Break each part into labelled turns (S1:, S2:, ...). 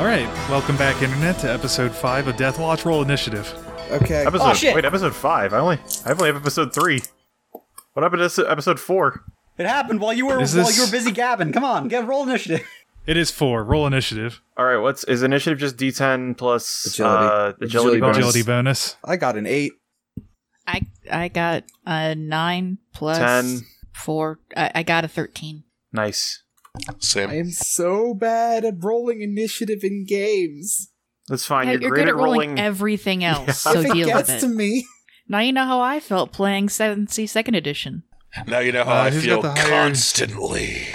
S1: right, welcome back, Internet, to episode five of Death Watch Roll Initiative.
S2: Okay.
S3: Episode
S4: Oh, shit.
S3: wait, episode five. I only I only have episode three. What happened to this- episode four?
S4: It happened while you were
S1: Is
S4: while
S1: this-
S4: you were busy gabbing. Come on, get roll initiative.
S1: It is four. Roll initiative.
S3: All right, what's is initiative just D10 plus
S2: Agility.
S3: uh, agility,
S2: Agility
S3: bonus?
S1: Agility bonus.
S2: I got an eight.
S5: I I got a nine plus
S3: Ten.
S5: four. I, I got a thirteen.
S3: Nice.
S2: I
S6: Same.
S2: am so bad at rolling initiative in games.
S3: That's fine.
S5: Yeah,
S3: You're, great at rolling.
S5: everything else, so
S2: if it
S5: deal
S2: gets
S5: with it.
S2: to me,
S5: now you know how I felt playing Seventh Sea Second Edition.
S6: Now you know how
S1: Uh,
S6: I
S1: who's
S6: feel
S1: got the higher-
S6: constantly.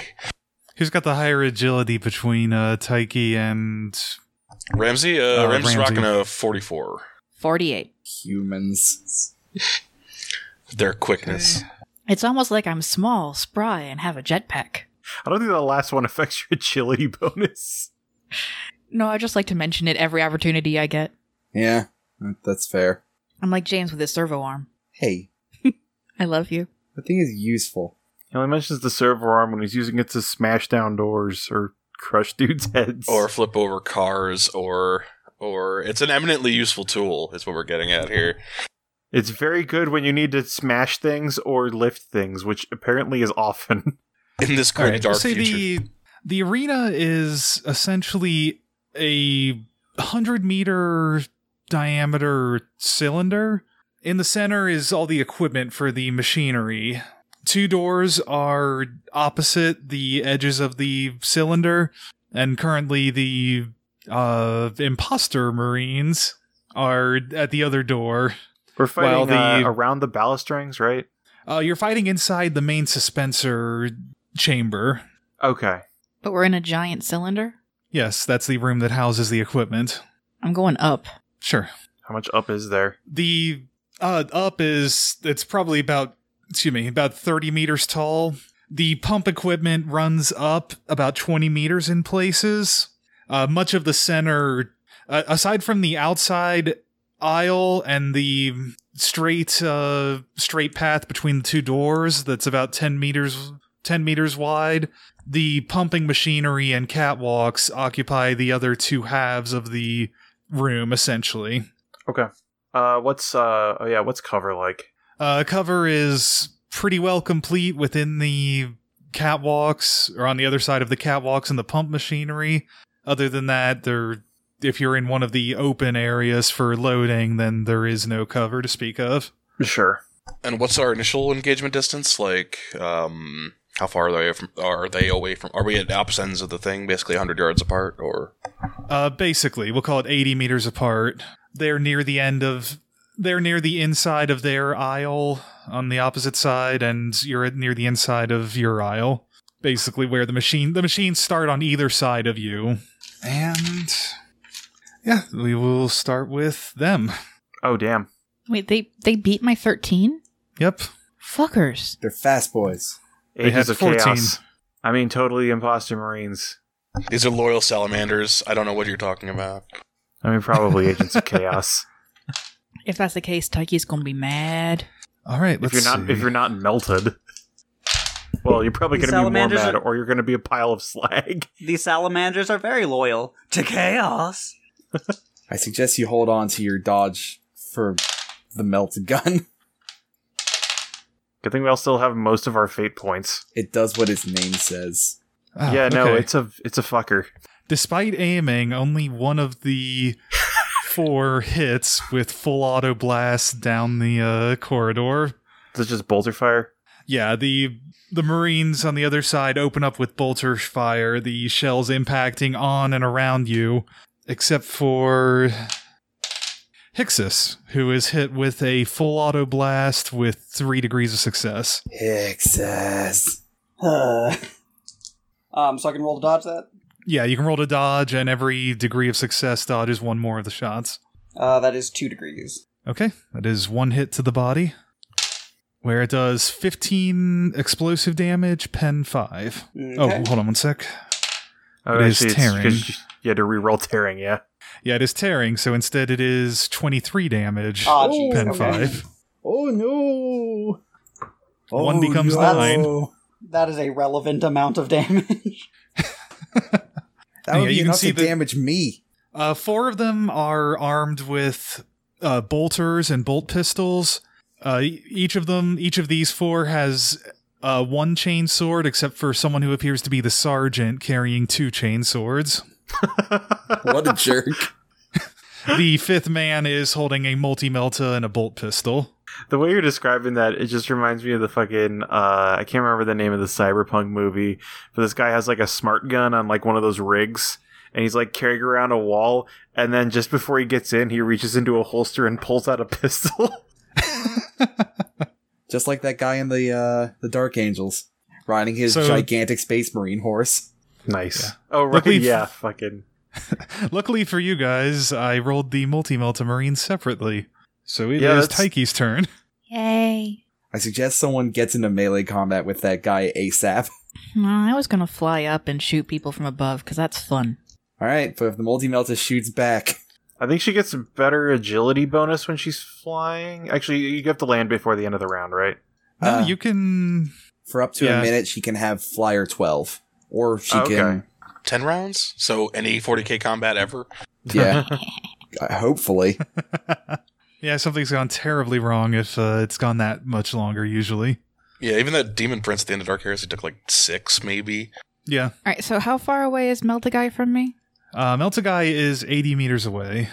S1: Who's got the higher agility between uh, Taiki and
S6: Ramsey, uh,
S1: Uh,
S6: Ramsey's
S1: Ramsey.
S6: rocking a 44.
S5: Forty-eight.
S2: humans.
S6: Their quickness.
S5: It's almost like I'm small, spry, and have a jetpack.
S3: I don't think the last one affects your agility bonus.
S5: No, I just like to mention it every opportunity I get.
S2: Yeah, that's fair.
S5: I'm like James with his servo arm.
S2: Hey,
S5: I love you.
S2: the thing is useful.
S3: He only mentions the servo arm when he's using it to smash down doors or crush dudes' heads.
S6: Or flip over cars, or or it's an eminently useful tool. Is what we're getting at here.
S3: it's very good when you need to smash things or lift things, which apparently is often.
S6: In this
S1: All
S6: great
S1: right,
S6: dark
S1: say
S6: future,
S1: the the arena is essentially a hundred meter diameter cylinder. In the center is all the equipment for the machinery. Two doors are opposite the edges of the cylinder, and currently the uh, imposter marines are at the other door.
S3: We're fighting
S1: Well, the-
S3: uh, around the balustrings, right?
S1: Uh, you're fighting inside the main suspensor chamber.
S3: Okay.
S5: But we're in a giant cylinder.
S1: Yes, that's the room that houses the equipment.
S5: I'm going up.
S1: Sure.
S3: How much up is there?
S1: The uh, up is it's probably about excuse me about thirty meters tall. The pump equipment runs up about twenty meters in places. Uh, much of the center, uh, aside from the outside aisle and the straight uh, straight path between the two doors, that's about ten meters ten meters wide. The pumping machinery and catwalks occupy the other two halves of the room, essentially.
S3: Uh, what's uh, oh yeah, what's cover like?
S1: Uh, cover is pretty well complete within the catwalks or on the other side of the catwalks and the pump machinery. Other than that, there if you're in one of the open areas for loading, then there is no cover to speak of.
S3: Sure.
S6: and what's our initial engagement distance? Like, um, how far are they from? Are they away from? Are we at opposite ends of the thing, basically hundred yards apart, or
S1: Uh, basically, we'll call it 80 meters apart. They're near the end of they're near the inside of their aisle on the opposite side, and you're at- near the inside of your aisle. Basically, where the machine the machines start on either side of you, and yeah, we will start with them.
S3: Oh damn.
S5: Wait, they they beat my thirteen.
S1: Yep,
S5: Fuckers.
S2: They're fast boys.
S1: They
S3: Ages
S1: had
S3: of
S1: 14.
S3: chaos. I mean, totally imposter marines.
S6: these are loyal salamanders? I don't know what you're talking about.
S3: I mean, probably agents of chaos.
S5: If that's the case, Taiki's gonna be mad.
S1: all right.
S3: If
S1: Let's
S3: you're not,
S1: see.
S3: if you're not melted, well, you're probably
S4: These
S3: going to be more
S4: salamanders
S3: mad,
S4: are-
S3: or you're going to be a pile of slag.
S4: These salamanders are very loyal to chaos.
S2: I suggest you hold on to your dodge for the melted gun.
S3: Good thing we all still have most of our fate points.
S2: It does what its name says.
S1: Ah,
S3: yeah, no,
S1: okay.
S3: it's a it's a fucker.
S1: Despite aiming, only one of the four hits with full auto blast down the uh, corridor.
S3: It's just bolter fire.
S1: Yeah, the the Marines on the other side open up with bolter fire, the shells impacting on and around you, except for Hixus, who is hit with a full auto blast with three degrees of success.
S2: Hexes.
S4: um, so I can roll to dodge that.
S1: Yeah, you can roll to dodge, and every degree of success dodges one more of the shots.
S4: Uh, that is two degrees.
S1: Okay, that is one hit to the body, where it does 15 explosive damage, pen 5. Oh,
S4: Mm, Okay.
S1: hold on one sec.
S3: Oh,
S1: It is
S3: actually, it's-
S1: tearing.
S3: 'cause you- You had to reroll tearing. Yeah.
S1: Yeah, it is tearing, so instead it is 23 damage.
S4: Ah, jeez,
S1: pen
S4: okay.
S1: 5.
S2: Oh no! Oh,
S1: One becomes nine.
S4: That is a relevant amount of damage.
S2: That would
S1: Yeah,
S2: be
S1: you can
S2: enough
S1: see
S2: to
S1: the-
S2: damage me.
S1: Uh, four of them are armed with uh, bolters and bolt pistols. Uh, e- each of them, each of these four, has uh, one chain sword, except for someone who appears to be the sergeant carrying two chain swords.
S2: What a jerk.
S1: the fifth man is holding a multi melta and a bolt pistol.
S3: The way you're describing that, it just reminds me of the fucking uh I can't remember the name of the cyberpunk movie, but this guy has like a smart gun on like one of those rigs and he's like carrying around a wall and then just before he gets in, he reaches into a holster and pulls out a pistol.
S2: Just like that guy in the uh, the Dark Angels, riding his
S1: So-
S2: gigantic space marine horse.
S3: nice. Oh
S1: Look,
S3: right,
S1: we've-
S3: yeah, fucking
S1: Luckily for you guys, I rolled the multi melta marine separately. So it is
S3: Yeah, that's-
S1: Taiki's turn.
S5: Yay.
S2: I suggest someone gets into melee combat with that guy ASAP.
S5: Well, I was going to fly up and shoot people from above because that's fun.
S2: All right, but if the multi melta shoots back,
S3: I think she gets a better agility bonus when she's flying. Actually, you have to land before the end of the round, right?
S1: No,
S3: Ah.
S2: Uh,
S1: Oh, you can.
S2: for up to
S1: Yeah.
S2: a minute, she can have flyer twelve, or she
S3: Okay.
S2: can,
S6: 10 rounds? So any 40k combat ever?
S2: yeah, uh, hopefully.
S1: Yeah, something's gone terribly wrong if uh, it's gone that much longer, usually.
S6: Yeah, even that demon prince at the end of Dark Heresy took like six, maybe.
S1: Yeah.
S5: All right, so how far away is Melt the Guy from me?
S1: Uh, Meltagai is 80 meters away.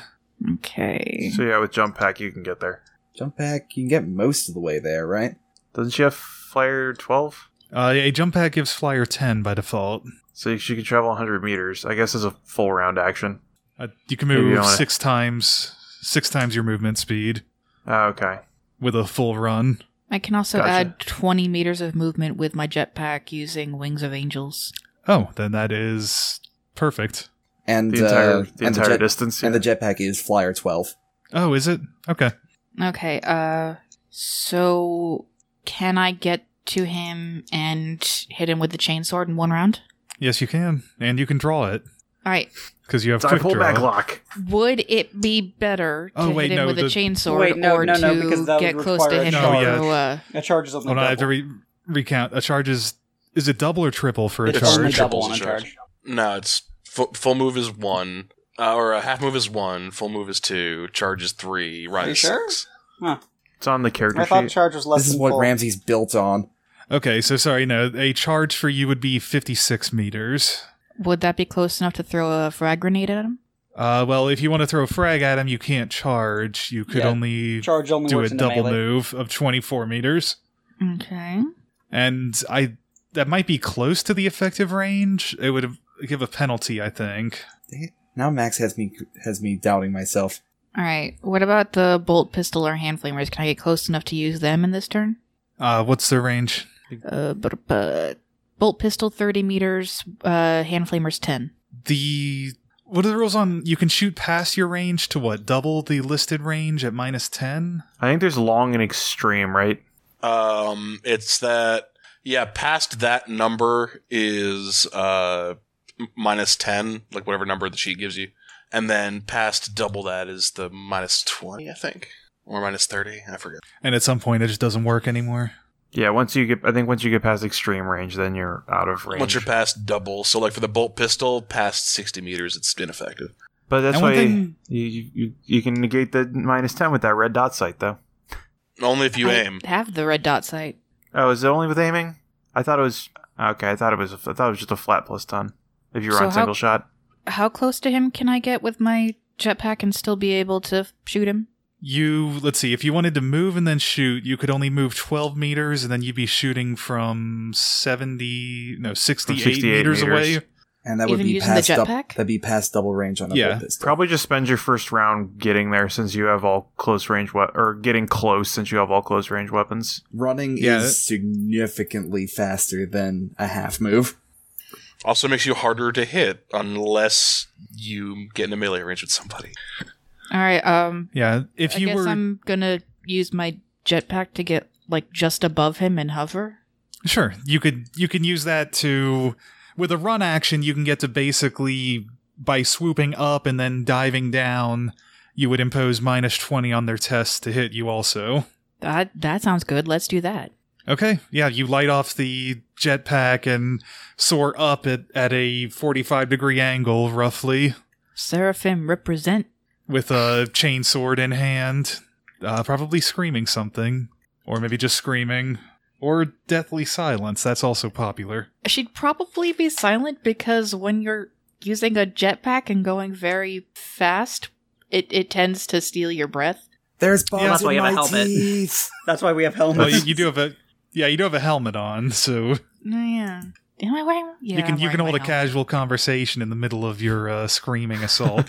S5: Okay.
S3: so yeah, with jump pack you can get there.
S2: Jump back, you can get most of the way there, right?
S3: Doesn't she have flyer twelve?
S1: Uh, a jump pad gives flyer 10 by default.
S3: So she can travel 100 meters. I guess it's a full round action.
S1: Uh, you can
S3: Maybe you
S1: move
S3: don't wanna-
S1: six times, six times your movement speed
S3: Ah, okay.
S1: with a full run.
S5: I can also
S3: Gotcha.
S5: add 20 meters of movement with my jetpack using Wings of Angels.
S1: Oh, then that is perfect.
S2: And
S3: The entire,
S2: uh,
S3: the
S2: and
S3: entire
S2: jet-
S3: distance.
S2: and
S3: yeah.
S2: the jetpack is flyer twelve.
S1: Oh, is it? Okay.
S5: Okay, uh, so can I get to him and hit him with the chainsword in one round?
S1: Yes, you can, and you can draw it
S5: All right.
S1: because you have
S3: It's our
S1: quick draw.
S3: pullback lock.
S5: Would it be better to
S1: Oh,
S5: hit
S1: wait,
S5: him
S1: no,
S5: with a
S1: the-
S5: chainsword
S4: Wait, no,
S5: or
S4: no, no, because
S5: to
S4: that
S5: get
S4: would
S5: close to
S4: require a
S5: him
S1: charge.
S5: through uh,
S4: That charges up.
S1: Hold on, Oh, I have to re- recount. A charge is is it double or triple for a
S4: It's
S1: charge?
S4: only
S6: Charge.
S4: double
S6: Triples
S4: on a
S6: the charge.
S4: charge.
S6: No, it's fu- full move is one, uh, or a half move is one, full move is two, charge is three, run
S4: you
S6: is
S4: sure?
S6: six.
S3: It's on the character
S4: I thought
S3: sheet.
S4: charge was less
S2: This is
S4: than
S2: what
S4: full.
S2: Ramsey's built on.
S1: Okay, so sorry, no. A charge for you would be fifty six meters.
S5: Would that be close enough to throw a frag grenade at him?
S1: Uh, well, if you want to throw a frag at him, you can't charge. You could
S4: Yeah,
S1: only
S4: charge only
S1: do a
S4: works in the
S1: double
S4: melee.
S1: move of twenty four meters,
S5: Okay.
S1: and I that might be close to the effective range. It would give a penalty, I think.
S2: Now Max has me has me doubting myself.
S5: All right. What about the bolt pistol or hand flamers? Can I get close enough to use them in this turn?
S1: Uh, what's the range?
S5: Uh, but, but bolt pistol 30 meters, uh, hand flamers 10.
S1: the what are the rules on you can shoot past your range to what double the listed range at minus 10
S3: I think there's long and extreme, right?
S6: Um, it's that yeah. Past that number is uh m- minus ten, like whatever number the sheet gives you, and then past double that is the minus twenty, I think, or minus thirty. I forget.
S1: and at some point it just doesn't work anymore
S3: Yeah. Once you get, I think once you get past extreme range, then you're out of range.
S6: Once you're past double, so like for the bolt pistol, past sixty meters, it's ineffective.
S3: but that's
S1: And one
S3: why
S1: thing-
S3: you, you you you can negate the minus ten with that red dot sight, though.
S6: Only if you
S5: I
S6: aim.
S5: have the red dot sight.
S3: Oh, is it only with aiming? I thought it was okay. I thought it was. I thought it was just a flat plus ten. If you were
S5: So
S3: on
S5: how-
S3: single shot,
S5: How close to him can I get with my jetpack and still be able to f- shoot him?
S1: you let's see if you wanted to move and then shoot you could only move 12 meters and then you'd be shooting from 70 no 68,
S3: 68
S1: meters,
S3: meters.
S1: away
S2: And that would
S5: Even
S2: be
S5: using the
S2: past dou-
S5: jetpack?
S2: that'd be past double range on a
S1: Yeah,
S2: bolt pistol.
S3: probably just spend your first round getting there since you have all close range we- or getting close since you have all close range weapons.
S2: Running
S1: Yeah, that-
S2: is significantly faster than a half move.
S6: Also makes you harder to hit unless you get in a melee range with somebody.
S5: All right. Um,
S1: yeah if
S5: I
S1: you
S5: guess
S1: were
S5: I'm gonna use my jetpack to get like just above him and hover.
S1: sure you could you can use that to with a run action you can get to basically by swooping up and then diving down you would impose minus 20 on their test to hit you also
S5: That that sounds good. Let's do that.
S1: Okay. Yeah, you light off the jetpack and soar up at, at a 45 degree angle, roughly.
S5: Seraphim represent.
S1: with a chainsword in hand, uh, probably screaming something, or maybe just screaming, or deathly silence. That's also popular.
S5: She'd probably be silent because when you're using a jetpack and going very fast, it, it tends to steal your breath.
S2: There's
S1: Yeah,
S2: bones
S1: that's
S2: in
S7: why you have a
S2: my
S7: helmet.
S2: teeth.
S4: That's why we have
S1: Well, you,
S4: helmets.
S1: you do have a yeah, you do have a helmet on, so
S2: Oh,
S5: Mm, Yeah. Am I wearing? Yeah,
S1: you can
S5: I'm
S1: you can
S5: wearing
S1: hold a
S5: my helmet.
S1: casual conversation in the middle of your uh, screaming assault.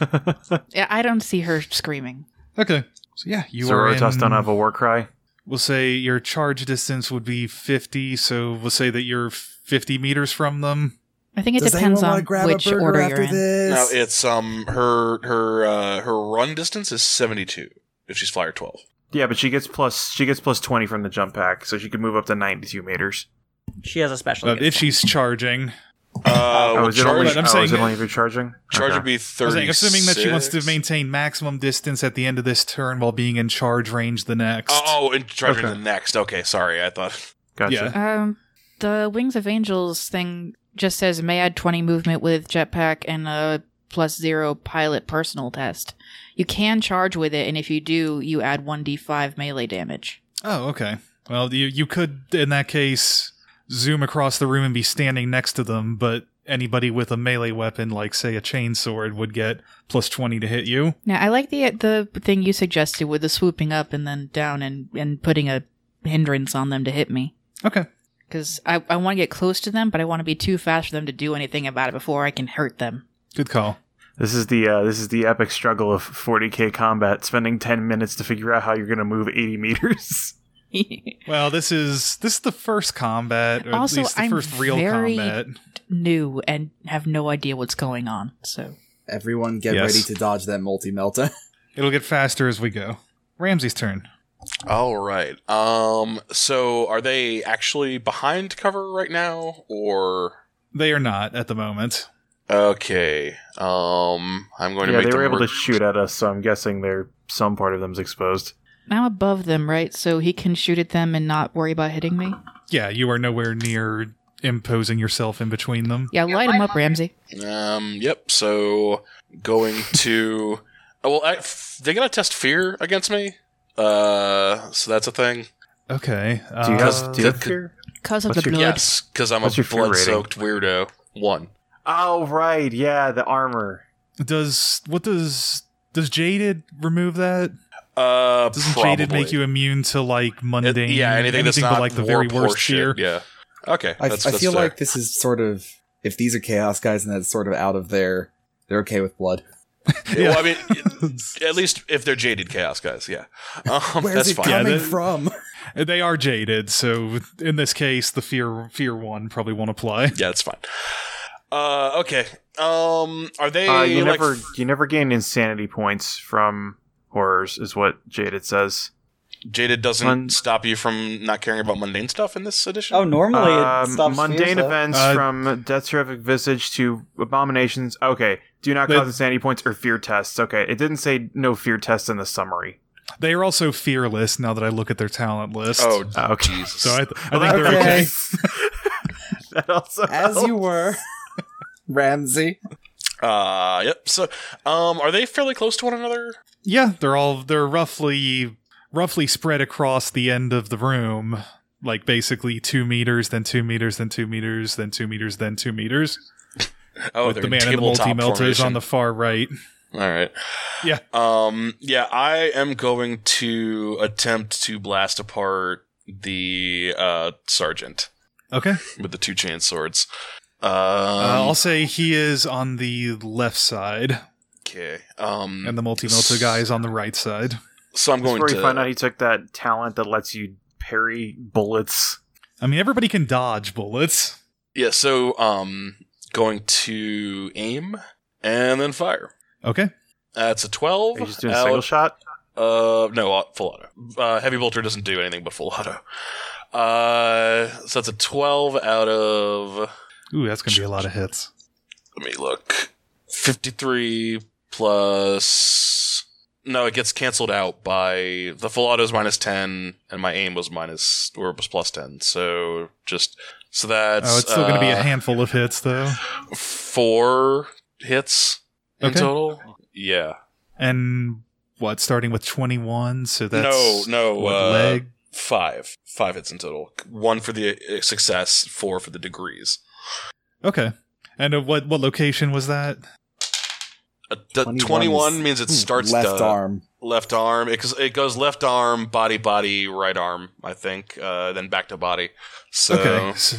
S5: Yeah, I don't see her screaming.
S1: okay, so yeah, you are in.
S3: Sororitas don't have a war cry.
S1: we'll say your charge distance would be fifty, so we'll say that you're fifty meters from them.
S5: I think it
S2: Does
S5: depends
S2: anyone wanna
S5: on
S2: grab
S5: which
S2: a burger
S5: order
S2: after
S5: you're in.
S6: Now
S2: this?
S6: it's um her her uh, her run distance is seventy two if she's flyer twelve.
S3: Yeah, but she gets plus she gets plus twenty from the jump pack, so she can move up to ninety two meters.
S7: She has a special.
S1: But
S7: gift.
S1: if she's charging,
S6: Uh,
S3: oh,
S6: well,
S3: is it only?
S6: charge,
S1: But I'm
S3: oh, is
S1: saying-
S3: it only if you're charging?
S6: charge
S3: Okay.
S6: would be
S1: I was
S6: thirty.
S1: saying, assuming that she wants to maintain maximum distance at the end of this turn while being in charge range the next.
S6: Oh, oh, and charge
S3: Okay.
S6: the next. Okay, sorry, I thought.
S3: Gotcha.
S1: Yeah.
S5: Um, the Wings of Angels thing just says may add 20 movement with jetpack and a plus zero pilot personal test. You can charge with it, and if you do, you add 1d5 melee damage.
S1: Oh, okay. Well, you you could in that case zoom across the room and be standing next to them, but anybody with a melee weapon, like say a chainsword, would get plus twenty to hit you.
S5: Now, I like the the thing you suggested with the swooping up and then down and, and putting a hindrance on them to hit me.
S1: Okay.
S5: Because I, I want to get close to them, but I want to be too fast for them to do anything about it before I can hurt them.
S1: Good call.
S3: This is the uh, this is the epic struggle of 40k combat, spending 10 minutes to figure out how you're going to move 80 meters.
S1: Well, this is this is the first combat, or
S5: Also,
S1: at least the
S5: I'm
S1: first real
S5: very-
S1: combat.
S5: New and have no idea what's going on, so.
S2: Everyone get
S1: Yes.
S2: ready to dodge that multi melta.
S1: It'll get faster as we go. Ramsey's turn.
S6: All right. Um. So, are they actually behind cover right now, or
S1: They are not at the moment.
S6: okay? Um. I'm going to
S3: yeah,
S6: make
S3: they
S6: them
S3: were able to
S6: work-
S3: shoot at us, so I'm guessing they're some part of them's exposed.
S5: I'm above them, right? So he can shoot at them and not worry about hitting me.
S1: Yeah, you are nowhere near imposing yourself in between them.
S5: Yeah, light him up, Ramsey.
S6: Um. Yep. So going to. Oh, well, I, f- they gonna test fear against me. Uh. So that's a thing.
S1: Okay.
S3: Do you
S1: uh,
S3: have, do you have
S6: that could-
S3: fear?
S5: Cause of
S3: What's
S5: the
S3: your
S5: blood.
S6: Yes, because I'm
S3: What's
S6: a
S3: your fear rating?
S6: blood-soaked weirdo. One.
S3: Oh, right. Yeah, the armor.
S1: does what does does jaded remove that?
S6: Uh.
S1: Doesn't
S6: probably.
S1: jaded make you immune to like
S6: It-
S1: mundane?
S6: yeah, anything, that's not
S1: but like the
S6: war
S1: very
S6: poor
S1: worst
S6: shit,
S1: fear.
S6: Yeah. Okay.
S2: I,
S6: that's,
S2: I
S6: that's
S2: feel
S6: fair.
S2: like this is sort of if these are chaos guys and that's sort of out of their they're okay with blood.
S1: Yeah.
S6: Well, I mean, at least if they're jaded chaos guys, yeah. Um,
S2: Where's
S6: that's
S2: it
S6: fine.
S1: Yeah,
S2: coming
S1: that-
S2: from?
S1: They are jaded, so in this case, the fear fear one probably won't apply.
S6: Yeah, it's fine. Uh, okay. Um, are they
S3: Uh, you
S6: like?
S3: never you never gain insanity points from horrors, is what Jaded says.
S6: Jaded doesn't
S3: Un-
S6: stop you from not caring about mundane stuff in this edition.
S4: oh, normally it
S3: Um,
S4: stops
S3: mundane
S4: fears,
S3: events
S1: Uh,
S3: from Death's Terrific Visage to Abominations. Okay, do not
S1: But-
S3: cause insanity points or fear tests. Okay, it didn't say no fear tests in the summary.
S1: They are also fearless. Now that I look at their talent list,
S6: Oh,
S3: Oh, okay.
S6: Jesus.
S1: so I, th- I
S3: Well,
S1: think they're
S3: that-
S1: okay.
S3: that also
S2: As you
S3: helps.
S2: were. Ramsey.
S6: uh, yep. So, um, are they fairly close to one another?
S1: Yeah, they're all they're roughly roughly spread across the end of the room, like basically two meters, then two meters, then two meters, then two meters, then two meters.
S6: Oh,
S1: with
S6: they're
S1: the
S6: in
S1: man in the
S6: tabletop
S1: multi melters
S6: formation.
S1: on the far right.
S6: All right.
S1: Yeah.
S6: Um. Yeah, I am going to attempt to blast apart the uh, sergeant
S1: Okay.
S6: with the two chain swords. Um,
S1: Uh, I'll say he is on the left side,
S6: okay. Um.
S1: and the multi melter guy is on the right side.
S6: so I'm
S3: That's
S6: going
S3: where
S6: to
S3: you find out he took that talent that lets you parry bullets.
S1: I mean, everybody can dodge bullets.
S6: Yeah, so um going to aim and then fire.
S1: Okay.
S6: That's a 12.
S3: Are you just doing
S6: Out-
S3: single shot?
S6: Uh no, au- full auto. Uh, heavy bolter doesn't do anything but full auto. Uh so that's a 12 out of
S1: Ooh, that's gonna be a lot of hits.
S6: let me look. 53 plus No, it gets canceled out by the full auto's minus 10 and my aim was minus or was plus 10. So just so
S3: Oh,
S6: that's
S1: oh, it's still gonna be a
S6: uh,
S1: handful of hits, though.
S6: four hits. in
S1: Okay.
S6: total. Yeah.
S1: And what? Starting with twenty one. So
S6: no,
S1: that's
S6: no.
S1: what,
S6: uh,
S1: leg.
S6: Five. Five hits in total. One for the uh, success, four for the degrees.
S1: Okay. And uh, what what location was that?
S6: Uh, d-
S2: 21
S6: 21,
S2: is-
S6: means it
S2: Hmm,
S6: starts
S2: left
S6: to-
S2: arm.
S6: Left arm. It, goes- it goes left arm, body, body, right arm, I think. Uh, then back to body. So.
S1: Okay. so-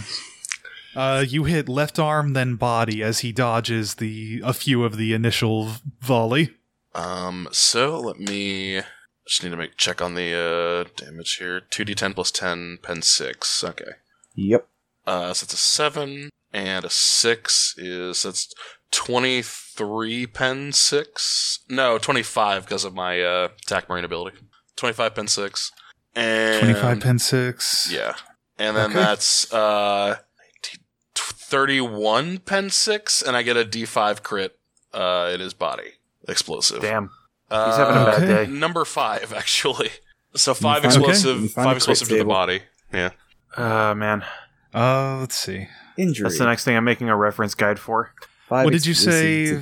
S1: uh, you hit left arm, then body as he dodges the a few of the initial v- volley.
S6: Um, so let me just need to make check on the uh, damage here. Two D ten plus ten pen six. Okay.
S2: Yep.
S6: Uh, so it's a seven and a six is that's twenty three pen six. No, twenty five because of my uh, attack marine ability. Twenty five pen six and
S1: Twenty five pen six.
S6: Yeah, and then
S1: Okay.
S6: that's uh thirty one pen six, and I get a D five crit uh, in his body explosive.
S3: Damn. He's having a
S1: Uh,
S3: bad
S1: okay.
S3: day.
S6: Number five, actually. So five
S2: find-
S6: explosive,
S2: you find a
S6: five
S2: crit
S6: explosive to the
S2: table.
S6: body. Yeah.
S3: Oh, man.
S1: Uh, let's see.
S2: Injury.
S3: That's the next thing I'm making a reference guide for.
S2: Five
S1: What did you
S2: explosive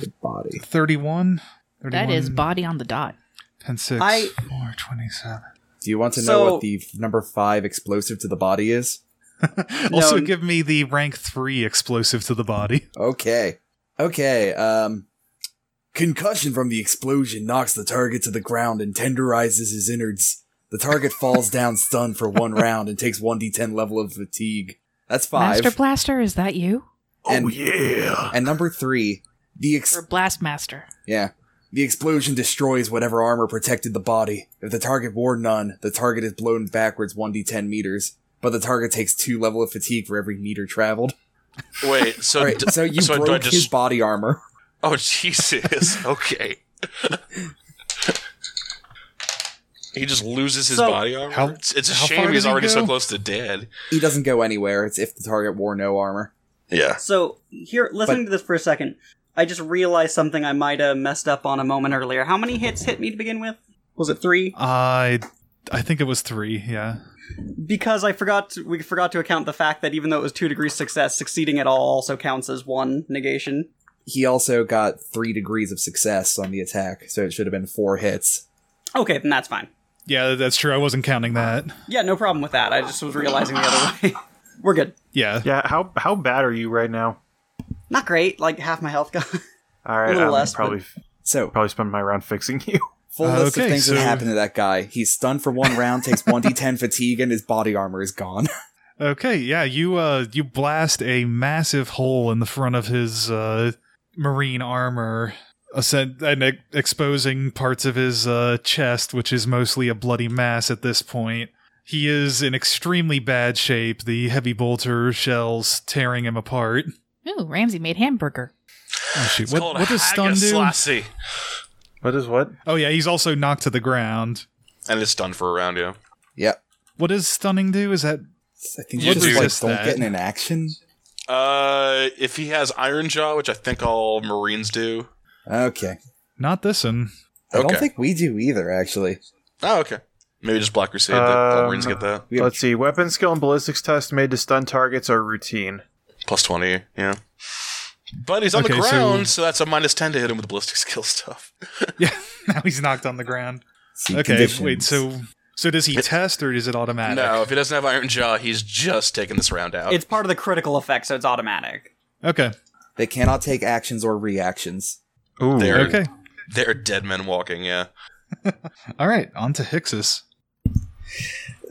S1: say?
S2: to the body.
S1: Thirty one.
S5: That is body on the dot.
S1: Pen six.
S4: I-
S1: Four twenty seven.
S2: Do you want to
S4: So-
S2: know what the f- number five explosive to the body is?
S1: also,
S4: No.
S1: give me the rank three explosive to the body.
S2: Okay. Okay. Um concussion from the explosion knocks the target to the ground and tenderizes his innards. The target falls down stunned for one round and takes 1d10 level of fatigue. That's 5.
S5: Master Blaster, is that you?
S2: and,
S3: Oh, yeah.
S2: and number 3, the ex-
S5: Or Blastmaster?
S2: yeah. The explosion destroys whatever armor protected the body. If the target wore none, the target is blown backwards 1d10 meters, but the target takes 2 level of fatigue for every meter traveled.
S6: Wait. So.
S2: All right,
S6: d-
S2: so you
S6: so do I
S2: broke his
S6: just-
S2: body armor.
S6: oh Jesus. okay. he just loses his
S4: So-
S6: body armor.
S1: How-
S6: it's, it's a
S1: how
S6: shame
S1: far
S6: he's
S1: did he
S6: already so
S1: go?
S6: close to dead.
S2: He doesn't go anywhere. It's if the target wore no armor.
S6: Yeah.
S4: So here, listening to this for a second, I just realized something I might have messed up on a moment earlier. How many hits hit me to begin with? Was it three?
S1: I, I think it was three. Yeah.
S4: Because I forgot to, we forgot to account the fact that even though it was two degrees success, succeeding at all also counts as one negation.
S2: He also got three degrees of success on the attack, so it should have been four hits.
S4: Okay, then that's fine.
S1: Yeah, that's true. I wasn't counting that.
S4: Yeah, no problem with that. I just was realizing the other way. We're good.
S1: Yeah.
S3: Yeah, how how bad are you right now?
S4: Not great. Like half my health gone.
S3: All right,
S4: little
S3: I'll
S4: less,
S3: probably
S2: So,
S3: probably spend my round fixing you.
S2: full
S1: Uh,
S2: list
S1: okay,
S2: of things
S1: so-
S2: that happened to that guy. He's stunned for one round, takes 1d10 fatigue, and his body armor is gone.
S1: Okay. Yeah. You uh you blast a massive hole in the front of his uh marine armor, ascend- and e- exposing parts of his uh chest, which is mostly a bloody mass at this point. He is in extremely bad shape. The heavy bolter shells tearing him apart.
S5: Ooh, Ramsey made hamburger.
S1: Oh, shoot.
S6: It's
S1: What,
S6: called
S1: what does stun do?
S6: Hagaslassi.
S3: What is what?
S1: Oh yeah, he's also knocked to the ground.
S6: And it's stunned for a round. Yeah.
S2: yep.
S1: What does stunning do? Is that
S2: I think
S6: You
S2: you just
S6: do
S2: like,
S1: just
S2: don't
S1: that.
S2: get in an action.
S6: Uh, if he has Iron Jaw, which I think all Marines do.
S2: Okay.
S1: not this one?
S2: I don't
S6: Okay.
S2: think we do either, actually.
S6: Oh, okay. Maybe just Black Crusade. that all
S3: Um,
S6: Marines get that
S2: We have-
S3: Let's see. Weapon skill and ballistics tests made to stun targets are routine.
S6: plus twenty. Yeah. But he's on
S1: Okay,
S6: the
S1: so-
S6: ground, so, that's a minus ten to hit him with the ballistic skill stuff.
S1: Yeah, now he's knocked on the ground.
S2: see
S1: Okay, wait.
S2: conditions.
S1: So, so does he test or is it automatic?
S6: No, if he doesn't have Iron Jaw, he's just taking this round out.
S4: It's part of the critical effect, so it's automatic.
S1: Okay.
S2: They cannot take actions or reactions.
S3: Ooh,
S6: There. Sure.
S1: Okay.
S6: They're dead men walking. Yeah.
S1: All right. On to Hicks's.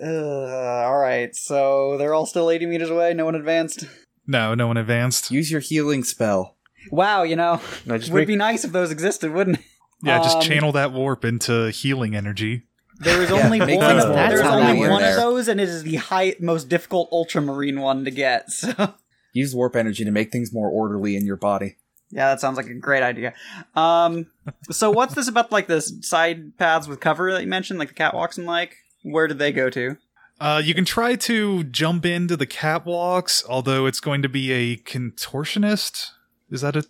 S4: Uh, all right, so they're all still 80 meters away. No one advanced.
S1: No, no one advanced.
S2: Use your healing spell.
S4: Wow, you know,
S3: Now just
S4: would
S3: make-
S4: be nice if those existed, wouldn't it?
S1: yeah, just
S4: um,
S1: channel that warp into healing energy.
S4: There is
S2: Yeah,
S4: only
S2: make
S4: one.
S2: things
S4: Of,
S2: more
S4: there's
S5: warm
S4: only
S5: in
S4: one
S2: there.
S4: of those, and it is the high, most difficult ultramarine one to get. So
S2: Use warp energy to make things more orderly in your body.
S4: yeah, that sounds like a great idea. Um, so what's this about? Like the side paths with cover that you mentioned, like the catwalks and like, where did they go to?
S1: Uh, you can try to jump into the catwalks, although it's going to be a contortionist. Is that a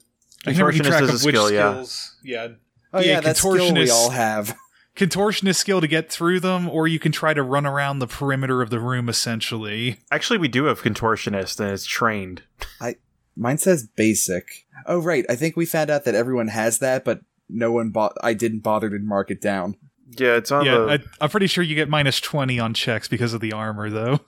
S1: I can never keep
S3: Contortionist
S1: track
S3: is a
S1: of which
S3: skill, yeah.
S1: skills. Yeah.
S2: Oh
S1: Yeah,
S2: yeah, that skill we
S1: contortionist-
S2: all have.
S1: Contortionist skill to get through them, or you can try to run around the perimeter of the room. Essentially,
S3: Actually, we do have contortionist, and it's trained.
S2: Mine says basic. Oh, right. I think we found out that everyone has that, but no one bought. I didn't bother to mark it down.
S3: Yeah, it's on
S1: yeah,
S3: the
S1: I, I'm pretty sure you get minus 20 on checks because of the armor, though.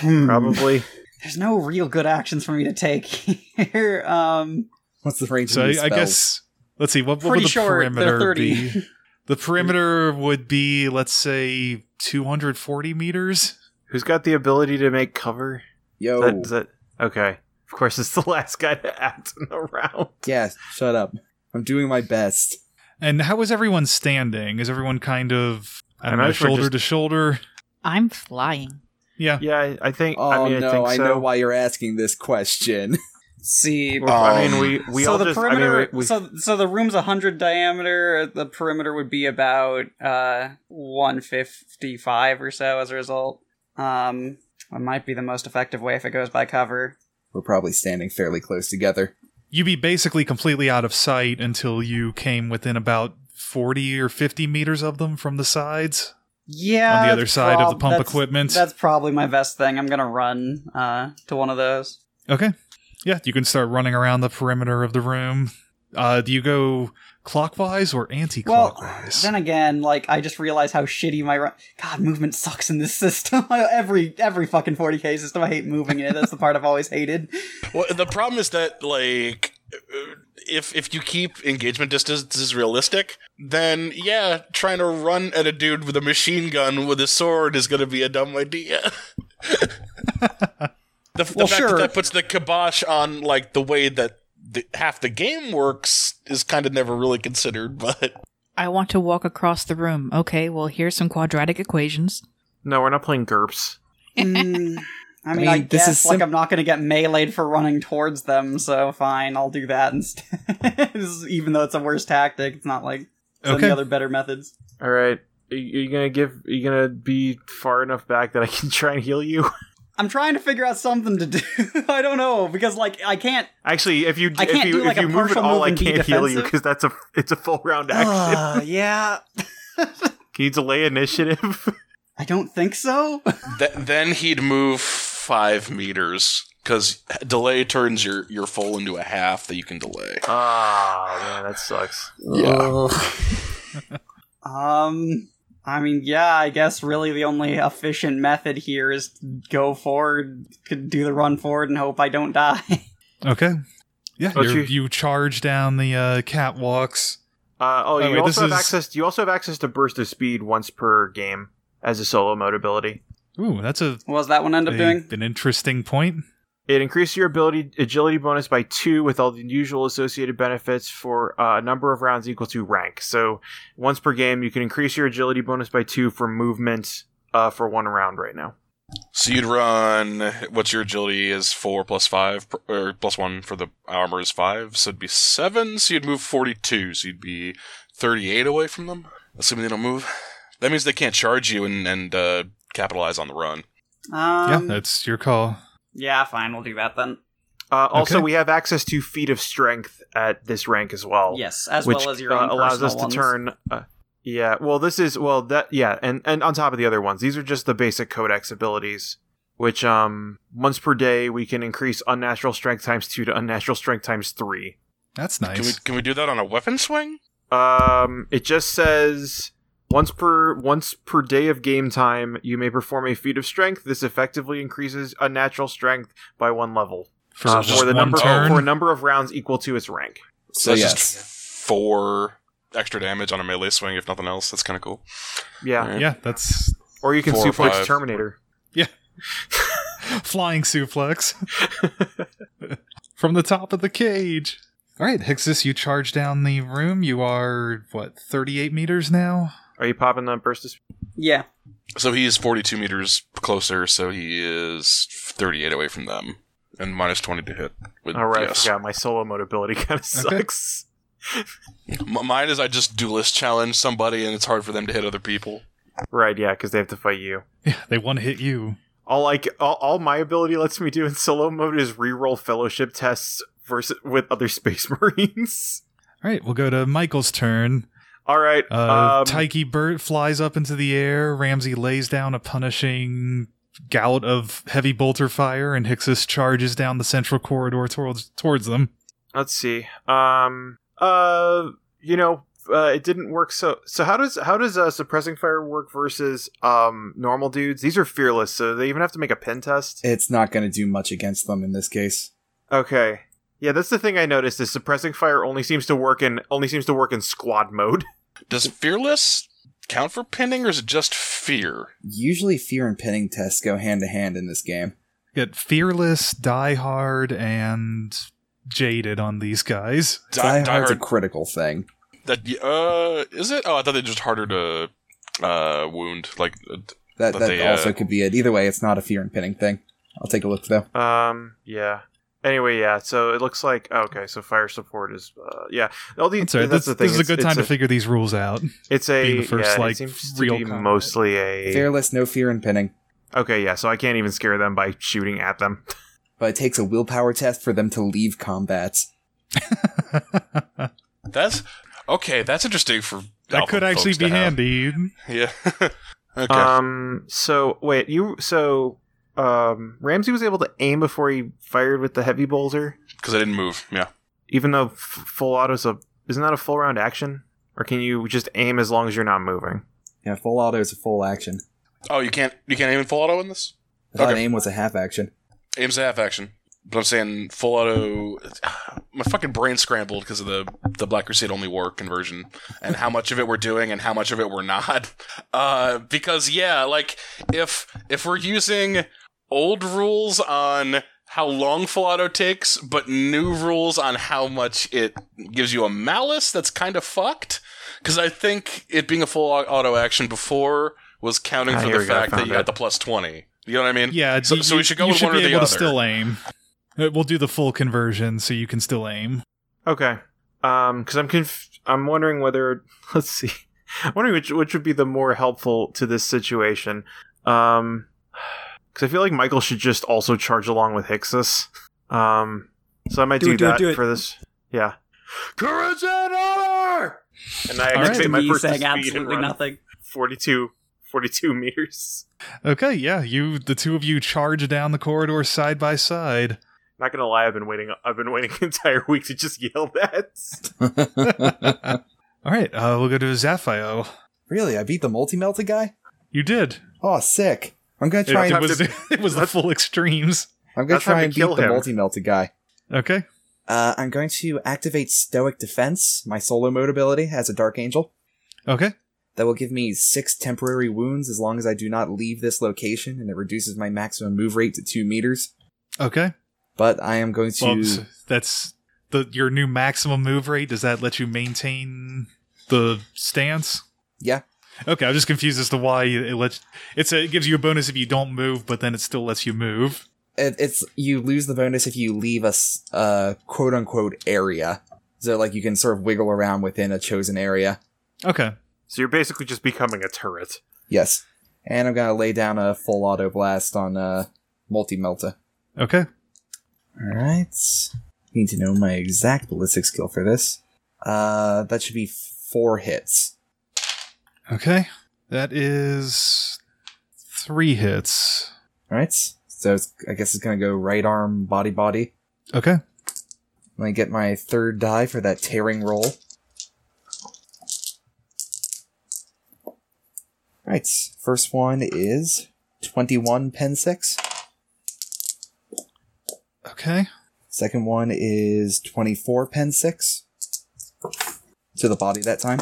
S3: Hmm. probably.
S4: There's no real good actions for me to take here. Um,
S2: What's the range?
S1: So
S2: of these
S1: I, I
S2: spells?
S1: guess let's see what, what
S4: Pretty
S1: would the
S4: sure they're
S1: perimeter
S4: 30.
S1: be. The perimeter would be let's say 240 meters.
S3: Who's got the ability to make cover?
S2: Yo.
S3: Is that, is that okay? Of course, it's the last guy to act in the round.
S2: yeah. Shut up. I'm doing my best.
S1: And how is everyone standing? Is everyone kind of I don't
S3: I'm
S1: know,
S3: actually
S1: shoulder
S3: just-
S1: to shoulder?
S5: I'm flying.
S1: Yeah.
S3: Yeah, I- I think.
S2: Oh
S3: I mean,
S2: no!
S3: I think so.
S2: know why you're asking this question.
S4: let's see.
S3: Well, I mean,
S6: Um,
S3: we we
S4: so
S3: all
S4: the
S3: just. I mean,
S4: perimeter.
S3: we, we,
S4: so so the room's hundred diameter. The perimeter would be about uh one fifty five or so as a result. Um, it might be the most effective way if it goes by cover.
S2: We're probably standing fairly close together.
S1: You'd be basically completely out of sight until you came within about 40 or 50 meters of them from the sides
S4: Yeah,
S1: on the
S4: that's
S1: other side of
S4: prob-
S1: the pump
S4: that's-
S1: equipment.
S4: That's probably my best thing. I'm gonna run uh to one of those.
S1: Okay. Yeah, you can start running around the perimeter of the room. Uh, do you go clockwise or
S4: Well,
S1: anti-clockwise?
S4: then again, like I just realized how shitty my run- God movement sucks in this system. every every fucking 40k system, I hate moving in it. That's the part I've always hated.
S6: Well, the problem is that like if if you keep engagement distances realistic, then yeah, trying to run at a dude with a machine gun with a sword is going to be a dumb idea. the the
S4: Well,
S6: fact
S4: sure.
S6: that that puts the kibosh on like the way that the, half the game works is kind of never really considered, but
S5: I want to walk across the room. Okay, well, here's some quadratic equations.
S3: no, we're not playing GURPS.
S4: Mm, I mean, I,
S2: mean, this
S4: guess
S2: is
S4: like
S2: sim-
S4: I'm not going to get meleeed for running towards them, so fine, I'll do that instead. This is- Even though it's a worse tactic, it's not like some of
S1: Okay.
S4: the other better methods.
S3: All right, are you are you gonna give? Are you gonna be far enough back that I can try and heal you?
S4: I'm trying to figure out something to do. I don't know because like I can't.
S3: Actually, if you
S4: I
S3: if
S4: can't
S3: you
S4: do, like,
S3: if
S4: a
S3: you move at
S4: partial
S3: all, I
S4: move and be
S3: can't heal you
S4: defensive.
S3: because that's a it's a full round action.
S4: Uh, yeah,
S3: can you delay initiative?
S4: I don't think so.
S6: th- then he'd move 5 meters cuz delay turns your your full into a half that you can delay.
S3: Ah, man, that sucks.
S6: Yeah.
S4: Um, I mean, yeah, I guess really the only efficient method here is to go forward, could do the run forward, and hope I don't die.
S1: okay. Yeah,
S3: Don't
S1: you're-
S3: you-
S1: you charge down the uh, catwalks.
S3: Uh, oh,
S1: By the
S3: you
S1: way, this
S3: also have
S1: is-
S3: access. You also have access to burst of speed once per game as a solo mode ability.
S1: Ooh, that's a,
S4: what does that one end up
S1: a-
S4: doing?
S1: an interesting point.
S3: It increases your ability agility bonus by two with all the usual associated benefits for uh, a number of rounds equal to rank. So once per game, you can increase your agility bonus by two for movement uh, for one round right now.
S6: So you'd run. What's your agility is four plus five pr- or plus one for the armor is five, so it'd be seven. So you'd move forty-two. So you'd be thirty-eight away from them, assuming they don't move. That means they can't charge you and and uh, capitalize on the run.
S4: Um,
S1: yeah, that's your call.
S4: yeah, fine, we'll do that then.
S3: Uh, also,
S1: Okay.
S3: we have access to feet of strength at this rank as well.
S4: Yes, as
S3: which
S4: well as your
S3: uh,
S4: own
S3: allows
S4: personal
S3: us
S4: ones.
S3: to turn. Uh, yeah, well, this is well that yeah, and and on top of the other ones, these are just the basic codex abilities. Which um once per day we can increase unnatural strength times two to unnatural strength times three.
S1: That's
S6: Can we
S1: nice.
S6: can we do that on a weapon swing?
S3: Um, it just says once per once per day of game time, you may perform a feat of strength. This effectively increases unnatural strength by one level
S1: For,
S3: uh,
S1: just
S3: for the
S1: one
S3: number
S1: turn.
S3: for a number of rounds equal to its rank.
S2: So
S6: that's
S2: yes.
S6: just four extra damage on a melee swing, if nothing else. That's kind of cool.
S3: Yeah,
S6: Alright.
S1: yeah, that's
S3: or you can
S6: Four or
S3: suplex
S6: five.
S3: Terminator.
S1: flying suplex from the top of the cage. All right, Hixis, you charge down the room. You are what, thirty-eight meters now?
S3: Are you popping the burst? Of sp-
S4: Yeah,
S6: So he is forty-two meters closer. So he is thirty-eight away from them, and minus twenty to hit. With,
S3: All Oh, right,
S6: yes.
S3: I forgot my solo mode ability kind of
S1: Okay.
S3: sucks.
S6: M- mine is I just do list challenge somebody, and it's hard for them to hit other people.
S3: Right, yeah, because they have to fight you.
S1: Yeah, they want to hit you.
S3: All like all, all my ability lets me do in solo mode is reroll fellowship tests versus with other space marines.
S1: All right, we'll go to Michael's turn.
S3: All right,
S1: Uh,
S3: um,
S1: Tyke Burt flies up into the air. Ramsey lays down a punishing gout of heavy bolter fire, and Hixus charges down the central corridor towards towards them.
S3: let's see. Um, uh, you know, uh, it didn't work. So, so how does how does uh, suppressing fire work versus um normal dudes? These are fearless, so they even have to make a pen test.
S2: It's not going to do much against them in this case.
S3: Okay, yeah, that's the thing I noticed is suppressing fire only seems to work in only seems to work in squad mode.
S6: Does fearless count for pinning, or is it just fear?
S2: Usually, fear and pinning tests go hand to hand in this game.
S1: Get fearless, die hard, and jaded on these guys.
S2: Die, Hard's a
S6: Hard-
S2: critical thing.
S6: That y- uh, is it? Oh, I thought they just harder to uh wound. Like uh,
S2: That
S6: But
S2: that
S6: they, uh,
S2: also could be it. Either way, it's not a fear and pinning thing. I'll take a look though.
S3: Um, yeah. Anyway, yeah. So it looks like okay. So fire support is uh, yeah. All these,
S1: That's all right.
S3: that's
S1: This,
S3: the thing.
S1: this is a
S3: it's-
S1: good
S3: it's
S1: time to figure these rules out.
S3: It's a
S1: being the first,
S3: yeah, it
S1: like,
S3: seems
S1: real
S3: to be
S1: combat.
S3: mostly a
S2: Fearless, no fear and pinning.
S3: okay. Yeah, so I can't even scare them by shooting at them.
S2: But it takes a willpower test for them to leave combat.
S6: that's okay. That's interesting for
S1: That
S6: alpha
S1: could actually
S6: folks
S1: be
S6: to have.
S1: handy.
S6: Yeah. okay.
S3: Um. So wait, you so um Ramsey was able to aim before he fired with the heavy bolter,
S6: Because I didn't move. Yeah.
S3: even though f- full auto's a isn't that a full round action, or can you just aim as long as you're not moving?
S2: Yeah, full auto is a full action.
S6: Oh, you can't. You can't aim in full auto in this.
S2: I thought
S6: Okay.
S2: aim was a half action.
S6: Aim's a half action. But I'm saying full auto. My fucking brain scrambled because of the the Black Crusade only war conversion and how much of it we're doing and how much of it we're not. Uh, because yeah, like if if we're using old rules on how long full auto takes, but new rules on how much it gives you a malice, that's kind of fucked. Because I think it being a full au- auto action before was counting
S3: Ah,
S6: for
S3: here
S6: the
S3: we go, I
S6: fact that
S3: found
S6: you
S3: it.
S6: got the plus twenty. You know what I mean?
S1: Yeah,
S6: So-
S1: you-
S6: so we should go
S1: you
S6: with one
S1: be
S6: or the
S1: able to
S6: other.
S1: still aim. Uh, We'll do the full conversion, so you can still aim.
S3: Okay. Um, because I'm conf- I'm wondering whether let's see, I'm wondering which which would be the more helpful to this situation. Um, because I feel like Michael should just also charge along with Hixus. Um, so I might
S7: Do
S3: do,
S7: it, do it,
S3: that
S7: do it.
S3: for this. Yeah. Courage and honor. And I
S1: All right.
S3: activate my
S4: Me
S3: first
S4: saying
S3: speed and
S4: absolutely
S3: run
S4: nothing.
S3: 42, 42 meters.
S1: Okay, yeah, you the two of you charge down the corridor side by side.
S3: Not gonna lie, I've been waiting. I've been waiting an entire week to just yell that.
S1: All right, uh, we'll go to Zaphio.
S2: really, I beat the multi melted guy.
S1: You did.
S2: Oh, sick! I'm gonna try.
S1: It,
S2: And,
S1: it was it was the full extremes.
S2: I'm gonna
S3: that's how
S2: try
S3: we
S2: and beat
S3: kill
S2: the
S3: him.
S2: multi melted guy.
S1: Okay.
S2: Uh, I'm going to activate Stoic Defense, my solo mode ability as a Dark Angel.
S1: Okay.
S2: That will give me six temporary wounds as long as I do not leave this location, and it reduces my maximum move rate to two meters.
S1: Okay.
S2: But I am going to.
S1: Well, s- that's the your new maximum move rate. Does that let you maintain the stance?
S2: Yeah.
S1: Okay, I'm just confused as to why it lets it's a, it gives you a bonus if you don't move, but then it still lets you move.
S2: it, it's you lose the bonus if you leave a s- uh, quote unquote area. So like you can sort of wiggle around within a chosen area.
S1: Okay.
S3: So you're basically just becoming a turret.
S2: Yes, and I'm gonna lay down a full auto blast on uh, multi melta.
S1: Okay.
S2: All right, need to know my exact ballistic skill for this. Uh, that should be four hits.
S1: Okay. That is three hits.
S2: All right, so it's, I guess it's gonna go right arm, body, body.
S1: Okay.
S2: Let me get my third die for that tearing roll. Right, first one is 21 pen 6.
S1: Okay.
S2: Second one is 24 pen 6. To the body that time.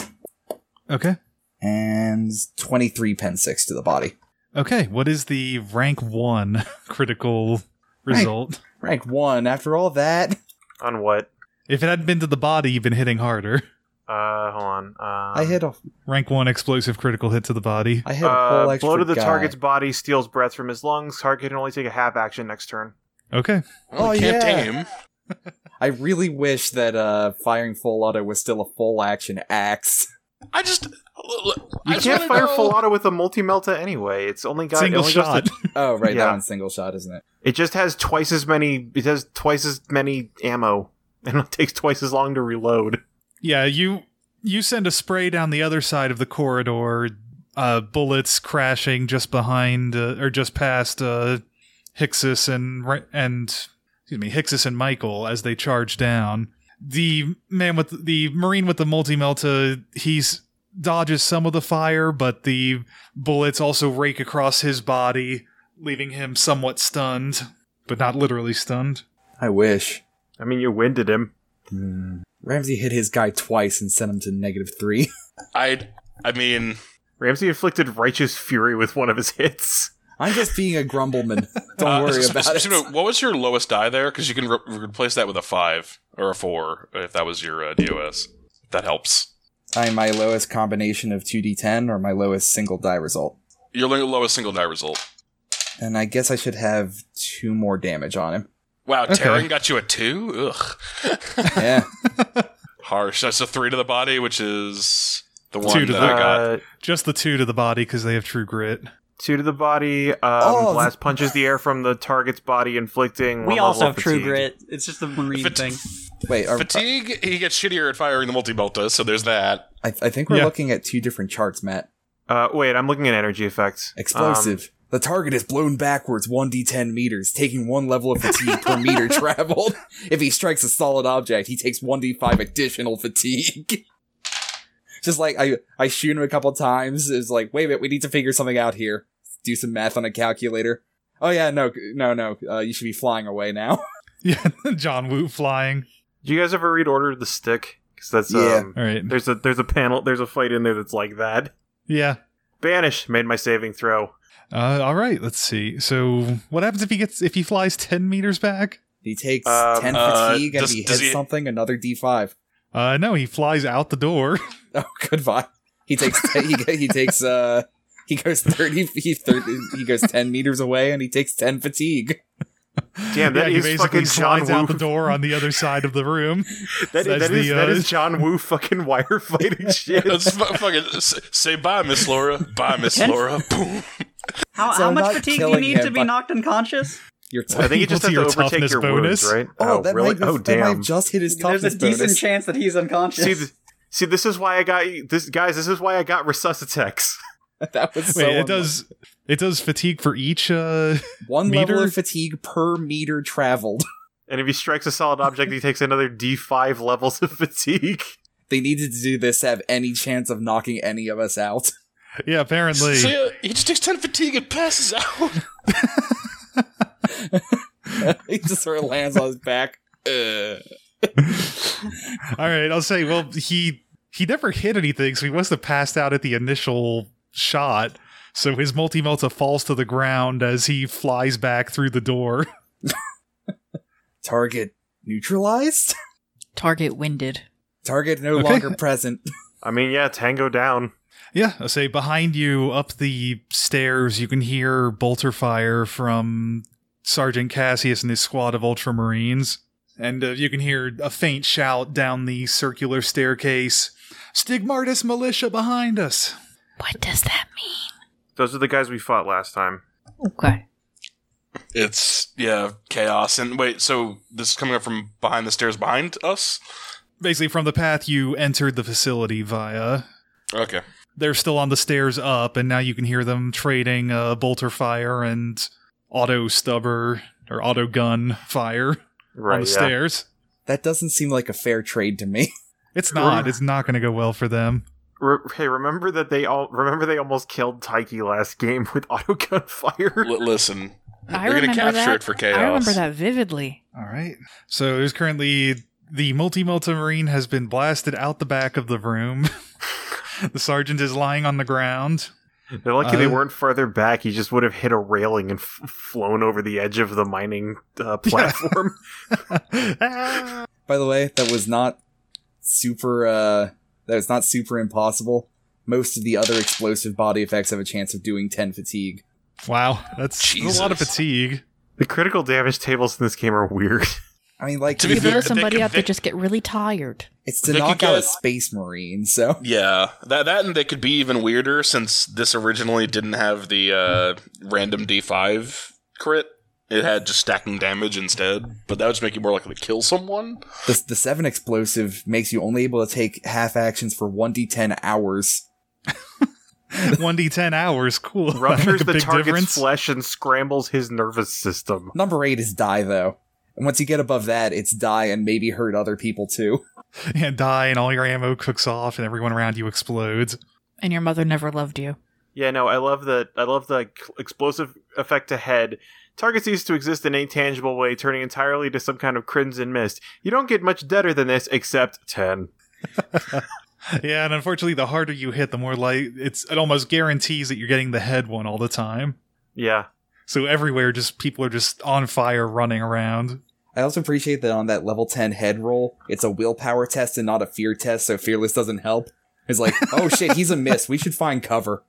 S1: Okay.
S2: And 23 pen 6 to the body.
S1: Okay. What is the rank one critical
S2: Right.
S1: result?
S2: Rank 1, after all that.
S3: On what?
S1: If it hadn't been to the body, you've been hitting harder.
S3: Uh, hold on. Um,
S2: I hit a,
S1: Rank one explosive critical hit to the body.
S2: I hit a
S3: Uh,
S2: whole extra
S3: blow to the
S2: guy.
S3: target's body steals breath from his lungs. Target can only take a half action next turn.
S1: Okay.
S6: Well,
S2: Oh,
S6: you can't
S2: yeah.
S6: aim.
S2: I really wish that uh, firing full auto was still a full action axe.
S6: I just.
S3: You
S6: I just
S3: can't
S6: wanna
S3: fire
S6: know-
S3: full auto with a multi melta anyway. It's only got it
S1: Single
S3: only goes
S1: shot.
S3: to-
S2: Oh, right,
S3: Yeah.
S2: that one's single shot, isn't it?
S3: it just has twice as many. It has twice as many ammo, and it takes twice as long to reload.
S1: Yeah, you you send a spray down the other side of the corridor, uh, bullets crashing just behind uh, or just past uh, Hixus and Ra- and excuse me Hixus and Michael as they charge down. the man with the marine with the multi melta, he's dodges some of the fire, but the bullets also rake across his body, leaving him somewhat stunned, but not literally stunned.
S2: I wish.
S3: I mean, you winded him.
S2: Hmm. Ramsey hit his guy twice and sent him to negative three.
S6: I I mean,
S3: Ramsey inflicted righteous fury with one of his hits.
S2: I'm just being a grumbleman. Don't
S6: uh,
S2: worry
S6: s-
S2: about
S6: s-
S2: it.
S6: What was your lowest die there? Because you can re- replace that with a five or a four if that was your uh, DOS. That helps.
S2: I'm my lowest combination of 2d10 or my lowest single die result.
S6: Your lo- lowest single die result.
S2: And I guess I should have two more damage on him.
S6: Wow,
S1: Okay.
S6: tearing got you a two. Ugh,
S2: Yeah.
S6: harsh. That's a three to the body, which is the one
S1: to
S6: that
S1: the-
S6: I got.
S3: Uh,
S1: Just the two to the body because they have true grit.
S3: two to the body. Um,
S2: Oh,
S3: blast punches the air from the target's body, inflicting. one
S4: We
S3: level
S4: also
S3: of
S4: have true
S3: fatigue.
S4: grit. It's just the marine
S6: Fat-
S4: thing.
S2: Wait, are,
S6: Fatigue. He gets shittier at firing the multi belta, so there's that.
S2: I, I think we're
S1: Yeah.
S2: looking at two different charts, Matt.
S3: Uh, wait, I'm looking at energy effects.
S6: Um,
S2: Explosive. the target is blown backwards 1d10 meters, taking one level of fatigue per meter traveled. If he strikes a solid object, he takes 1d5 additional fatigue. Just like I, I shoot him a couple times. It's like, wait a minute, we need to figure something out here. Let's do some math on a calculator. Oh yeah, no, no, no. Uh, you should be flying away now.
S1: Yeah, John Woo flying.
S3: Do you guys ever read Order of the Stick? Because that's
S2: Yeah.
S3: um,
S1: All right.
S3: there's a there's a panel there's a fight in there that's like that.
S1: Yeah.
S3: Banish made my saving throw.
S1: Uh, all right. Let's see. So, what happens if he gets if he flies ten meters back?
S2: He takes
S3: Um,
S2: 10
S6: uh,
S2: fatigue and
S6: does-
S2: if he
S6: does
S2: hits
S6: he-
S2: something, another d5.
S1: Uh, no, he flies out the door.
S2: Oh, goodbye. He takes he, he takes uh he goes thirty he thirty he goes ten meters away and he takes ten fatigue.
S3: Damn, that
S1: yeah,
S3: is
S1: he basically
S3: fucking John
S1: slides out
S3: Woo.
S1: the door on the other side of the room.
S3: That,
S1: That's
S3: that is
S1: the,
S3: that
S1: uh,
S3: is John Woo fucking wire fighting shit.
S6: Let's fu- fucking s- say bye, Miss Laura. Bye, Miss Laura. Boom.
S4: How,
S2: So
S4: how
S2: I'm
S4: much
S2: not
S4: fatigue do you
S2: killing
S4: need
S2: him,
S4: to be
S2: but-
S4: knocked unconscious?
S2: You're
S3: I think you just have
S1: Equal
S3: to
S1: to your
S3: overtake
S1: toughness
S3: your
S1: bonus.
S3: wounds, right?
S2: oh, that
S3: really?
S2: might have,
S3: oh,
S2: that might
S3: damn.
S2: have just hit his
S4: There's a
S2: toughness
S4: decent
S2: bonus.
S4: chance that he's unconscious.
S3: See, th- see, this is why I got this, guys. This is why I got resuscitex.
S2: that was so
S1: Wait,
S2: unlucky.
S1: it does it does fatigue for each. Uh,
S2: one level
S1: meter?
S2: of fatigue per meter traveled.
S3: And if he strikes a solid object, he takes another D5 levels of fatigue.
S2: They needed to do this to have any chance of knocking any of us out.
S1: yeah, apparently.
S6: So yeah, he just takes ten fatigue and passes out.
S2: he just sort of lands on his back. Uh,
S1: All right, I'll say. Well, he he never hit anything, so he must have passed out at the initial shot. So his multi melta falls to the ground as he flies back through the door.
S2: target neutralized.
S5: Target winded.
S2: Target no
S1: Okay.
S2: longer present.
S3: I mean, yeah, tango down.
S1: Yeah, I say behind you up the stairs, you can hear bolter fire from Sergeant Cassius and his squad of Ultramarines. And uh, you can hear a faint shout down the circular staircase Stigmartis militia behind us!
S5: What does that mean?
S3: Those are the guys we fought last time.
S5: Okay.
S6: It's yeah, chaos. And wait, so this is coming up from behind the stairs behind us?
S1: Basically, from the path you entered the facility via.
S6: Okay.
S1: They're still on the stairs up, and now you can hear them trading uh, bolter fire and auto stubber or auto gun fire
S3: Right.
S1: on the
S3: yeah.
S1: stairs.
S2: That doesn't seem like a fair trade to me.
S1: It's not. It's not going to go well for them.
S3: Re- hey, remember that they all remember they almost killed Taiki last game with auto gun fire.
S6: L- listen,
S5: I
S6: they're gonna
S5: remember
S6: capture
S5: that.
S6: it for chaos.
S5: I remember that vividly.
S1: All right. So there's currently the multi marine has been blasted out the back of the room. the sergeant is lying on the ground.
S3: They're lucky they
S1: Uh,
S3: weren't farther back. He just would have hit a railing and f- flown over the edge of the mining uh, platform.
S1: Ah.
S2: By the way, that was not super uh that was not super impossible. Most of the other explosive body effects have a chance of doing 10 fatigue.
S1: wow, that's a lot of
S6: Jesus.
S1: fatigue.
S3: the critical damage tables in this game are weird.
S2: I mean like
S6: To be
S5: Maybe
S2: it's,
S6: fair-
S5: there's
S6: they
S5: somebody
S6: could-
S5: out there
S6: they-
S5: just get really tired.
S2: it's to
S6: they could
S2: knock out a
S6: get-
S2: space marine, so
S6: Yeah, that that and they could be even weirder since this originally didn't have the uh, random D5 crit. It had just stacking damage instead, but that would just make you more likely to kill someone.
S2: the, the 7 explosive makes you only able to take half actions for 1d10 hours.
S1: 1d10 hours. Cool. That'd make
S3: Ruptures
S1: a
S3: the
S1: big
S3: target's
S1: difference.
S3: flesh and scrambles his nervous system.
S2: Number 8 is die though. And once you get above that, it's die and maybe hurt other people too.
S1: and die, and all your ammo cooks off, and everyone around you explodes.
S5: And your mother never loved you.
S3: Yeah, no, I love the I love the explosive effect to head. Target ceases to exist in any tangible way, turning entirely to some kind of crimson mist. You don't get much deader than this, except ten.
S1: Yeah, and unfortunately, the harder you hit, the more like it's it almost guarantees that you're getting the head one all the time.
S3: Yeah,
S1: So everywhere, just people are just on fire running around.
S2: I also appreciate that on that level 10 head roll, it's a willpower test and not a fear test, so fearless doesn't help. It's like, oh shit, he's a miss. We should find cover.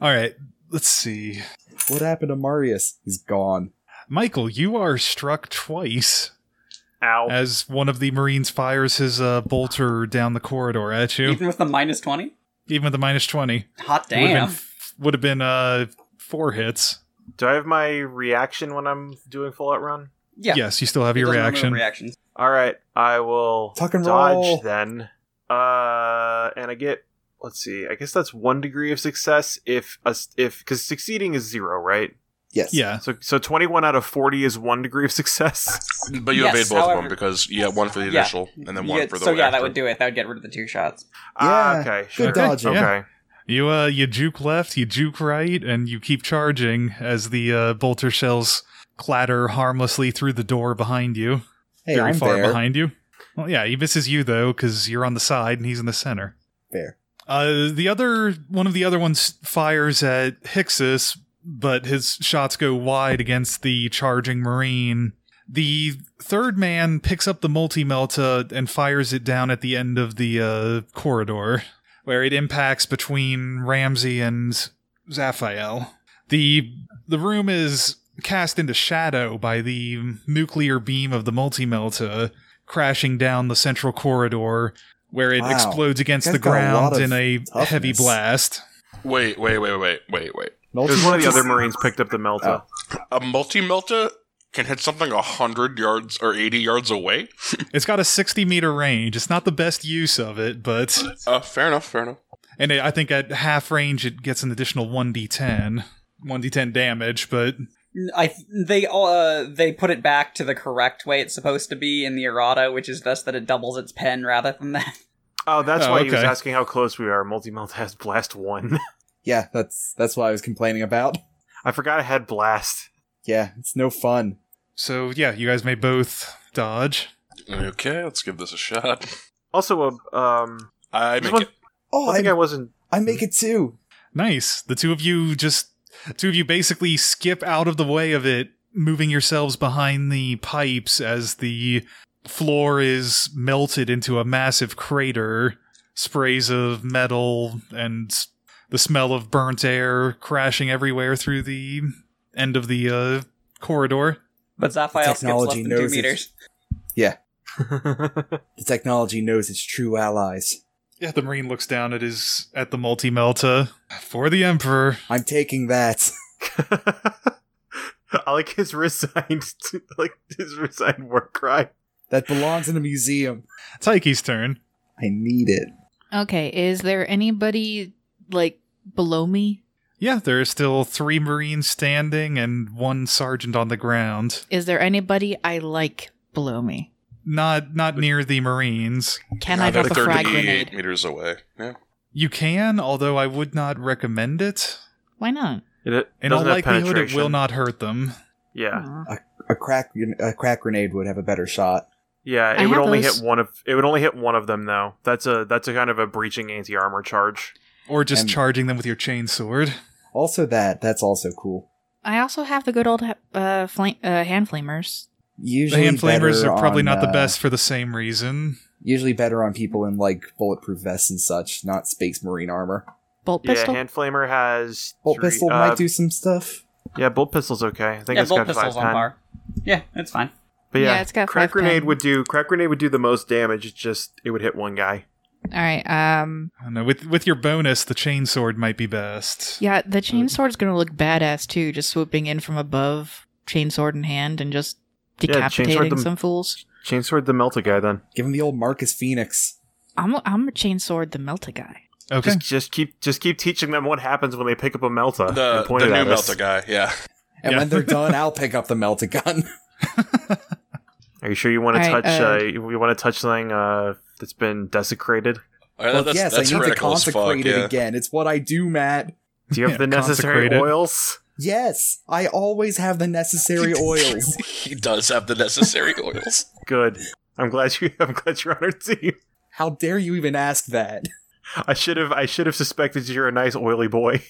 S1: All right, let's see.
S2: What happened to Marius? He's gone.
S1: Michael, you are struck twice
S3: ow.
S1: as one of the Marines fires his uh, bolter down the corridor at you,
S4: Even with the minus 20?
S1: even with the minus 20.
S4: Hot
S1: Would
S4: damn.
S1: have been, would have been uh, four hits.
S3: Do I have my reaction when I'm doing full out run?
S4: Yeah.
S1: Yes, you still have
S4: It
S1: your
S4: doesn't remove
S1: reaction.
S4: Reactions.
S3: All right, I will
S2: Tuck and
S3: dodge
S2: roll.
S3: then. Uh, and I get let's see. I guess that's one degree of success if a, if because succeeding is zero, right?
S2: Yes.
S1: Yeah.
S3: So so twenty one out of forty is one degree of success.
S6: But you
S4: Yes,
S6: evade both of
S4: however-
S6: them because you have one for the
S4: Yeah.
S6: initial and then one
S4: Yeah,
S6: for the
S4: so yeah, that
S6: after.
S4: would do it. That would get rid of the two shots.
S3: ah,
S2: Yeah,
S3: okay,
S2: Good
S3: sure.
S1: Okay,
S2: dodging.
S1: yeah.
S3: Okay.
S1: You uh you juke left, you juke right, and you keep charging as the uh, bolter shells clatter harmlessly through the door behind you,
S2: Hey,
S1: very
S2: I'm
S1: far
S2: there.
S1: behind you. Well, yeah, he misses you though because you're on the side and he's in the center.
S2: Fair.
S1: Uh, the other one of the other ones fires at Hixus, but his shots go wide against the charging marine. The third man picks up the multi melta and fires it down at the end of the uh, corridor, where it impacts between Ramsey and Zaphael. the The room is cast into shadow by the nuclear beam of the multi melta crashing down the central corridor, where it
S2: Wow.
S1: explodes against
S2: Guys
S1: the
S2: got a lot
S1: ground
S2: of
S1: in a
S2: toughness.
S1: heavy blast.
S6: Wait, wait, wait, wait, wait, wait.
S3: Because one of
S2: Multi-
S3: the other Marines picked up the
S2: Oh.
S3: Melta.
S6: A multi melta can hit something hundred yards or eighty yards away.
S1: It's got a 60 meter range. It's not the best use of it, but
S6: Uh, fair enough, fair enough.
S1: and it, I think at half range it gets an additional 1d10, 1d10 damage. But
S4: N- I th- they all uh, they put it back to the correct way it's supposed to be in the errata, which is thus that it doubles its pen rather than that.
S3: Oh, that's
S1: Oh,
S3: why he was
S1: okay.
S3: asking how close we are. Multi Melta has blast one.
S2: yeah, that's that's what I was complaining about.
S3: I forgot I had blast.
S2: Yeah, it's no fun.
S1: so yeah, you guys may both dodge.
S6: Okay, let's give this a shot.
S3: Also, a um,
S6: I
S3: This
S6: make
S3: one-
S6: it.
S2: Oh,
S3: I think I wasn't.
S2: I make it too.
S1: Nice. The two of you just two of you basically skip out of the way of it, moving yourselves behind the pipes as the floor is melted into a massive crater. Sprays of metal and the smell of burnt air crashing everywhere through the end of the uh, corridor.
S4: But Zaphael skips less
S2: technology
S4: than
S2: knows
S4: two
S2: it's-
S4: meters.
S2: The technology knows its true allies.
S1: Yeah, the marine looks down at his at the multi melta for the emperor.
S2: I'm taking that.
S3: I like his resigned, like his resigned war cry.
S2: That belongs in a museum.
S1: Tyche's turn.
S2: I need it.
S5: Okay, is there anybody like below me?
S1: Yeah, there are still three Marines standing and one sergeant on the ground.
S5: Is there anybody I like below me?
S1: Not not near the Marines.
S5: Can
S6: Now
S5: I drop
S6: they're
S5: a frag
S6: 38
S5: grenade?
S6: meters away. Yeah.
S1: You can, although I would not recommend it.
S5: Why not?
S3: It, it
S1: In all
S3: doesn't have
S1: likelihood, it
S3: penetration.
S1: will not hurt them.
S3: Yeah,
S5: Aw.
S2: A crack a crack grenade would have a better shot.
S3: yeah. It
S5: I
S3: would
S5: have
S3: only
S5: those-
S3: hit one of. It would only hit one of them though. That's a that's a kind of a breaching anti armor charge.
S1: Or just
S2: And-
S1: charging them with your chainsword.
S2: Also that, that's also cool.
S5: I also have the good old ha- uh, flan- uh, hand flamers.
S1: The
S2: Usually
S1: hand flamers
S2: better
S1: are probably
S2: on,
S1: not the
S2: uh,
S1: best for the same reason.
S2: Usually better on people in like bulletproof vests and such, not space marine armor.
S5: Bolt pistol.
S3: Yeah, hand flamer has
S2: Bolt
S3: three-
S2: pistol
S3: uh,
S2: might do some stuff.
S3: Yeah, bolt pistol's okay. I think
S4: Yeah,
S3: it's
S4: both
S3: got
S4: pistols
S3: five
S4: on
S3: pen.
S4: par. Yeah, it's fine.
S3: But yeah,
S5: Yeah, it's got
S3: crack
S5: five
S3: grenade
S5: pen.
S3: would do. Crack grenade would do the most damage. It's just it would hit one guy.
S5: All right. Um.
S1: I don't know. With with your bonus, the chainsword might be best.
S5: Yeah, the chainsword's gonna look badass too, just swooping in from above, chainsword in hand, and just
S3: Yeah, chainsword
S5: decapitating
S3: them-
S5: some fools.
S3: Chainsword the melta guy then.
S2: Give him the old Marcus Phoenix.
S5: I'm a, I'm a chainsword the melta guy.
S1: Okay.
S3: Just, just keep just keep teaching them what happens when they pick up a melta. and
S6: The, the
S3: point
S6: new
S3: it at us.
S6: Melta guy, yeah.
S2: And
S1: Yeah.
S2: when they're done, I'll pick up the melted gun.
S3: Are you sure you want to
S5: All right,
S3: touch? Uh,
S5: uh,
S3: you, want to touch something uh, that's been desecrated?
S6: All right,
S2: Well,
S6: that's,
S2: yes,
S6: that's
S2: I need to
S6: heretical as
S2: consecrate
S6: fuck.
S2: it
S6: Yeah.
S2: again. It's what I do, Matt.
S3: Do you have
S1: Yeah,
S3: the necessary
S1: consecrate it.
S3: oils?
S2: Yes, I always have the necessary oils.
S6: he does have the necessary oils.
S3: Good. I'm glad you. I'm glad you're on our team.
S2: How dare you even ask that?
S3: I should have. I should have suspected you're a nice oily boy.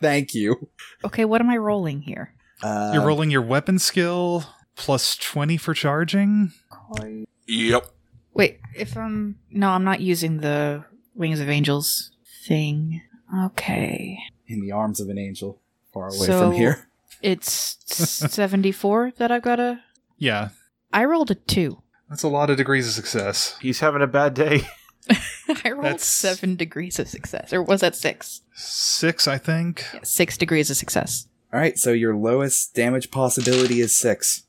S2: Thank you.
S5: Okay, what am I rolling here?
S2: Uh,
S1: You're rolling your weapon skill plus 20 for charging.
S6: Yep.
S5: Wait, if I'm no, I'm not using the Wings of Angels thing. Okay,
S2: Uh, in the arms of an angel, far away
S5: So-
S2: from here.
S5: it's seventy-four that I've got a.
S1: Yeah,
S5: I rolled a two.
S1: that's a lot of degrees of success.
S3: He's having a bad day.
S5: I rolled
S1: That's-
S5: seven degrees of success, or was that six?
S1: Six, I think.
S5: Yeah, six degrees of success.
S2: All right, so your lowest damage possibility is six.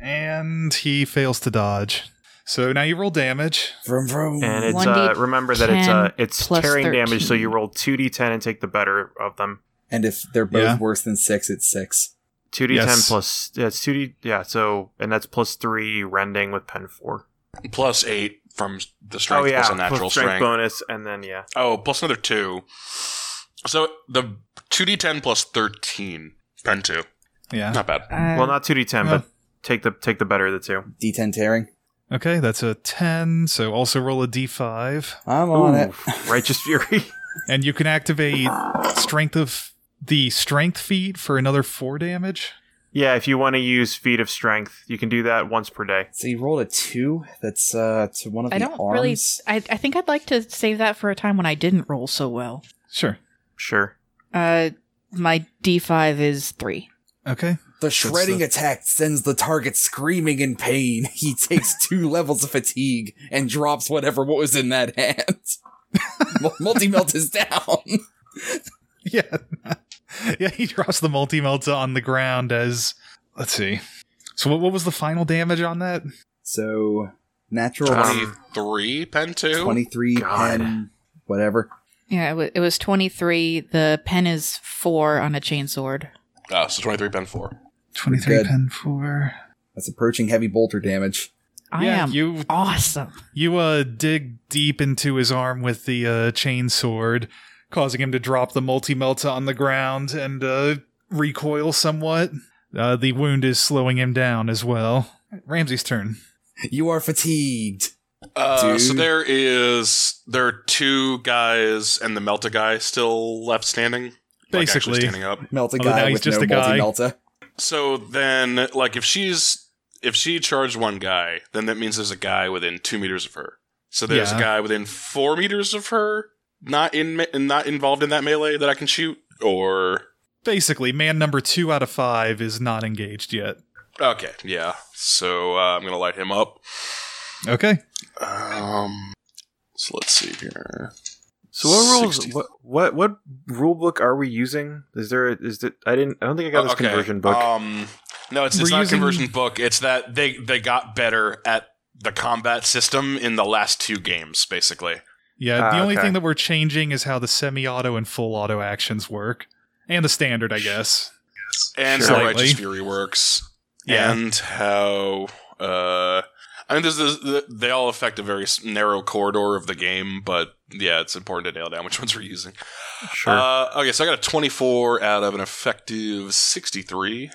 S1: And he fails to dodge. So now you roll damage.
S2: Vroom vroom.
S3: And it's
S5: 1d10
S3: uh, remember that it's uh, it's
S5: plus
S3: tearing damage, so
S5: 13.
S3: you roll two d10 and take the better of them.
S2: And if they're both
S1: Yeah.
S2: worse than six, it's six.
S3: Two d10
S1: Yes.
S3: plus yeah, it's two d yeah. So and that's plus three rending with pen four.
S6: Plus eight from the strength
S3: oh yeah,
S6: plus a natural
S3: plus
S6: strength.
S3: bonus, and then yeah,
S6: Oh, plus another two. So the two d ten plus thirteen. Pen two.
S1: Yeah.
S6: Not bad.
S5: Uh,
S3: well not two d10,
S1: Yeah.
S3: but take the take the better of the two.
S2: D10 tearing.
S1: Okay, that's a 10. So also roll a d5.
S2: I'm on it.
S3: Ooh, righteous fury.
S1: And you can activate strength of the strength feat for another four damage.
S3: yeah, if you want to use feet of strength, you can do that once per day.
S2: So you rolled a two. That's uh to one of
S5: I
S2: the
S5: don't really.
S2: arms.
S5: I, I think I'd like to save that for a time when I didn't roll so well.
S1: Sure.
S3: Sure.
S5: Uh, my D5 is three.
S1: Okay.
S2: The shredding
S1: the-
S2: attack sends the target screaming in pain. He takes two levels of fatigue and drops whatever was in that hand. Multi melt is down.
S1: Yeah. yeah, he drops the multi melt on the ground as. Let's see. So what, what was the final damage on that?
S2: So natural
S6: Twenty
S3: Um,
S6: three. Pen two.
S2: 23
S3: God.
S2: pen whatever.
S5: Yeah, it, wa it was 23. The pen is 4 on a chainsword.
S6: Oh, so twenty three. Pen four.
S1: 23
S2: Good.
S1: pen 4.
S2: That's approaching heavy bolter damage.
S5: I
S1: yeah,
S5: am
S1: you
S5: awesome.
S1: You uh dig deep into his arm with the uh chain sword, causing him to drop the multi melta on the ground and uh recoil somewhat. Uh, the wound is slowing him down as well. Ramsey's turn.
S2: You are fatigued.
S6: Uh, so
S2: Dude.
S6: there is there are two guys and the Melta guy still left standing. Like actually
S1: Basically.
S6: standing up.
S2: Melt a
S1: Although Oh, now
S2: guy
S1: he's
S2: with
S1: just
S2: no
S1: a guy.
S2: multi melta.
S6: So then, like, if she's if she charged one guy, then that means there's a guy within two meters of her. So there's
S1: Yeah.
S6: a guy within four meters of her, not in me- not involved in that melee that I can shoot. Or
S1: Basically, man number two out of five is not engaged yet.
S6: okay, yeah. So uh, I'm gonna light him up.
S1: Okay.
S6: Um, so let's see here.
S3: So what rules?
S6: 60.
S3: What, what what rule book are we using? Is there? Is it? I didn't. I don't think I got this
S6: Oh, Okay,
S3: conversion book.
S6: Um, no, it's,
S1: We're
S6: it's not
S1: using-
S6: a conversion book. It's that they they got better at the combat system in the last two games, basically.
S1: Yeah, the
S3: Ah,
S1: only
S3: okay.
S1: thing that we're changing is how the semi auto and full auto actions work. And the standard, I guess.
S6: and
S1: Sure.
S6: how Righteous
S1: Slightly.
S6: Fury works,
S1: Yeah.
S6: and how uh, I mean, this is, th- they all affect a very s- narrow corridor of the game, but yeah, it's important to nail down which ones we're using.
S3: sure.
S6: Uh, okay, so I got a twenty-four out of an effective sixty-three.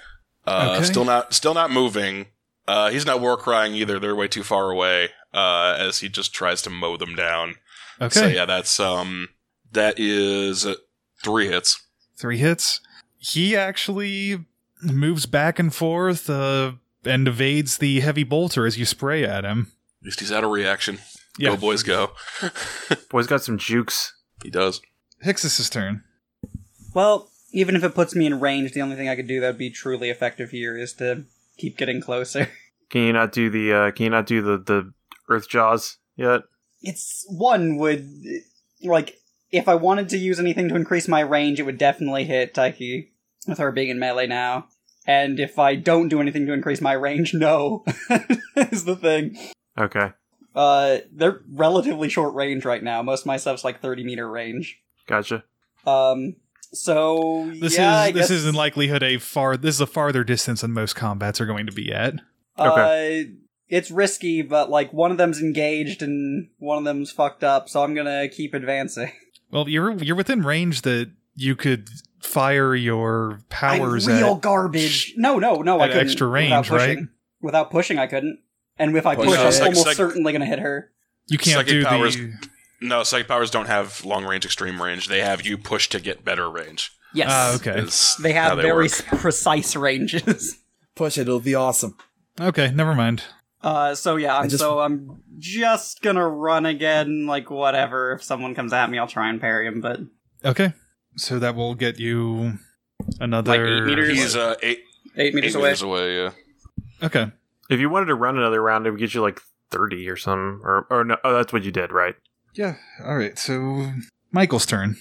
S6: Uh,
S1: Okay.
S6: Still not, still not moving. Uh, he's not war crying either. They're way too far away. Uh, as he just tries to mow them down.
S1: Okay.
S6: So yeah, that's um, that is uh, three hits.
S1: three hits. He actually moves back and forth uh, and evades the heavy bolter as you spray at him.
S6: At least he's out of reaction.
S1: Yeah.
S6: Go boys, go.
S3: Boy's got some jukes.
S6: He does.
S1: Hixus's turn.
S4: Well, even if it puts me in range, the only thing I could do that'd be truly effective here is to keep getting closer.
S3: Can you not do the? Uh, can you not do the the earth jaws yet?
S4: It's one would like if I wanted to use anything to increase my range, it would definitely hit Taiki with her being in melee now. And if I don't do anything to increase my range, no is the thing.
S3: Okay,
S4: Uh, they're relatively short range right now. Most of my stuff's like thirty meter range.
S3: gotcha.
S4: Um, So
S1: This
S4: yeah, I
S1: is this
S4: guess,
S1: is in likelihood a far this is a farther distance than most combats are going to be at.
S3: Okay.
S4: Uh, it's risky, but like one of them's engaged and one of them's fucked up, so I'm gonna keep advancing.
S1: Well, you're you're within range that you could fire your powers
S4: I'm real
S1: at.
S4: garbage. No, no, no. I
S1: at
S4: couldn't.
S1: extra range,
S4: without pushing.
S1: right?
S4: Without pushing, I couldn't. And if I
S2: Push
S4: push, I'm
S2: out. Psych-
S4: almost
S6: psych-
S4: certainly gonna hit her.
S1: You can't
S6: Psychic
S1: do
S6: powers.
S1: the
S6: No, psychic powers don't have long range, extreme range. They have you push to get better range.
S4: Yes,
S1: Ah, okay.
S6: is
S4: they
S6: how
S4: have very
S6: work.
S4: s precise ranges.
S2: Push it, it'll be awesome.
S1: Okay, never mind.
S4: Uh, so yeah, I'm,
S2: just-
S4: so I'm just gonna run again. Like whatever. If someone comes at me, I'll try and parry him. But
S1: Okay. So that will get you another
S4: meters?
S6: He's uh, eight,
S4: eight
S6: eight
S4: meters away.
S6: meters away. Yeah.
S1: Okay.
S3: If you wanted to run another round, it would get you like thirty or some, or or no, oh, that's what you did, right?
S1: Yeah. All right. So Michael's turn.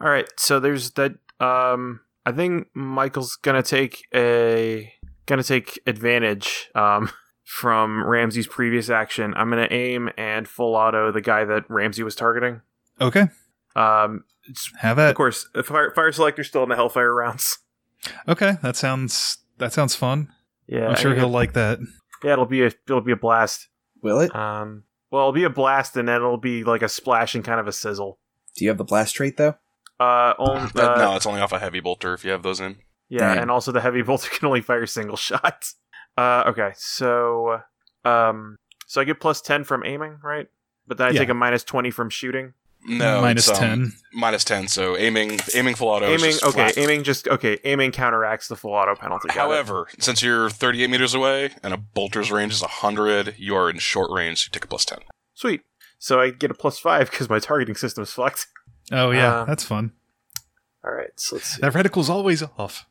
S3: All right, so there's that. Um, I think Michael's gonna take a gonna take advantage. Um, from Ramsey's previous action, I'm gonna aim and full auto the guy that Ramsey was targeting.
S1: Okay.
S3: Um,
S1: Have at.
S3: of course, uh, fire fire selector's still in the Hellfire rounds.
S1: Okay. That sounds that sounds fun.
S3: Yeah,
S1: I'm sure
S3: I-
S1: he'll like that.
S3: Yeah, it'll be a it'll be a blast.
S2: Will it?
S3: Um, well, it'll be a blast, and then it'll be like a splash and kind of a sizzle.
S2: Do you have the blast trait though?
S3: Uh, on,
S6: Uh,
S3: uh,
S6: no, it's only off a heavy bolter if you have those in.
S3: Yeah,
S2: Damn.
S3: and also the heavy bolter can only fire single shots. Uh, okay, so um, so I get plus ten from aiming, right? But then I
S1: Yeah.
S3: take a minus twenty from shooting.
S6: No,
S1: Minus
S6: it's, um,
S1: ten.
S6: minus ten. So aiming, aiming full auto. is
S3: aiming,
S6: just
S3: okay,
S6: flat.
S3: aiming just okay. Aiming counteracts the full auto penalty. Got it.
S6: However, since you're 38 meters away and a bolter's range is 100, you are in short range. You take a plus 10.
S3: sweet. So I get a plus five because my targeting system is fucked.
S1: Oh yeah,
S3: uh,
S1: that's fun.
S3: All right, so let's see.
S1: That reticle's always off.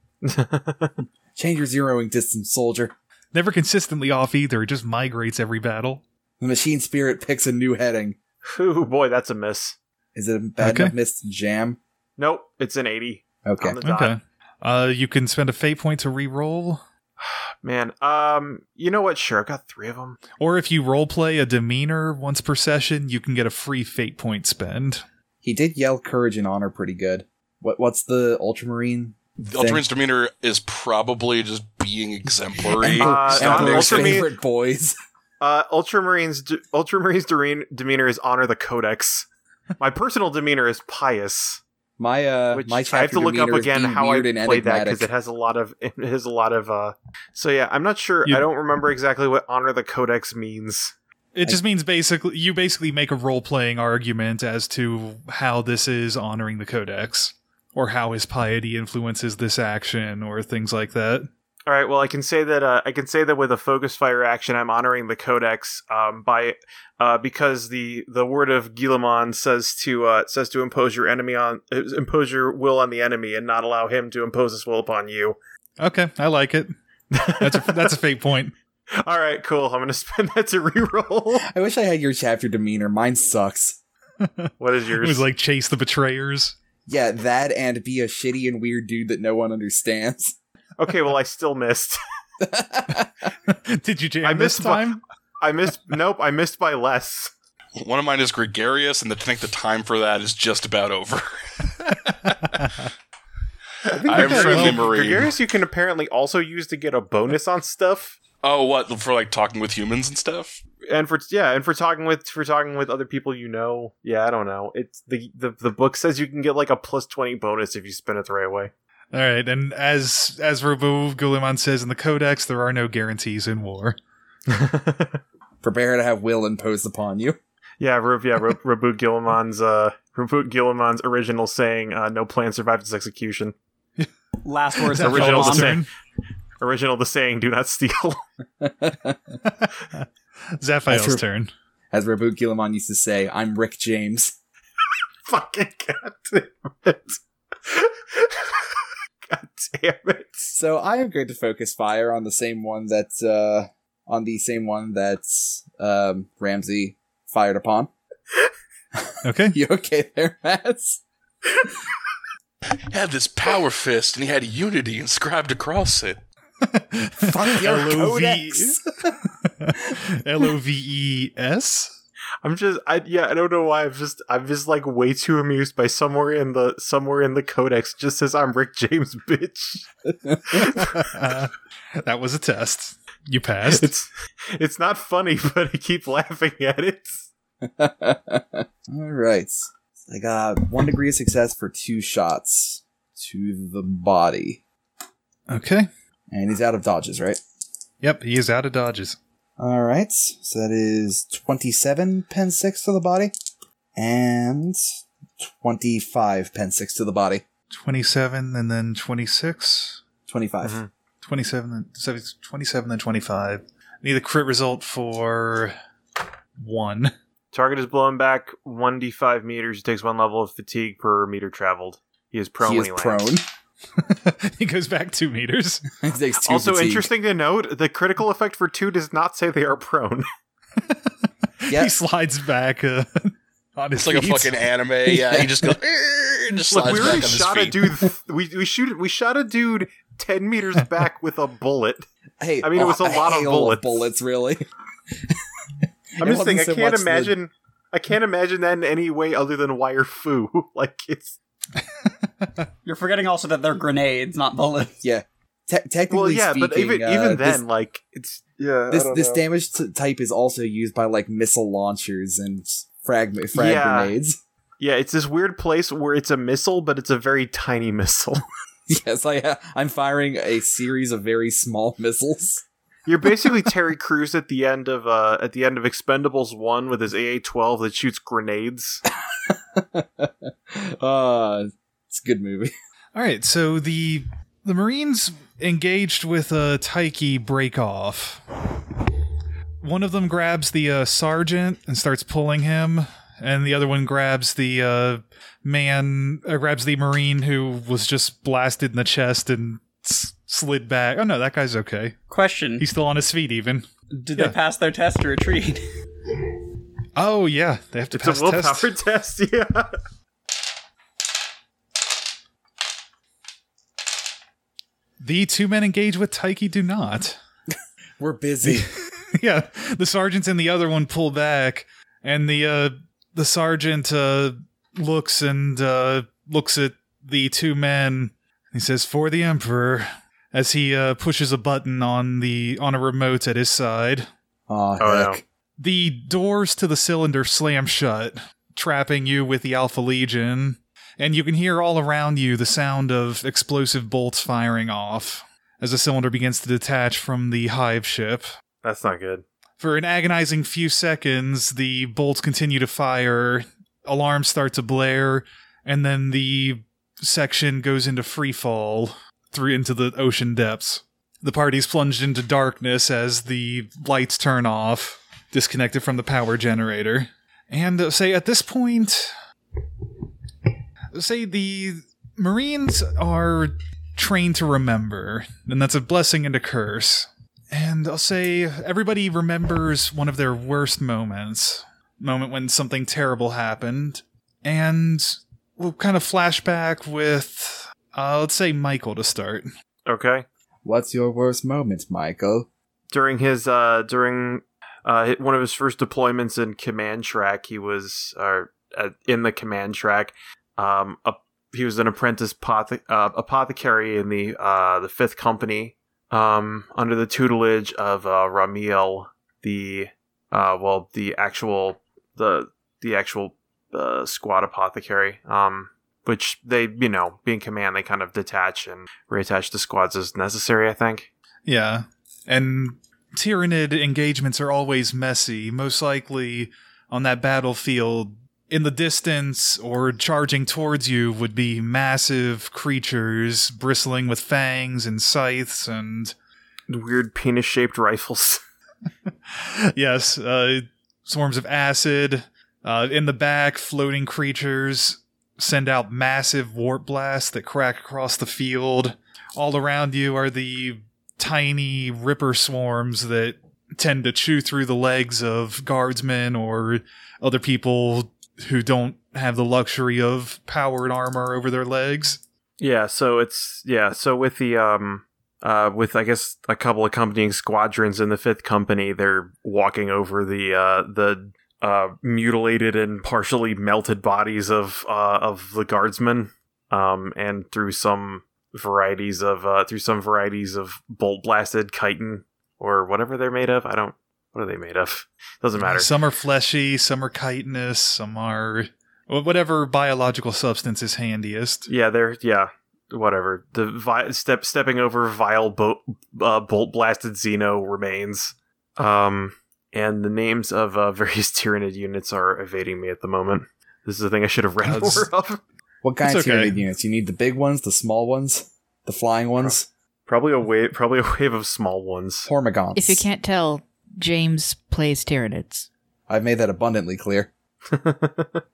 S2: Change your zeroing distance, soldier.
S1: Never consistently off either. It just migrates every battle.
S2: The machine spirit picks a new heading.
S3: Ooh, boy, that's a miss.
S2: Is it a bad
S1: Okay.
S2: enough miss to jam?
S3: Nope, it's an eighty.
S2: Okay.
S3: On the dot.
S1: Okay. Uh, you can spend a fate point to re-roll,
S3: Man, um, you know what? Sure, I've got three of them.
S1: or if you role play a demeanor once per session, you can get a free fate point spend.
S2: He did yell courage and honor pretty good. What what's the ultramarine?
S6: The
S2: thing?
S6: Ultramane's demeanor is probably just being exemplary.
S3: Uh,
S2: Emperor's
S3: Ultramarine-
S2: favorite boys.
S3: Uh, Ultramarine's de- Ultramarine's demean- demeanor is honor the codex. My personal demeanor is pious,
S2: My uh
S3: which
S2: my
S3: I have
S2: chapter
S3: to look up
S2: demeanor is
S3: again
S2: be
S3: how I
S2: weird and
S3: play that
S2: enigmatic.
S3: because it has a lot of it has a lot of uh. So yeah, I'm not sure.
S1: You-
S3: I don't remember exactly what honor the codex means.
S1: It just means basically you basically make a role playing argument as to how this is honoring the codex, or how his piety influences this action, or things like that.
S3: All right. Well, I can say that uh, I can say that with a focus fire action, I'm honoring the codex um, by uh, because the the word of Gilamon says to uh, says to impose your enemy on uh, impose your will on the enemy and not allow him to impose his will upon you.
S1: Okay, I like it. That's a, that's a fate point.
S3: All right. Cool. I'm gonna spend that to reroll.
S2: I wish I had your chapter demeanor. Mine sucks.
S3: what is
S1: It
S3: yours?
S1: was like chase the betrayers.
S2: Yeah, that and be a shitty and weird dude that no one understands.
S3: okay. Well, I still missed.
S1: Did you jam
S3: I
S1: this
S3: missed one-
S1: time?
S3: I missed. nope. I missed by less.
S6: One of mine is gregarious, and I think the time for that is just about over. I'm
S1: that's
S6: friendly
S1: well-
S6: marine.
S3: Gregarious, you can apparently also use to get a bonus on stuff.
S6: Oh, what for? Like talking with humans and stuff.
S3: and for yeah, and for talking with for talking with other people you know. Yeah, I don't know. It's the the, the book says you can get like a plus twenty bonus if you spin it the right way.
S1: All right, and as as Rabu Guliman says in the Codex, there are no guarantees in war.
S2: Prepare to have will imposed upon you.
S3: Yeah, Ru- yeah, Ru- Rabu Gilliman's uh Rabu Gilliman's original saying, uh, "No plan survived its execution."
S4: Last words
S1: That
S4: of
S1: fell
S3: original to
S1: on
S3: say.
S4: Gilamon.
S1: turn.
S3: Original the saying, "Do not steal."
S1: Zaphiel's
S2: That's-
S1: turn.
S2: As Reboot Gilliman used to say, I'm Rick James.
S3: Fucking goddamn it! God damn it!
S2: So I am going to focus fire on the same one that uh on the same one that um Ramsey fired upon.
S1: Okay,
S2: You okay there, Mads?
S6: Had this power fist, and he had unity inscribed across it.
S2: Fuck your
S1: E. L O V-
S2: codex.
S1: L O V E S.
S3: I'm just, I yeah, I don't know why. I'm just, I'm just like way too amused by somewhere in the somewhere in the codex it just says I'm Rick James, bitch.
S1: that was a test. You passed.
S3: It's, it's not funny, but I keep laughing at it.
S2: All right. I got one degree of success for two shots to the body.
S1: okay.
S2: And he's out of dodges, right?
S1: Yep, he is out of dodges.
S2: All right. So that is 27 pen 6 to the body and 25 pen 6 to the body.
S1: 27 and then 26.
S2: 25.
S3: Mhm.
S1: 27 and 7 27 and 25. Need a crit result for 1.
S3: Target is blown back 1d5 meters. He takes one level of fatigue per meter traveled. He is prone.
S2: He
S3: when
S2: is
S3: lands.
S2: prone.
S1: he goes back 2 meters.
S2: he takes two
S3: Also
S2: fatigue.
S3: interesting to note, the critical effect for two does not say they are prone.
S1: He
S2: Yep.
S1: slides back uh, on his
S6: It's like a
S1: feet.
S6: fucking anime. Yeah, he just goes "Eh," and just
S3: Look,
S6: slides
S3: we
S6: back
S3: already
S6: on his
S3: shot a
S6: feet.
S3: dude. we we shoot we shot a dude ten meters back with a bullet.
S2: Hey, oh,
S3: I mean, it was a lot of
S2: hail
S3: bullets.
S2: really.
S3: I'm
S2: It
S3: just
S2: wasn't
S3: saying, I
S2: so
S3: can't
S2: much the-
S3: imagine. I can't imagine that in any way other than wire foo. Like it's
S4: You're forgetting also that they're grenades, not bullets.
S2: Te- technically
S3: well, yeah, but
S2: speaking,
S3: even
S2: uh,
S3: even
S2: this-
S3: then, like it's yeah.
S2: this this damage t- type is also used by like missile launchers and frag frag
S3: Yeah.
S2: grenades.
S3: yeah, it's this weird place where it's a missile, but it's a very tiny missile.
S2: yes, I ha- I'm firing a series of very small missiles.
S3: You're basically Terry Crews at the end of uh at the end of Expendables one with his AA-12 that shoots grenades.
S2: Uh it's a good movie.
S1: All right, so the the Marines engaged with a Taiki break off. One of them grabs the uh, sergeant and starts pulling him, and the other one grabs the uh, man, uh, grabs the Marine who was just blasted in the chest and s- slid back. Oh no, that guy's okay.
S4: Question:
S1: He's still on his feet, even.
S4: Did
S1: yeah.
S4: they pass their test or retreat?
S1: Oh yeah, they have to
S3: It's
S1: pass
S3: a
S1: the
S3: willpower
S1: test.
S3: test. yeah.
S1: The two men engaged with Taiki do not.
S2: We're busy.
S1: yeah, the sergeant and the other one pull back, and the uh, the sergeant uh, looks and uh, looks at the two men. He says, "For the emperor," as he uh, pushes a button on the on a remote at his side.
S2: Aw,
S3: Oh, no.
S2: heck.
S1: The doors to the cylinder slam shut, trapping you with the Alpha Legion, and you can hear all around you the sound of explosive bolts firing off as the cylinder begins to detach from the hive ship.
S3: That's not good.
S1: For an agonizing few seconds, the bolts continue to fire, alarms start to blare, and then the section goes into free fall through into the ocean depths. The party's plunged into darkness as the lights turn off, disconnected from the power generator. And uh, say at this point, say the Marines are trained to remember, and that's a blessing and a curse. And I'll say everybody remembers one of their worst moments, moment when something terrible happened, and we'll kind of flash back with, uh, let's say Michael to start.
S3: Okay.
S2: What's your worst moment, Michael?
S3: during his uh during uh hi- one of his first deployments in command track he was uh, uh in the command track um a, he was an apprentice pothe- uh, apothecary in the uh the fifth company um under the tutelage of uh Ramiel the uh well the actual the the actual uh, squad apothecary um which they you know being command they kind of detach and reattach the squads as necessary i think
S1: Yeah. And Tyranid engagements are always messy, most likely on that battlefield. In the distance or charging towards you would be massive creatures bristling with fangs and scythes and
S3: weird penis shaped rifles.
S1: yes, uh, swarms of acid uh, in the back. Floating creatures send out massive warp blasts that crack across the field. All around you are the tiny ripper swarms that tend to chew through the legs of guardsmen or other people who don't have the luxury of powered armor over their legs.
S3: Yeah, so it's yeah, so with the um uh with I guess a couple accompanying squadrons in the fifth company, they're walking over the uh the uh, mutilated and partially melted bodies of uh, of the guardsmen, um, and through some varieties of uh, through some varieties of bolt blasted chitin or whatever they're made of. I don't. What are they made of? Doesn't matter.
S1: Some are fleshy, some are chitinous, some are wh- whatever biological substance is handiest.
S3: Yeah, they're yeah, whatever. The vi- step stepping over vile bo- uh, bolt blasted Xeno remains. Um, and the names of uh, various Tyranid units are evading me at the moment. This is the thing I should have read
S1: That's-
S3: more of.
S2: What kind
S1: It's
S2: of
S1: okay.
S2: Tyranid units? You need the big ones, the small ones, the flying ones,
S3: Probably a wave, probably a wave of small ones.
S2: Hormigons.
S5: If you can't tell, James plays Tyranids.
S2: I've made that abundantly clear.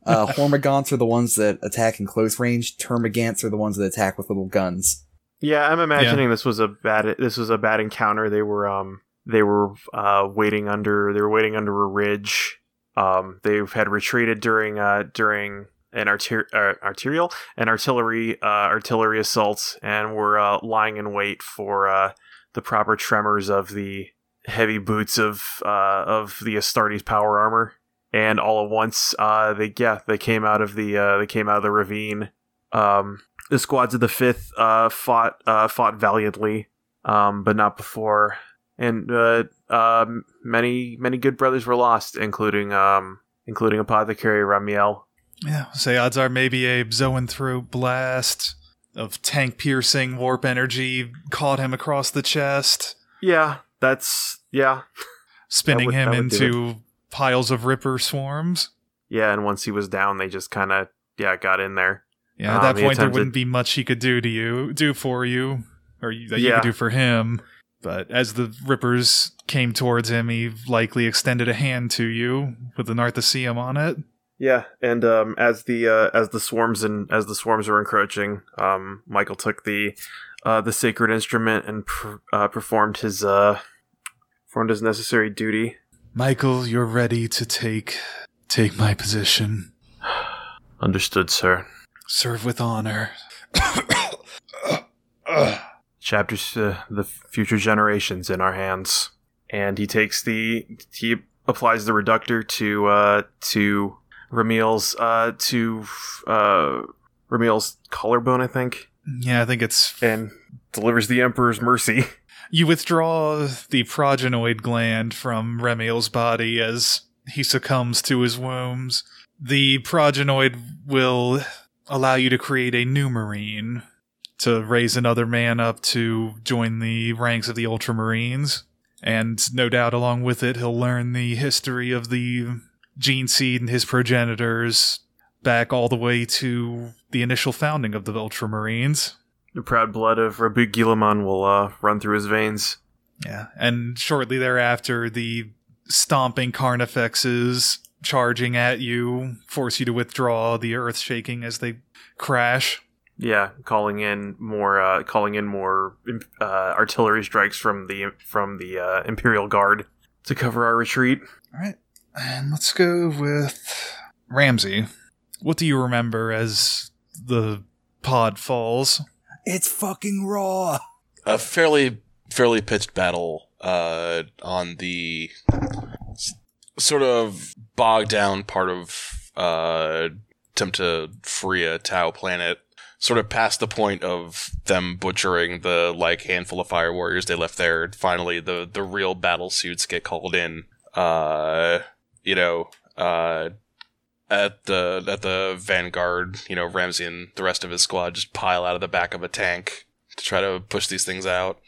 S2: Uh, Hormigons are the ones that attack in close range. Termagants are the ones that attack with little guns.
S3: yeah, I'm imagining this was a bad this was a bad encounter. They were um they were uh waiting under they were waiting under a ridge. Um, they had retreated during uh during an arter- uh, arterial an artillery uh, artillery assault and were uh, lying in wait for uh, the proper tremors of the heavy boots of uh, of the Astartes power armor. And all at once, uh, they yeah they came out of the uh, they came out of the ravine. Um, the squads of the fifth uh, fought uh, fought valiantly, um, but not before. And uh, um, many many good brothers were lost, including um, including apothecary Ramiel.
S1: Yeah, say odds are maybe a zoanthrope blast of tank piercing warp energy caught him across the chest,
S3: Yeah, that's yeah,
S1: spinning
S3: would-
S1: him
S3: that would do
S1: into piles of ripper swarms.
S3: yeah. And once he was down, they just kind of yeah got in there.
S1: Yeah, at
S3: Um,
S1: that
S3: yeah,
S1: point there
S3: times it-
S1: wouldn't be much he could do to you, do for you, or you, that you
S3: Yeah.
S1: could do for him. But as the Rippers came towards him, he likely extended a hand to you with an Arthesium on it.
S3: Yeah, and um, as the uh, as the swarms and as the swarms were encroaching, um, Michael took the uh, the sacred instrument and pr- uh, performed his uh, performed his necessary duty.
S1: Michael, you're ready to take take my position.
S3: Understood, sir.
S1: Serve with honor.
S3: chapters uh, the future generations in our hands and he takes the he applies the reductor to uh to Ramil's uh to uh Ramil's collarbone I think
S1: yeah, I think it's
S3: and delivers the emperor's mercy
S1: You withdraw the progenoid gland from Remiel's body as he succumbs to his wounds. The progenoid will allow you to create a new marine to raise another man up to join the ranks of the ultramarines. And no doubt along with it he'll learn the history of the gene seed and his progenitors back all the way to the initial founding of the ultramarines.
S3: the proud blood of Rabu Gilamon will uh run through his veins
S1: Yeah, and shortly thereafter, the stomping carnifexes charging at you force you to withdraw, the earth shaking as they crash.
S3: yeah calling in more uh calling in more um, uh artillery strikes from the from the uh imperial guard to cover our retreat
S1: All right, and let's go with Ramsey. What do you remember as the pod falls?
S2: It's fucking raw.
S6: a fairly fairly pitched battle uh, on the s- sort of bogged down part of uh, Tempta Freya Tau planet, sort of past the point of them butchering the like handful of fire warriors they left there. Finally, the the real battle suits get called in. Uh, you know, uh, at the at the vanguard, you know, Ramsey and the rest of his squad just pile out of the back of a tank to try to push these things out.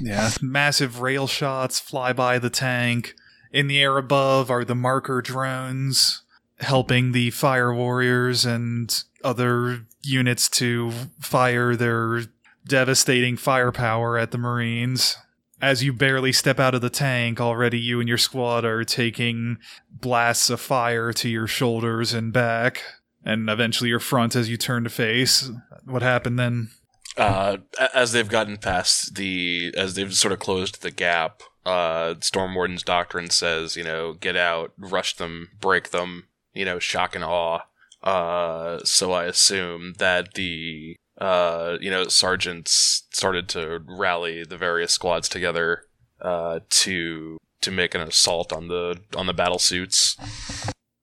S1: Yeah, massive rail shots fly by the tank. In the air above are the marker drones helping the fire warriors and other units to fire their devastating firepower at the Marines. As you barely step out of the tank, already you and your squad are taking blasts of fire to your shoulders and back, and eventually your front as you turn to face. What happened then?
S6: Uh, a- as they've gotten past the, as they've sort of closed the gap, uh, Storm Warden's doctrine says, you know, get out, rush them, break them, you know, shock and awe. Uh, so I assume that the, uh, you know, sergeants started to rally the various squads together, uh, to to make an assault on the on the battle suits.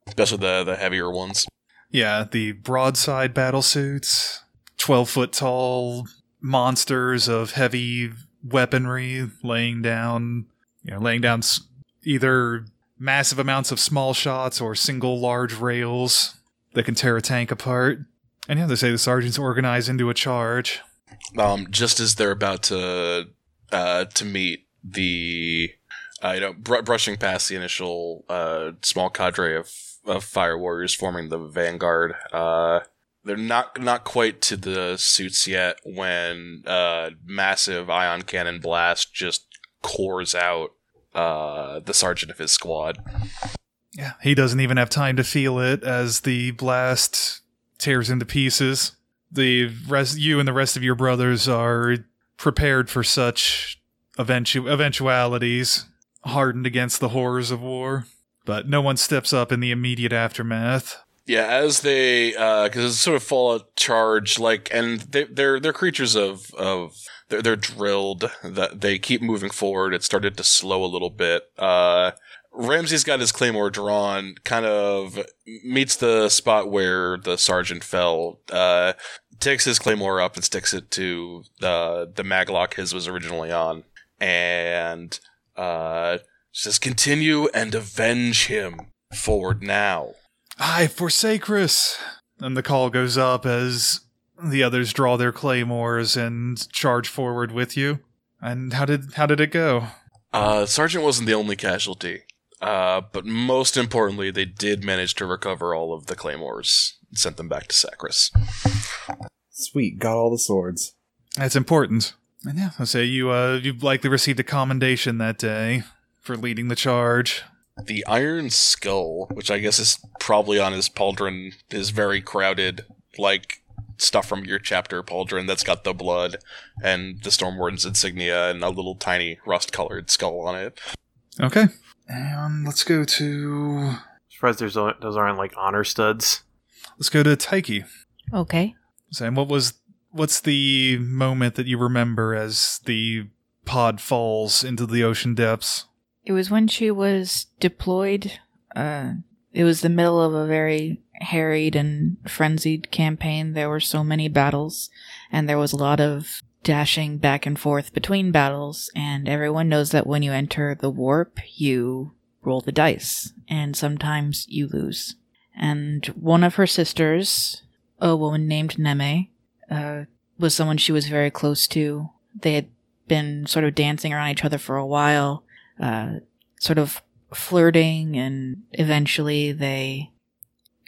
S6: especially the the heavier ones.
S1: Yeah, the broadside battlesuits, 12 foot tall monsters of heavy weaponry laying down, you know, laying down s- either massive amounts of small shots or single large rails that can tear a tank apart. And yeah, they say the sergeants organize into a charge.
S6: Um, just as they're about to uh, to meet the, uh, you know, br- brushing past the initial uh, small cadre of, of fire warriors forming the vanguard. Uh, they're not not quite to the suits yet when uh, massive ion cannon blast just cores out uh, the sergeant of his squad.
S1: Yeah, he doesn't even have time to feel it as the blast tears into pieces. The rest, you and the rest of your brothers are prepared for such eventu- eventualities, hardened against the horrors of war. But no one steps up in the immediate aftermath.
S6: Yeah, as they because it's sort of fallout charge like, and they, they're they're creatures of of they're they're drilled that they keep moving forward. It started to slow a little bit. Uh, Ramsey's got his claymore drawn, kind of meets the spot where the sergeant fell. Uh, takes his claymore up and sticks it to the the maglock his was originally on, and uh, says, "Continue and avenge him." Forward now.
S1: I forsake Chris. And the call goes up as the others draw their claymores and charge forward with you. And how did how did it go?
S6: Uh, Sergeant wasn't the only casualty, uh, but most importantly, they did manage to recover all of the claymores and sent them back to Sacris.
S2: Sweet, got all the swords.
S1: That's important. And yeah, I say you uh you likely received a commendation that day for leading the charge.
S6: The Iron Skull, which I guess is probably on his pauldron, is very crowded, like stuff from your chapter pauldron that's got the blood and the Stormwarden's insignia and a little tiny rust-colored skull on it.
S1: Okay. And let's go to
S3: Surprised there's o- those aren't like honor studs.
S1: let's go to Taiki.
S5: Okay.
S1: Saying what was what's the moment that you remember as the pod falls into the ocean depths?
S5: It was when she was deployed. Uh, it was the middle of a very harried and frenzied campaign. There were so many battles, and there was a lot of dashing back and forth between battles. And everyone knows that when you enter the warp, you roll the dice, and sometimes you lose. And one of her sisters, a woman named Neme, uh, was someone she was very close to. They had been sort of dancing around each other for a while uh, sort of flirting, and eventually they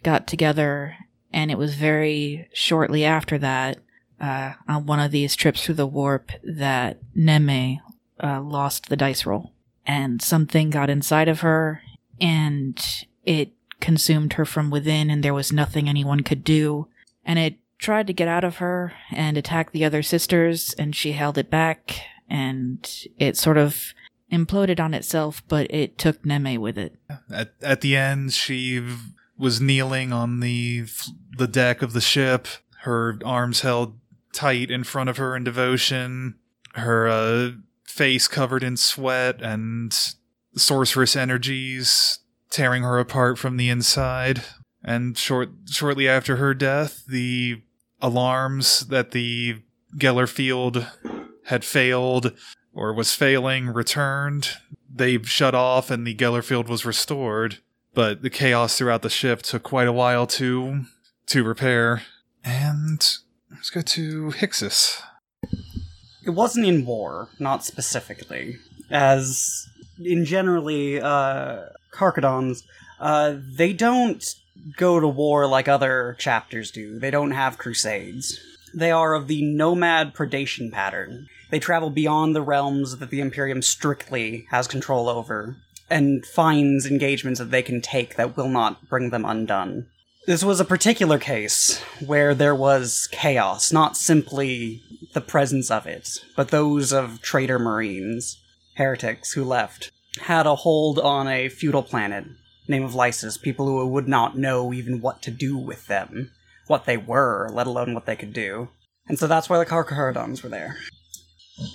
S5: got together. And it was very shortly after that, uh, on one of these trips through the warp, that Neme uh, lost the dice roll. And something got inside of her, and it consumed her from within, and there was nothing anyone could do. And it tried to get out of her and attack the other sisters, and she held it back, and it sort of imploded on itself, but it took Neme with it.
S1: At at the end she v- was kneeling on the f- the deck of the ship, her arms held tight in front of her in devotion, her uh, face covered in sweat and sorceress energies tearing her apart from the inside. And short shortly after her death, the alarms that the Geller field had failed or was failing returned. They shut off and the Geller field was restored, but the chaos throughout the ship took quite a while to to repair. And let's go to Hixus.
S4: It wasn't in war, not specifically. As in generally, uh, Carcadons, uh, they don't go to war like other chapters do. They don't have crusades. They are of the nomad predation pattern. They travel beyond the realms that the Imperium strictly has control over and finds engagements that they can take that will not bring them undone. This was a particular case where there was chaos, not simply the presence of it, but those of traitor marines, heretics who left, had a hold on a feudal planet, name of Lysis, people who would not know even what to do with them, what they were, let alone what they could do. And so that's why the Carcharodons were there.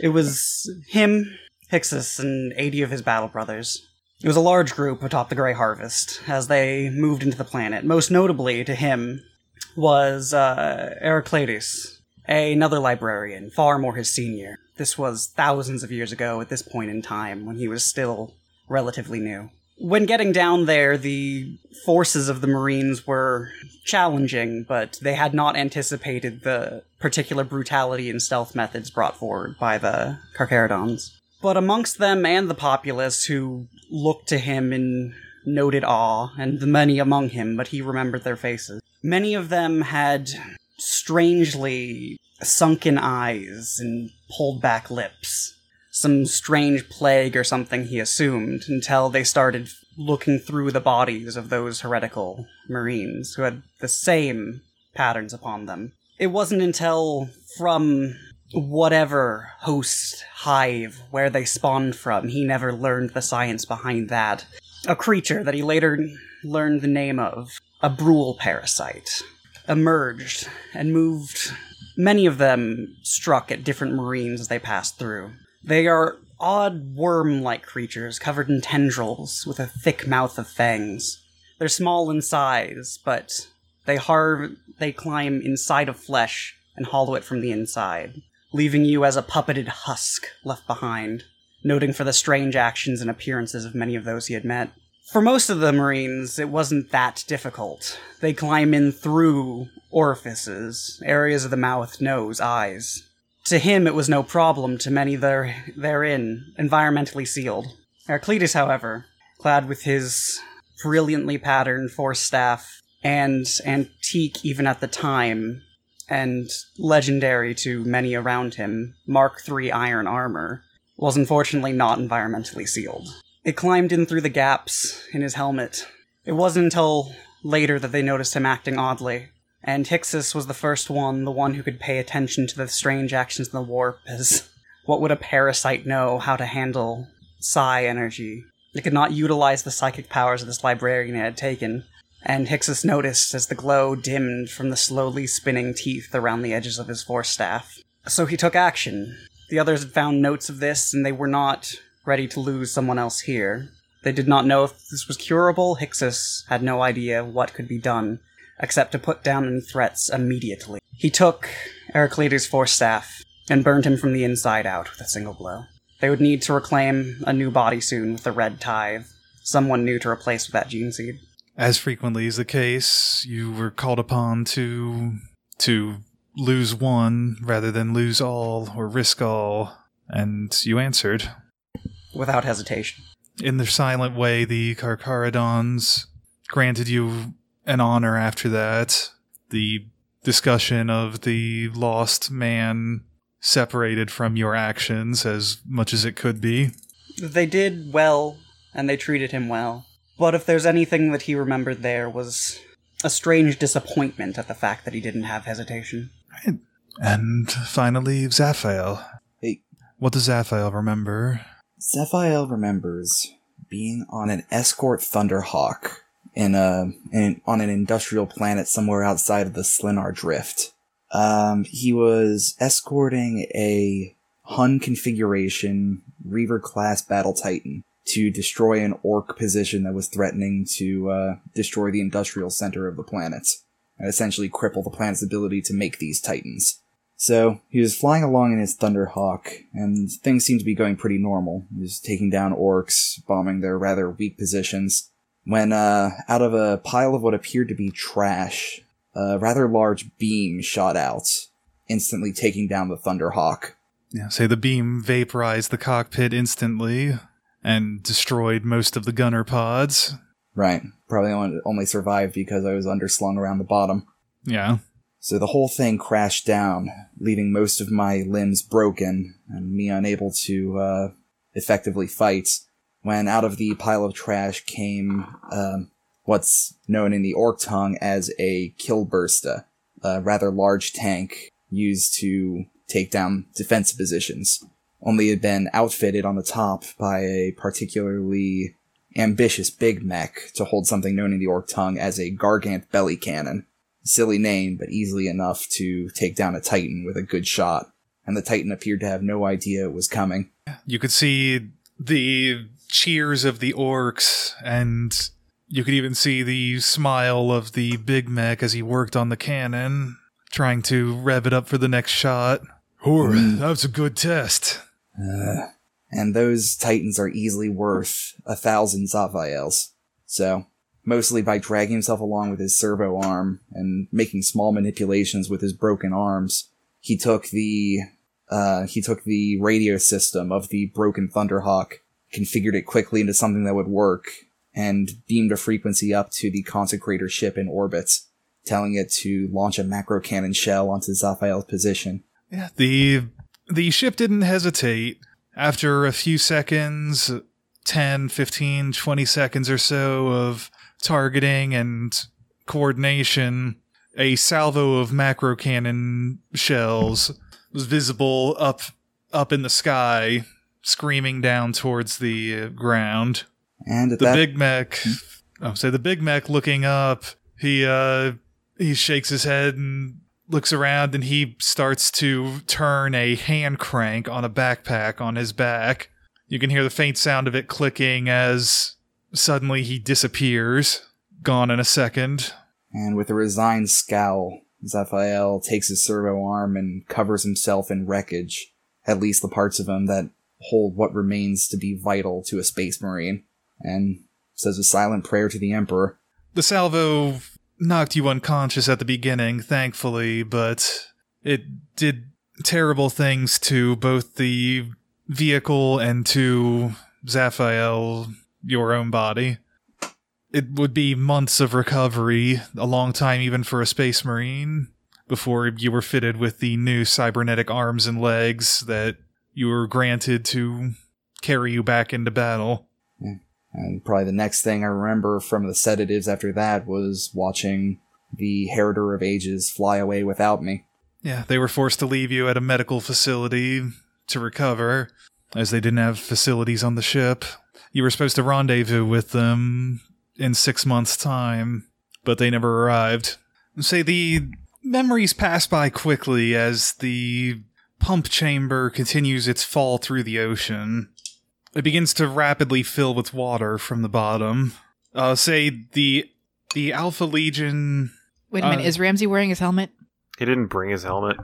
S4: It was him, Hixus, and 80 of his battle brothers. It was a large group atop the Grey Harvest as they moved into the planet. Most notably to him was uh, Heraclitus, another librarian, far more his senior. This was thousands of years ago at this point in time when he was still relatively new. When getting down there, the forces of the Marines were challenging, but they had not anticipated the particular brutality and stealth methods brought forward by the Carcharodons. But amongst them and the populace who looked to him in noted awe, and the many among him, but he remembered their faces, many of them had strangely sunken eyes and pulled back lips. Some strange plague or something, he assumed, until they started looking through the bodies of those heretical Marines who had the same patterns upon them. It wasn't until from whatever host hive where they spawned from. He never learned the science behind that. A creature that he later learned the name of, a Brule parasite, emerged and moved. Many of them struck at different marines as they passed through. They are odd worm like creatures covered in tendrils with a thick mouth of fangs. They're small in size, but they harve they climb inside of flesh and hollow it from the inside leaving you as a puppeted husk left behind, noting for the strange actions and appearances of many of those he had met. For most of the Marines, it wasn't that difficult. They climb in through orifices, areas of the mouth, nose, eyes. To him, it was no problem, to many there, therein, environmentally sealed. Heraclitus, however, clad with his brilliantly patterned force staff and antique even at the time and legendary to many around him, Mark III iron armor, was unfortunately not environmentally sealed. It climbed in through the gaps in his helmet. It wasn't until later that they noticed him acting oddly, and Hyksos was the first one, the one who could pay attention to the strange actions in the warp, as what would a parasite know how to handle psi energy? It could not utilize the psychic powers of this librarian it had taken, and Hyksos noticed as the glow dimmed from the slowly spinning teeth around the edges of his force staff. So he took action. The others had found notes of this, and they were not ready to lose someone else here. They did not know if this was curable. Hyksos had no idea what could be done, except to put down any threats immediately. He took Heraclitus' force staff and burned him from the inside out with a single blow. They would need to reclaim a new body soon with the red tithe, someone new to replace with that gene seed.
S1: As frequently is the case, you were called upon to to lose one rather than lose all or risk all, and you answered.
S4: without hesitation.
S1: In their silent way, the Carcharodons granted you an honor after that. The discussion of the lost man separated from your actions as much as it could be.
S4: They did well, and they treated him well. But if there's anything that he remembered there was a strange disappointment at the fact that he didn't have hesitation.
S1: And finally, Zaphael.
S2: Hey.
S1: What does Zaphael remember?
S2: Zephiel remembers being on an escort Thunderhawk in a in, on an industrial planet somewhere outside of the Slinar Drift. Um, he was escorting a Hun configuration Reaver class battle titan to destroy an orc position that was threatening to uh, destroy the industrial center of the planet and essentially cripple the planet's ability to make these titans. So he was flying along in his Thunderhawk, and things seemed to be going pretty normal. He was taking down orcs, bombing their rather weak positions, when uh, out of a pile of what appeared to be trash, a rather large beam shot out, instantly taking down the Thunderhawk.
S1: Yeah, say the beam vaporized the cockpit instantly and destroyed most of the gunner pods.
S2: Right, probably on- only survived because I was underslung around the bottom.
S1: Yeah.
S2: So the whole thing crashed down, leaving most of my limbs broken and me unable to uh, effectively fight. When out of the pile of trash came um, what's known in the orc tongue as a kilbursta, a rather large tank used to take down defense positions. Only it had been outfitted on the top by a particularly ambitious big mech to hold something known in the orc tongue as a gargant belly cannon silly name, but easily enough to take down a Titan with a good shot. And the Titan appeared to have no idea it was coming.
S1: You could see the cheers of the orcs, and you could even see the smile of the Big Mech as he worked on the cannon, trying to rev it up for the next shot. Ooh,
S2: Mm.
S1: that was a good test.
S2: Uh, and those titans are easily worth a thousand Zaphaels. So, mostly by dragging himself along with his servo arm and making small manipulations with his broken arms, he took the uh, he took the radio system of the broken Thunderhawk, configured it quickly into something that would work, and beamed a frequency up to the Consecrator ship in orbit, telling it to launch a macro cannon shell onto Zaphael's position.
S1: Yeah, the the ship didn't hesitate. After a few seconds, 10, 15, 20 seconds or so of targeting and coordination, a salvo of macro cannon shells was visible up up in the sky, screaming down towards the uh, ground.
S2: And at
S1: The
S2: that
S1: Big Mac, oh, so the Big Mac looking up, he uh, he shakes his head and looks around, and he starts to turn a hand crank on a backpack on his back. You can hear the faint sound of it clicking as suddenly he disappears, gone in a second.
S2: And with a resigned scowl, Zaphael takes his servo arm and covers himself in wreckage, at least the parts of him that hold what remains to be vital to a space marine, and says a silent prayer to the Emperor.
S1: The salvo knocked you unconscious at the beginning, thankfully, but it did terrible things to both the vehicle and to Zaphael, your own body. It would be months of recovery, a long time even for a space marine, before you were fitted with the new cybernetic arms and legs that you were granted to carry you back into battle.
S2: And probably the next thing I remember from the sedatives after that was watching the Heriter of Ages fly away without me.
S1: Yeah, they were forced to leave you at a medical facility to recover, as they didn't have facilities on the ship. You were supposed to rendezvous with them in six months' time, but they never arrived. Say the memories pass by quickly as the pump chamber continues its fall through the ocean. It begins to rapidly fill with water from the bottom. Uh, say the the Alpha Legion
S5: Wait a minute,
S1: Uh,
S5: is Ramsey wearing his helmet?
S3: He didn't bring his helmet.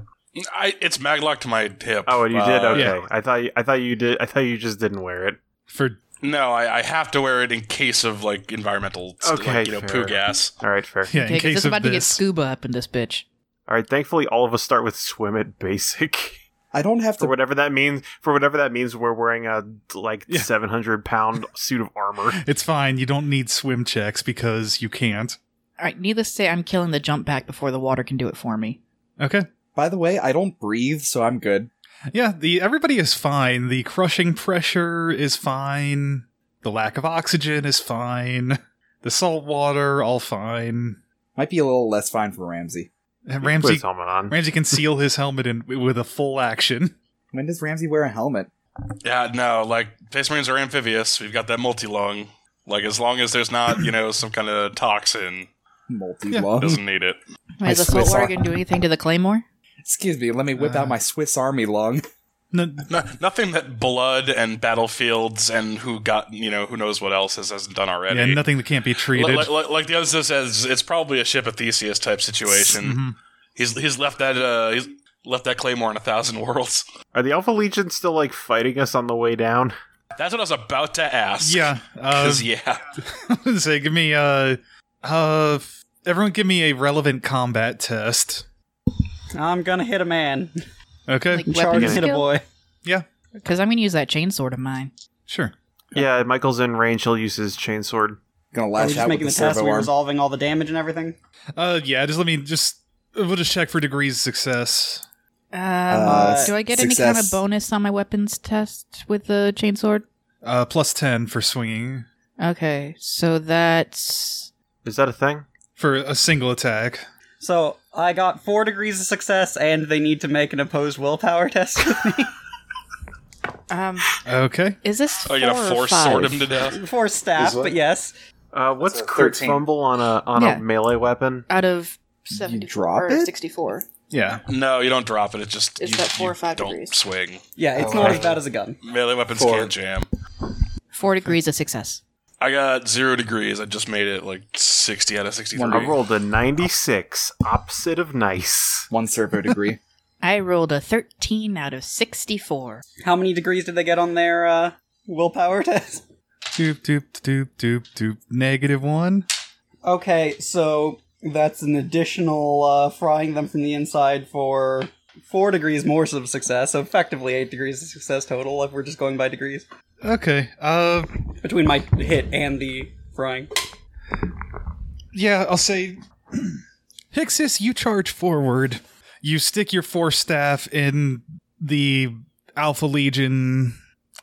S6: I, it's maglock to my hip.
S3: Oh, and you did.
S6: Uh,
S3: Okay,
S1: yeah.
S3: I thought. You, I thought you did. I thought you just didn't wear it.
S1: for
S6: No, I, I have to wear it in case of like environmental, st-
S3: Okay,
S6: like, you know,
S3: fair.
S6: poo gas.
S3: All right, fair.
S1: yeah, in
S5: Okay, 'cause
S1: case
S5: it's
S1: of
S5: about to get
S1: this.
S5: scuba up in this bitch.
S3: All right. Thankfully, all of us start with swim at basic
S2: I don't have
S3: for
S2: to.
S3: whatever that means. For whatever that means, we're wearing a like
S1: Yeah.
S3: seven hundred pound suit of armor.
S1: It's fine. You don't need swim checks because you can't.
S5: All right, needless to say, I'm killing the jump pack before the water can do it for me.
S1: Okay.
S2: By the way, I don't breathe, so I'm good.
S1: Yeah, the everybody is fine. The crushing pressure is fine. The lack of oxygen is fine. The salt water, all fine.
S2: Might be a little less fine for Ramsey.
S1: And
S3: Put
S1: Ramsey
S3: his helmet on.
S1: Ramsey can seal his helmet in with a full action.
S2: When does Ramsey wear a helmet?
S6: Yeah, no, like space marines are amphibious. We've got that multi lung. Like as long as there's not you know some kind of toxin,
S2: Multi
S6: it doesn't need it.
S5: Wait, is the
S2: swear
S5: salt water
S2: so.
S5: going to do anything to the claymore?
S2: Excuse me, let me whip
S1: Uh.
S2: out my Swiss Army lung.
S1: No,
S6: No, nothing that blood and battlefields and who got you know who knows what else has, hasn't done already.
S1: yeah, nothing that can't be
S6: Li-
S1: treated.
S6: li- li- Like, the other stuff says, it's probably a ship of Theseus type situation.
S1: Mhm.
S6: He's he's left that uh, he's left that claymore in a thousand worlds.
S3: Are the Alpha Legion still like fighting us on the way down?
S6: That's what I was about to ask.
S1: Yeah. Uh,
S6: 'Cause, yeah,
S1: say, give me uh, uh, everyone, give me a relevant combat test.
S4: I'm gonna hit a man.
S1: Okay.
S5: Like
S4: Charge
S5: weapon
S4: hit a
S5: skill?
S4: boy.
S5: Because I'm going to use that chainsword of mine.
S1: sure.
S3: Yeah, Michael's in range. He'll use his chainsword.
S2: Gonna
S4: Are
S2: lash
S4: we Oh, just
S2: out with
S4: making
S2: the
S4: the test? Are
S2: servo
S4: we
S2: arm.
S4: resolving all the damage and everything?
S1: Uh, yeah. Just let me just. We'll just check for degrees of success.
S5: Um,
S2: Uh,
S5: do I get any kind of
S2: success.
S5: bonus on my weapons test with the chainsword?
S1: Uh, plus ten for swinging
S5: Okay, so that's.
S3: Is that a thing?
S1: for a single attack.
S4: So I got four degrees of success, and they need to make an opposed willpower test with me.
S5: Um,
S1: Okay.
S5: is this.
S6: oh,
S5: four
S6: you gonna
S5: or
S6: force
S5: five?
S6: sword him to death?
S4: Four staff,
S2: Is what?
S4: but yes.
S3: Uh, what's
S2: a
S3: Kurt's
S2: 13.
S3: fumble on a on
S5: Yeah.
S3: a melee weapon?
S5: Out of 74
S2: drop
S5: or
S2: it?
S5: 64.
S1: Yeah.
S6: No, you don't drop it. It just
S5: It's
S6: you,
S5: that four
S6: you
S5: or five
S6: don't
S5: degrees.
S6: swing.
S4: Yeah, it's
S2: Oh,
S4: not
S2: okay.
S4: as bad as a gun.
S6: Melee weapons
S2: Four.
S6: can't jam.
S5: Four degrees of success.
S6: I got zero degrees. I just made it like 60 out of 63.
S3: I rolled a 96, opposite of nice.
S2: One servo degree.
S5: I rolled a 13 out of 64.
S4: How many degrees did they get on their uh, willpower test?
S1: Doop, doop, doop, doop, doop. Negative one.
S4: Okay, so that's an additional uh, frying them from the inside for four degrees more of success. So effectively eight degrees of success total if we're just going by degrees
S1: Okay. Uh,
S4: between my hit and the frying.
S1: yeah, I'll say, Hixis, you charge forward. You stick your force staff in the Alpha Legion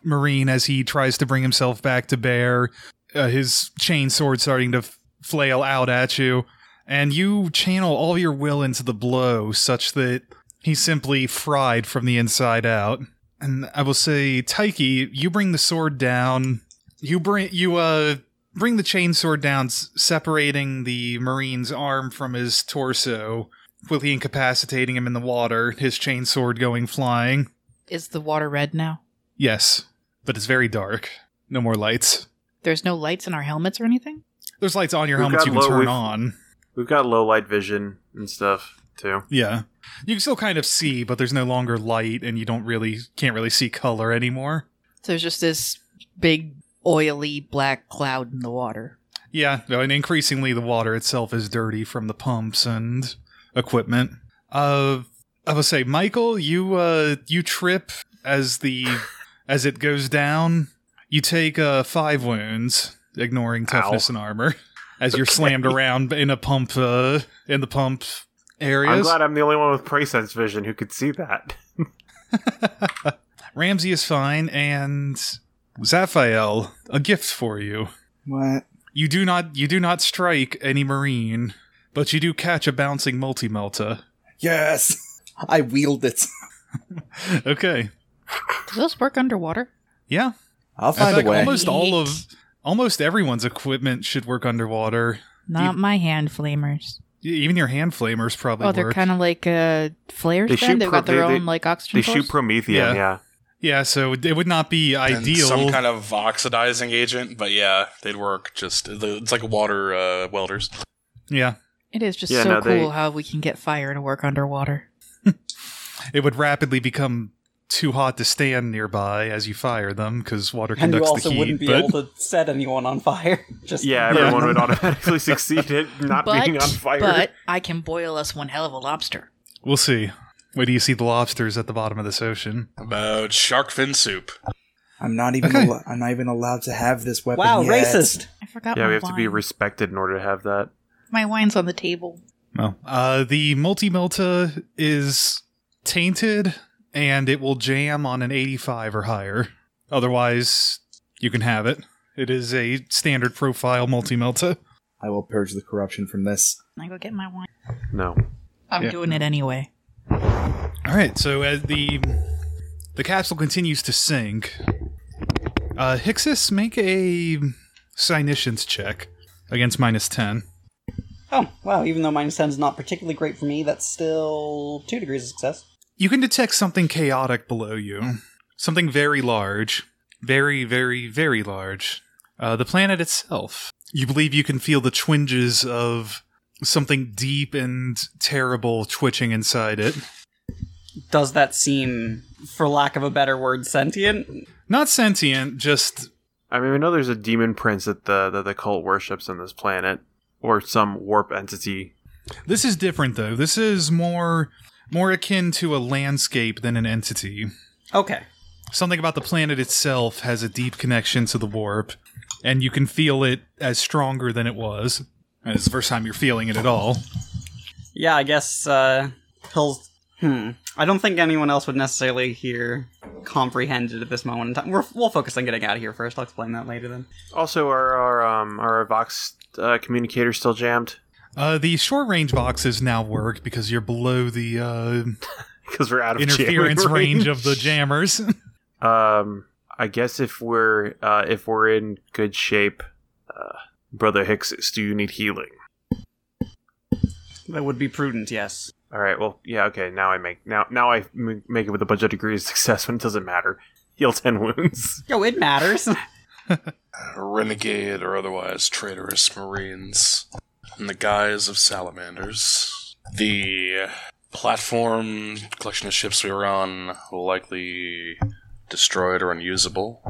S1: Marine as he tries to bring himself back to bear. Uh, his chain sword starting to f- flail out at you, and you channel all your will into the blow, such that he's simply fried from the inside out. And I will say, Taiki, you bring the sword down. You bring you uh bring the chainsword down, s- separating the marine's arm from his torso, completely incapacitating him in the water. His chainsword going flying.
S5: Is the water red now?
S1: Yes, but it's very dark. No more lights.
S5: There's no lights in our helmets or anything?
S1: There's lights on your
S3: We've
S1: helmets
S3: got
S1: you can
S3: low-
S1: turn
S3: we've-
S1: on.
S3: We've got low light vision and stuff, too.
S1: Yeah, you can still kind of see, but there's no longer light, and you don't really can't really see color anymore.
S5: So there's just this big, oily black cloud in the water.
S1: Yeah, no, and increasingly the water itself is dirty from the pumps and equipment. Uh, I would say, Michael, you uh, you trip as the as it goes down. You take uh, five wounds, ignoring toughness and armor, as you're slammed around in a pump uh, in the pump areas.
S3: I'm glad I'm the only one with pre-sense vision who could see that.
S1: Ramsey is fine, and Zaphael, a gift for you.
S2: what?
S1: You do not you do not strike any marine, but you do catch a bouncing multi melta.
S2: Yes! I wheeled it.
S1: okay.
S5: Do those work underwater?
S1: Yeah.
S2: I'll
S1: In
S2: find
S1: fact,
S2: a way.
S1: almost all of
S5: Neat.
S1: almost everyone's equipment should work underwater.
S5: Not my hand flamers.
S1: Y- Even your hand flamers probably
S5: Oh, they're
S1: work.
S5: kind of like uh, flares.
S3: They
S5: They
S3: shoot
S5: then they've got
S3: pro-
S5: their
S3: they-
S5: own like oxygen.
S3: They shoot
S5: source?
S3: Promethean,
S1: Yeah.
S3: yeah.
S1: yeah, so it would not be
S6: And
S1: ideal.
S6: Some kind of oxidizing agent, but yeah, they'd work. Just it's like water uh, welders.
S1: yeah,
S5: it is just
S3: Yeah,
S5: so
S3: no,
S5: cool
S3: they-
S5: how we can get fire to work underwater.
S1: it would rapidly become too hot to stand nearby as you fire them because water
S4: And you
S1: conducts the
S4: also
S1: heat.
S4: wouldn't be
S1: but
S4: able to set anyone on fire. Just
S3: Yeah, everyone would automatically succeed at not
S5: But,
S3: being on fire.
S5: but I can boil us one hell of a lobster.
S1: we'll see. Wait do you see the lobsters at the bottom of this ocean?
S6: About shark fin soup.
S2: I'm not even
S1: Okay.
S2: al- I'm not even allowed to have this weapon.
S4: Wow,
S2: yet.
S4: racist.
S5: I forgot.
S3: yeah,
S5: my
S3: we have to be
S5: wine.
S3: respected in order to have that.
S5: my wine's on the table.
S1: Well, uh, the multi melta is tainted, and it will jam on an 85 or higher. Otherwise, you can have it. It is a standard profile multi melta.
S2: I will purge the corruption from this.
S5: I go get my wine.
S3: No.
S5: I'm
S1: Yeah.
S5: doing it anyway.
S1: All right. So as the the capsule continues to sink, uh, Hixis, make a sinitians check against minus 10.
S4: Oh, wow, even though minus 10 is not particularly great for me, that's still two degrees of success.
S1: You can detect something chaotic below you. Something very large. Very, very, very large. Uh, the planet itself. You believe you can feel the twinges of something deep and terrible twitching inside it.
S4: Does that seem, for lack of a better word, sentient?
S1: Not sentient, just.
S3: I mean, we know there's a demon prince that the that the cult worships on this planet, or some warp entity.
S1: This is different, though. This is more. More akin to a landscape than an entity.
S4: Okay.
S1: Something about the planet itself has a deep connection to the warp, and you can feel it as stronger than it was. And it's the first time you're feeling it at all.
S4: Yeah, I guess uh he'll hmm. I don't think anyone else would necessarily here comprehend it at this moment in time. We're, we'll focus on getting out of here first. I'll explain that later then.
S3: Also, are our um are our Vox uh, communicators still jammed?
S1: Uh, the short range boxes now work because you're below the uh,
S3: Because we're out of jamming
S1: interference range of the jammers.
S3: Um, I guess if we're uh, if we're in good shape, uh, brother Hicks, do you need healing?
S4: That would be prudent, yes.
S3: All right. Well, yeah. Okay. Now I make now now I m- make it with a bunch of degrees of success when it doesn't matter. Heal ten wounds.
S4: Yo, it matters.
S6: renegade or otherwise traitorous marines in the guise of salamanders. The platform collection of ships we were on likely destroyed or unusable.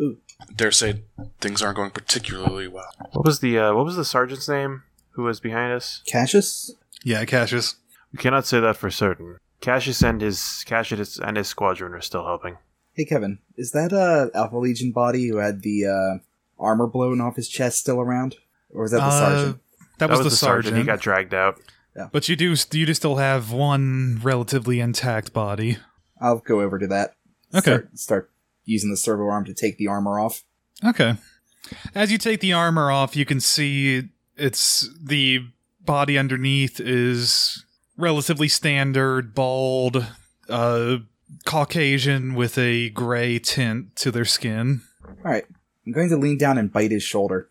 S2: Ooh.
S6: Dare say things aren't going particularly well.
S3: What was the uh, what was the sergeant's name who was behind us?
S2: Cassius?
S1: Yeah, Cassius.
S3: We cannot say that for certain. Cassius and his Cassius and his squadron are still helping.
S2: Hey, Kevin, is that uh, Alpha Legion body who had the uh, armor blown off his chest still around? Or is that the
S1: Uh,
S2: sergeant?
S1: That, was, the, sergeant.
S3: He got dragged out.
S1: but you do you do still have one relatively intact body.
S2: I'll go over to that.
S1: Okay.
S2: Start, start using the servo arm to take the armor off.
S1: Okay. As you take the armor off, you can see it's the body underneath is relatively standard, bald, uh, Caucasian with a gray tint to their skin.
S2: All right. I'm going to lean down and bite his shoulder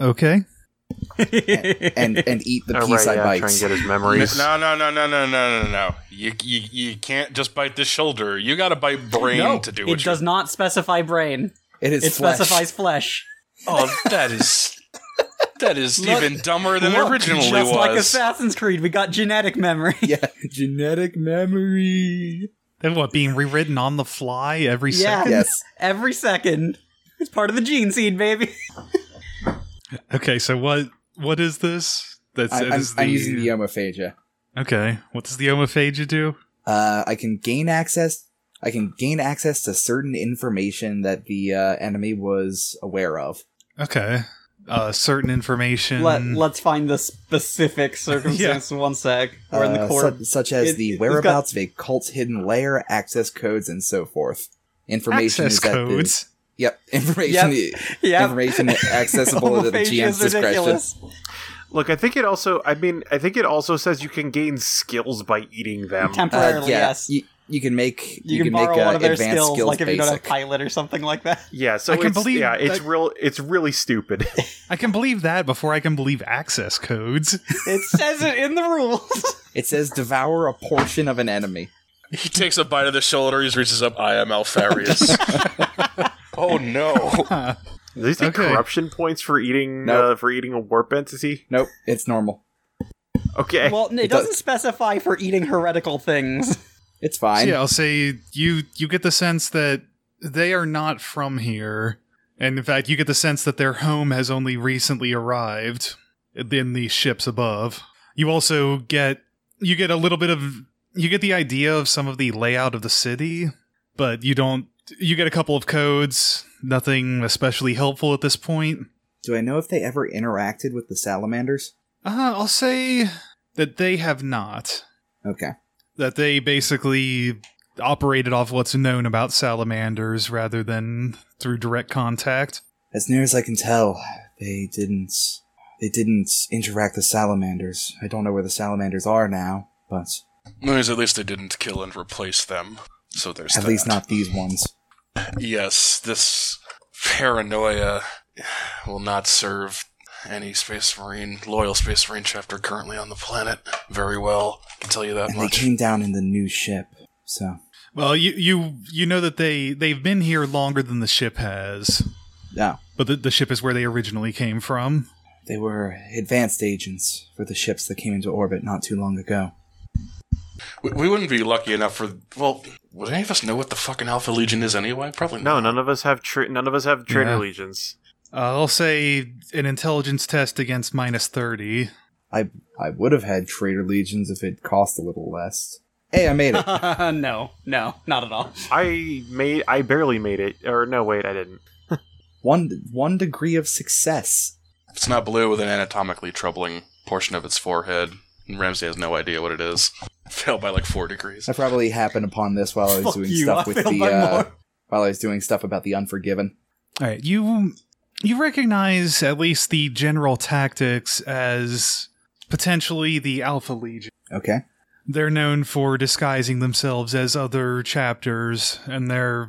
S1: Okay.
S2: and, and eat the
S3: Oh,
S2: piece
S3: right, yeah,
S2: I
S3: try
S2: bite.
S3: and get his
S6: No,
S3: memories.
S6: no, no, no, no, no, no, no. You, you, you can't just bite the shoulder. You got to bite brain to do what
S4: it
S6: you
S4: does not specify brain.
S2: It is
S4: It
S2: flesh.
S4: specifies flesh.
S6: Oh, that is that is
S4: Look-
S6: even dumber than it
S4: Look,
S6: originally
S4: just
S6: was.
S4: like Assassin's Creed, we got genetic memory.
S2: yeah, genetic memory.
S1: And what being rewritten on the fly every
S4: Yeah.
S1: second?
S2: Yes.
S4: Every second. It's part of the gene seed, baby.
S1: Okay, so what what is this? That's
S2: I,
S1: that
S2: I'm,
S1: is
S2: I'm using the uh, omophagia.
S1: Okay. What does the omophagia do?
S2: Uh, I can gain access. I can gain access to certain information that the uh, enemy was aware of.
S1: Okay. Uh certain information.
S4: Let, let's find the specific circumstance in one sec. We're in the
S2: Uh,
S4: court.
S2: su- such as
S4: it-
S2: the
S4: it's got-
S2: whereabouts of a cult's hidden lair, access codes, and so forth. Information
S1: access
S2: is at the-
S1: codes.
S2: yep, information.
S4: Yeah.
S2: Information accessible to the GM's discretion.
S3: Look, I think it also. I mean, I think it also says you can gain skills by eating them.
S4: Temporarily,
S2: Uh, yeah,
S4: yes. You,
S2: you, you can make you, can,
S4: can, borrow
S2: make uh,
S4: one of their
S2: advanced
S4: skills,
S2: skills
S4: like if you don't have
S2: basic.
S4: pilot or something like that.
S3: Yeah, so
S1: I can
S3: it's,
S1: believe
S3: yeah, it's
S1: that-
S3: real. It's really stupid.
S1: I can believe that before I can believe access codes.
S4: It says it in the rules.
S2: It says devour a portion of an enemy.
S6: He takes a bite of the shoulder. He reaches up. I am Alfarius. oh no!
S3: Does he take
S1: Okay.
S3: corruption points for eating
S2: Nope.
S3: uh, for eating a warp entity?
S2: Nope, it's normal.
S3: Okay,
S4: well, it,
S2: It does-
S4: doesn't specify for eating heretical things.
S2: It's fine.
S1: So, yeah, I'll say you you get the sense that they are not from here, and in fact, you get the sense that their home has only recently arrived in the ships above. You also get you get a little bit of you get the idea of some of the layout of the city, but you don't. You get a couple of codes, nothing especially helpful at this point.
S2: Do I know if they ever interacted with the salamanders?
S1: Uh, I'll say that they have not.
S2: Okay.
S1: that they basically operated off what's known about salamanders rather than through direct contact.
S2: As near as I can tell, they didn't. They didn't interact with salamanders. I don't know where the salamanders are now, but
S6: No, at least they didn't kill and replace them. So there's
S2: at
S6: that.
S2: least not these ones.
S6: Yes, this paranoia will not serve any space marine loyal space marine chapter currently on the planet very well. I can tell you that
S2: And they
S6: much.
S2: came down in the new ship. So
S1: Well, you you you know that they they've been here longer than the ship has,
S2: no,
S1: but the, the ship is where they originally came from.
S2: they were advanced agents for the ships that came into orbit not too long ago.
S6: We, we wouldn't be lucky enough for. Well, would any of us know what the fucking Alpha Legion is anyway? Probably
S3: no, none of us have tra- none of us have traitor
S1: Yeah.
S3: legions.
S1: Uh, I'll say an intelligence test against minus thirty.
S2: I I would have had traitor legions if it cost a little less. Hey, I made it.
S4: no, no, not at all.
S3: I made I barely made it. Or no, wait, I didn't.
S2: one one degree of success.
S6: It's not blue with an anatomically troubling portion of its forehead. And Ramsey has no idea what it is. Failed by like four degrees.
S2: That probably happened upon this while I was
S4: Fuck
S2: Oh, doing
S4: you,
S2: stuff
S4: I
S2: with
S4: failed
S2: the
S4: by
S2: uh,
S4: more.
S2: while I was doing stuff about the Unforgiven.
S1: All right, you you recognize at least the general tactics as potentially the Alpha Legion.
S2: Okay.
S1: they're known for disguising themselves as other chapters, and they're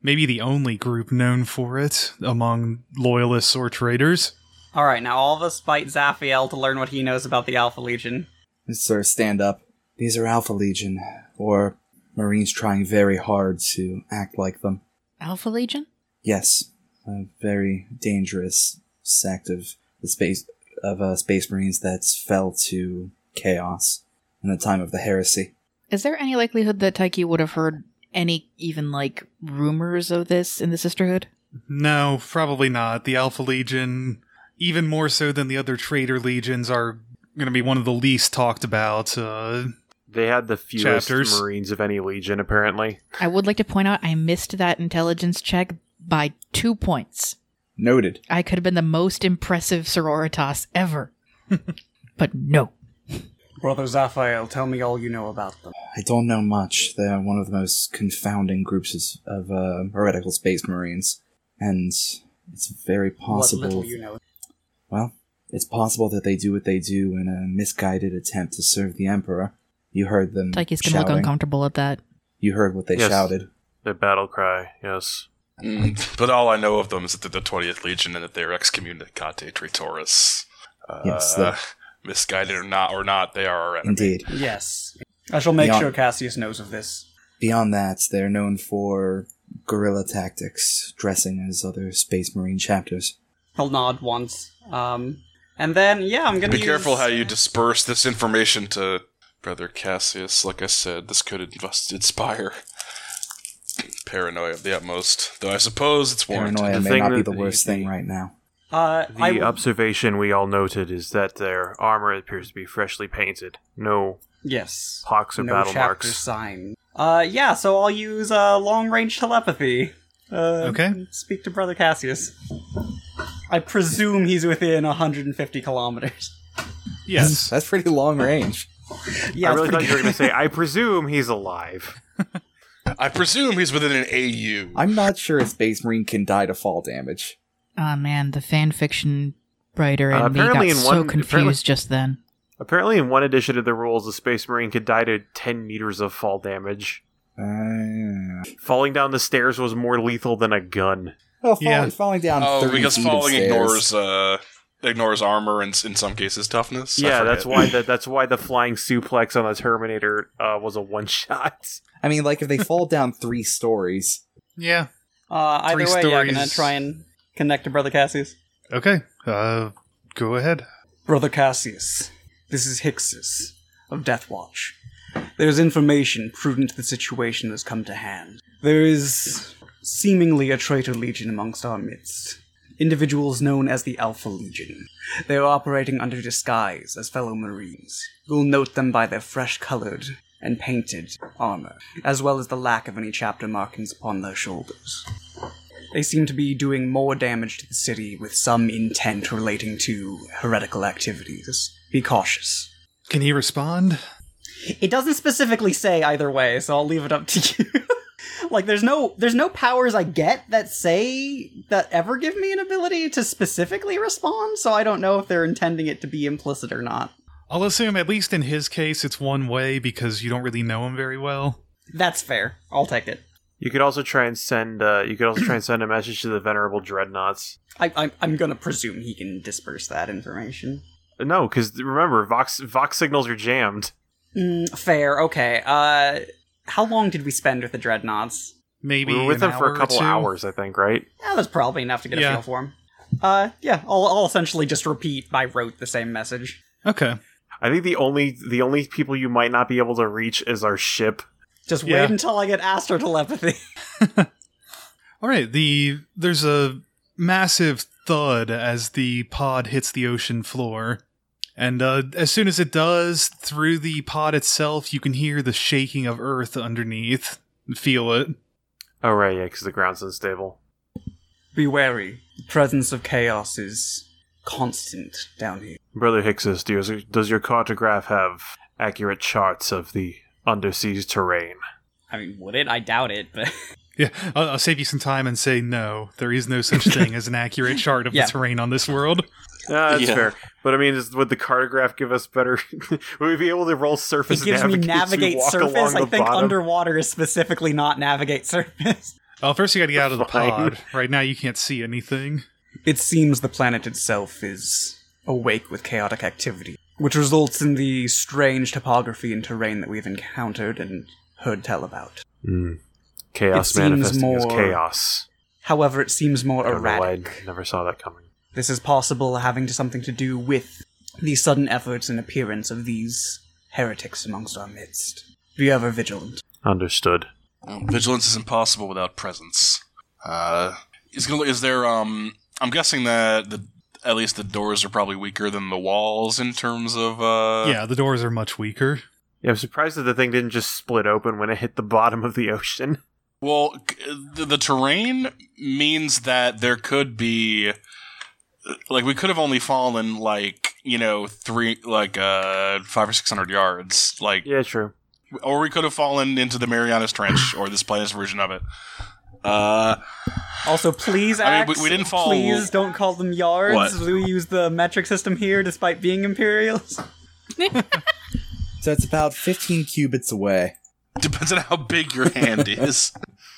S1: maybe the only group known for it among loyalists or traitors.
S4: All right, now all of us fight Zaphiel to learn what he knows about the Alpha Legion.
S2: Sir, stand up. These are Alpha Legion, or Marines trying very hard to act like them.
S5: Alpha Legion?
S2: Yes, a very dangerous sect of the space of uh, space marines that fell to chaos in the time of the heresy.
S5: Is there any likelihood that Taiki would have heard any even like rumors of this in the sisterhood?
S1: No, probably not. The Alpha Legion, even more so than the other traitor legions, are going to be one of the least talked about. Uh,
S3: They had the fewest
S1: Chapters.
S3: Marines of any Legion, apparently.
S5: I would like to point out I missed that intelligence check by two points.
S2: Noted.
S5: I could have been the most impressive sororitas ever. but no.
S4: Brother Zaphael, tell me all you know about them.
S2: I don't know much. They're one of the most confounding groups of uh, heretical space marines, and it's very
S4: What
S2: possible.
S4: little you know.
S2: Well, it's possible that they do what they do in a misguided attempt to serve the Emperor. You heard them
S5: Taiki's gonna look
S2: shouting.
S5: uncomfortable at that.
S2: You heard what they
S3: Yes.
S2: shouted.
S3: Their battle cry, yes.
S6: Mm, but all I know of them is that they're the 20th Legion and that they're excommunicate traitors. Uh,
S2: Yes, the-
S6: misguided or not, or not, they are our enemy.
S2: Indeed.
S4: Yes. I shall make
S2: Beyond-
S4: sure Cassius knows of this.
S2: Beyond that, they're known for guerrilla tactics, dressing as other space marine chapters.
S4: I'll nod once. Um, and then, yeah, I'm gonna
S6: Be
S4: use-
S6: careful how you disperse this information to Brother Cassius. Like I said, this could invest, inspire paranoia of the utmost. Though I suppose it's warranted.
S2: Paranoia
S3: The
S2: may
S3: thing
S2: not be
S3: that
S2: the
S3: the-
S2: worst thing right now.
S4: Uh,
S3: The
S4: I will-
S3: observation we all noted is that their armor appears to be freshly painted. No
S4: yes.
S3: pox or
S4: no
S3: battle
S4: chapter
S3: marks.
S4: sign. Uh, yeah, so I'll use uh, long range telepathy. Uh,
S1: Okay.
S4: Speak to Brother Cassius. I presume he's within 150 kilometers.
S1: yes.
S2: That's pretty long range.
S4: Yeah,
S3: I
S4: it's
S3: really thought
S4: pretty
S3: you were going to say, I presume he's alive.
S6: I presume he's within an AU.
S2: I'm not sure a space marine can die to fall damage.
S5: Oh man, the fan fiction writer
S3: Uh,
S5: and me got
S3: apparently in
S5: so
S3: one- apparently-
S5: confused just then.
S3: Apparently, in one edition of the rules, a Space Marine could die to 10 meters of fall damage.
S2: Uh,
S3: Falling down the stairs was more lethal than a gun.
S2: well, fall,
S1: Yeah.
S2: falling down
S6: oh,
S2: 30
S6: because
S2: feet of
S6: falling
S2: stairs.
S6: ignores uh, ignores armor and s- in some cases toughness. I
S3: yeah,
S6: forget.
S3: that's why the, that's why the flying suplex on the Terminator uh, was a one shot.
S2: I mean, like if they fall down three stories,
S1: Yeah.
S4: Uh, either
S1: Three
S4: way, yeah, I'm gonna
S1: stories.
S4: try and connect to Brother Cassius.
S1: Okay. Uh, go ahead.
S4: Brother Cassius, this is Hixus of Death Watch. There's information prudent to the situation that has come to hand. There is seemingly a traitor legion amongst our midst. Individuals known as the Alpha Legion. They are operating under disguise as fellow Marines. You'll note them by their fresh colored and painted armor, as well as the lack of any chapter markings upon their shoulders. They seem to be doing more damage to the city with some intent relating to heretical activities. Be cautious.
S1: Can he respond?
S4: It doesn't specifically say either way, so I'll leave it up to you. like there's no there's no powers I get that say that ever give me an ability to specifically respond, so I don't know if they're intending it to be implicit or not.
S1: I'll assume, at least in his case, it's one way because you don't really know him very well.
S4: That's fair. I'll take it.
S3: You could also try and send uh, you could also try and send a message to the venerable dreadnoughts.
S4: I, I'm I'm gonna presume he can disperse that information.
S3: No, because remember, vox vox signals are jammed.
S4: Mm, fair. Okay. Uh, how long did we spend with the dreadnoughts?
S1: Maybe
S3: we were with
S1: an
S3: them for
S1: hour
S3: a
S1: or
S3: couple
S1: two.
S3: hours, I think, right?
S4: Yeah, that's probably enough to get a
S1: Yeah.
S4: feel for him. Uh, yeah, I'll, I'll essentially just repeat by rote the same message.
S1: Okay.
S3: I think the only the only people you might not be able to reach is our ship.
S4: Just
S1: Yeah.
S4: wait until I get astro telepathy.
S1: All right. The there's a massive thud as the pod hits the ocean floor, and uh, as soon as it does, through the pod itself, you can hear the shaking of earth underneath. Feel it.
S3: Oh right, yeah, because the ground's unstable.
S4: Be wary. The presence of chaos is constant down here.
S3: Brother Hixus, do you, does your cartograph have accurate charts of the undersea terrain?
S4: I mean, would it? I doubt it, but
S1: Yeah, I'll, I'll save you some time and say no. There is no such thing as an accurate chart of
S4: Yeah.
S1: the terrain on this world.
S3: Uh, that's
S6: Yeah.
S3: fair. But I mean, is, would the cartograph give us better? would we be able to roll surface?
S4: it gives me
S3: navigate as we
S4: navigate
S3: walk
S4: surface.
S3: along
S4: I
S3: the
S4: think
S3: bottom?
S4: underwater is specifically not navigate surface.
S1: Well, Uh, first you got to get out of the
S3: Fine.
S1: pod. Right now, you can't see anything.
S4: It seems the planet itself is awake with chaotic activity, which results in the strange topography and terrain that we've encountered and heard tell about.
S3: Mm. Chaos
S4: It seems
S3: manifesting as
S4: more-
S3: chaos.
S4: However, it seems more
S3: I don't know why
S4: erratic.
S3: I never saw that coming.
S4: This is possible having to something to do with the sudden efforts and appearance of these heretics amongst our midst. Be ever vigilant.
S3: Understood.
S6: Well, Um, vigilance is impossible without presence. Uh, is gonna is there? Um, I'm guessing that the at least the doors are probably weaker than the walls in terms of. Uh,
S1: yeah, the doors are much weaker.
S3: Yeah, I'm surprised that the thing didn't just split open when it hit the bottom of the ocean.
S6: Well, c- the, the terrain means that there could be, like, we could have only fallen like you know three, like uh five or six hundred yards, like,
S3: Yeah, true.
S6: or we could have fallen into the Marianas Trench or this planet's version of it. Uh,
S4: Also, please
S6: I mean,
S4: act.
S6: we- we didn't follow-
S4: Please don't call them yards.
S6: What?
S4: We use the metric system here, despite being Imperials.
S2: So it's about 15 cubits away.
S6: depends on how big your hand is,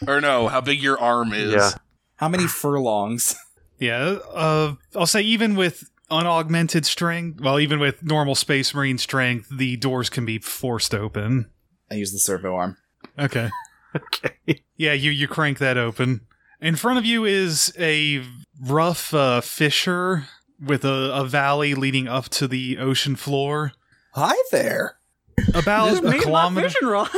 S6: or no, how big your arm is.
S3: Yeah.
S2: How many furlongs?
S1: Yeah, uh, I'll say even with unaugmented strength, well, even with normal Space Marine strength, the doors can be forced open.
S2: I use the servo arm.
S1: Okay.
S3: Okay.
S1: Yeah, you you crank that open. In front of you is a rough uh, fissure with a, a valley leading up to the ocean floor.
S2: Hi there.
S1: About a kilometer,
S4: rod.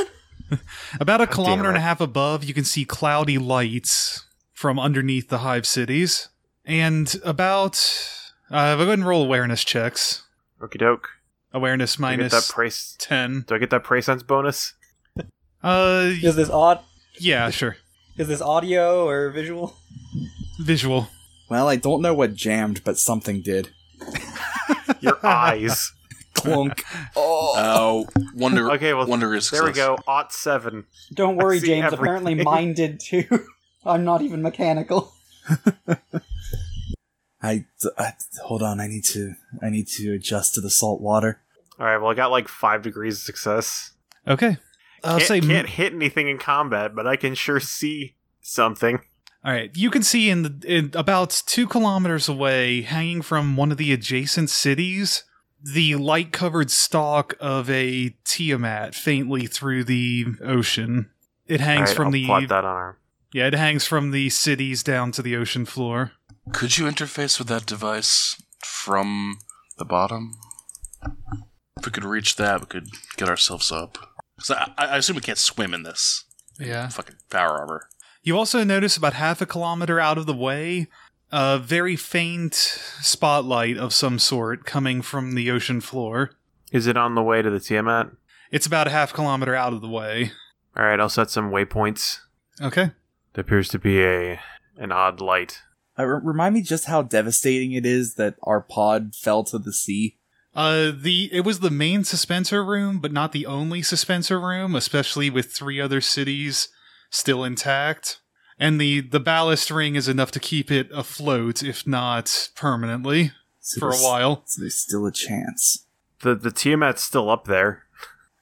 S1: about a
S3: God damn
S1: kilometer and a
S3: it.
S1: half above, you can see cloudy lights from underneath the hive cities, and about uh, go ahead and roll awareness checks.
S3: Okie doke.
S1: Awareness
S3: Do I get
S1: minus
S3: that praise?
S1: ten.
S3: Do I get that praise sense bonus?
S1: Uh,
S4: Is this odd?
S1: yeah, sure.
S4: Is this audio or visual?
S1: Visual.
S2: Well, I don't know what jammed, but something did.
S3: Your eyes.
S2: Clunk. oh.
S6: Oh, wonder.
S3: Okay, well,
S6: wonder is
S3: There we
S6: success.
S3: go. Ot seven.
S4: Don't worry,
S3: I see
S4: James. Apparently,
S3: everything.
S4: mine did too. I'm not even mechanical.
S2: I, I hold on. I need to. I need to adjust to the salt water.
S3: All right. Well, I got like five degrees of success.
S1: Okay. I'll
S3: can't,
S1: say.
S3: can't hit anything in combat, but I can sure see something.
S1: All right. You can see in, the, in about two kilometers away, hanging from one of the adjacent cities, the light covered stalk of a Tiamat faintly through the ocean. It hangs
S3: All right,
S1: from
S3: I'll
S1: the
S3: plot that on our.
S1: yeah, it hangs from the cities down to the ocean floor.
S6: Could you interface with that device from the bottom? If we could reach that, we could get ourselves up. So I, I assume we can't swim in this
S1: Yeah.
S6: fucking power armor.
S1: You also notice about half a kilometer out of the way a very faint spotlight of some sort coming from the ocean floor.
S3: Is it on the way to the Tiamat?
S1: It's about a half kilometer out of the way.
S3: All right. I'll set some waypoints.
S1: Okay.
S3: There appears to be a an odd light.
S2: Uh, re- remind me just how devastating it is that our pod fell to the sea.
S1: Uh, the it was the main suspensor room, but not the only suspensor room, especially with three other cities still intact. And the the ballast ring is enough to keep it afloat, if not permanently,
S2: So
S1: for a
S2: there's-
S1: while.
S2: So there's still a chance.
S3: The the Tiamat's still up there.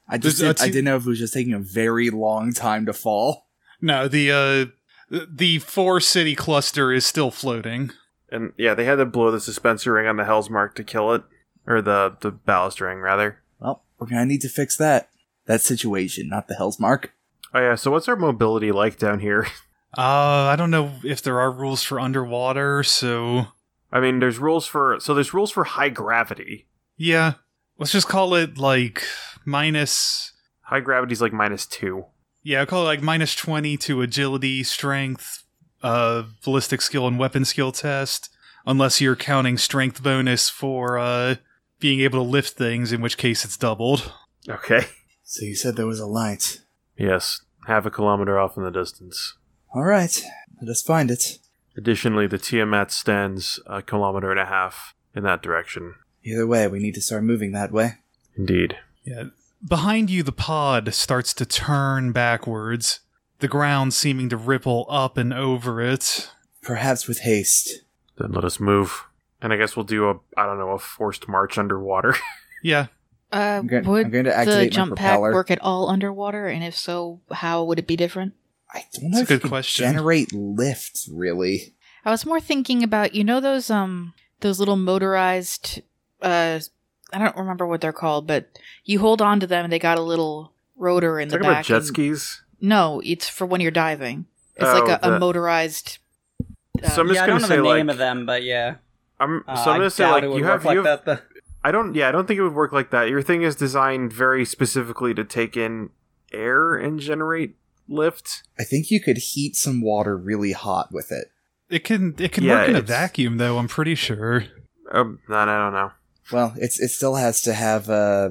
S2: I just.
S1: There's a
S2: Did, I
S1: two-
S2: didn't know if it was just taking a very long time to fall.
S1: No, the uh, the four city cluster is still floating.
S3: And yeah, they had to blow the suspensor ring on the Hell's Mark to kill it, or the the ballast ring rather.
S2: Well, we're gonna need to fix that. That situation, not the Hell's Mark.
S3: Oh yeah. So what's our mobility like down here?
S1: Uh, I don't know if there are rules for underwater, so
S3: I mean, there's rules for so there's rules for high gravity.
S1: yeah, let's just call it like minus
S3: High gravity's like minus two.
S1: Yeah, I'll call it like minus 20 to agility, strength, uh, ballistic skill, and weapon skill test, unless you're counting strength bonus for uh, being able to lift things, in which case it's doubled.
S3: Okay.
S2: So you said there was a light.
S3: Yes, half a kilometer off in the distance.
S2: All right, let us find it.
S3: Additionally, the Tiamat stands a kilometer and a half in that direction.
S2: Either way, we need to start moving that way.
S3: Indeed.
S1: Yeah. Behind you, the pod starts to turn backwards, the ground seeming to ripple up and over it.
S2: Perhaps with haste.
S3: Then let us move. And I guess we'll do a I don't know a forced march underwater.
S1: Yeah.
S5: Uh,
S2: I'm, going,
S5: would
S2: I'm going to
S5: the
S2: activate my
S5: jump pack
S2: propeller.
S5: work at all underwater? And if so, how would it be different?
S2: I don't know
S1: That's a
S2: if
S1: good
S2: it can
S1: question.
S2: generate lift, really.
S5: I was more thinking about you know those um those little motorized uh I don't remember what they're called, but you hold on to them and they got a little rotor in
S3: Talking
S5: the back.
S3: about jet
S5: and-
S3: skis.
S5: No, it's for when you're diving. It's
S3: Oh,
S5: like a, a
S3: the-
S5: motorized uh, them.
S3: So I'm just
S4: yeah, I
S3: gonna
S4: don't know the
S3: say, like-
S4: name of them, but yeah.
S3: I'm
S4: Uh,
S3: so I'm
S4: I
S3: gonna say
S4: doubt
S3: like
S4: it would
S3: you
S4: work
S3: have
S4: like
S3: you have,
S4: that. The,
S3: I don't yeah I don't think it would work like that. Your thing is designed very specifically to take in air and generate lift.
S2: I think you could heat some water really hot with it.
S1: It can it can
S3: Yeah,
S1: work in a
S3: it's-
S1: vacuum though. I'm pretty sure.
S3: Um, that I don't know.
S2: Well, it's it still has to have uh,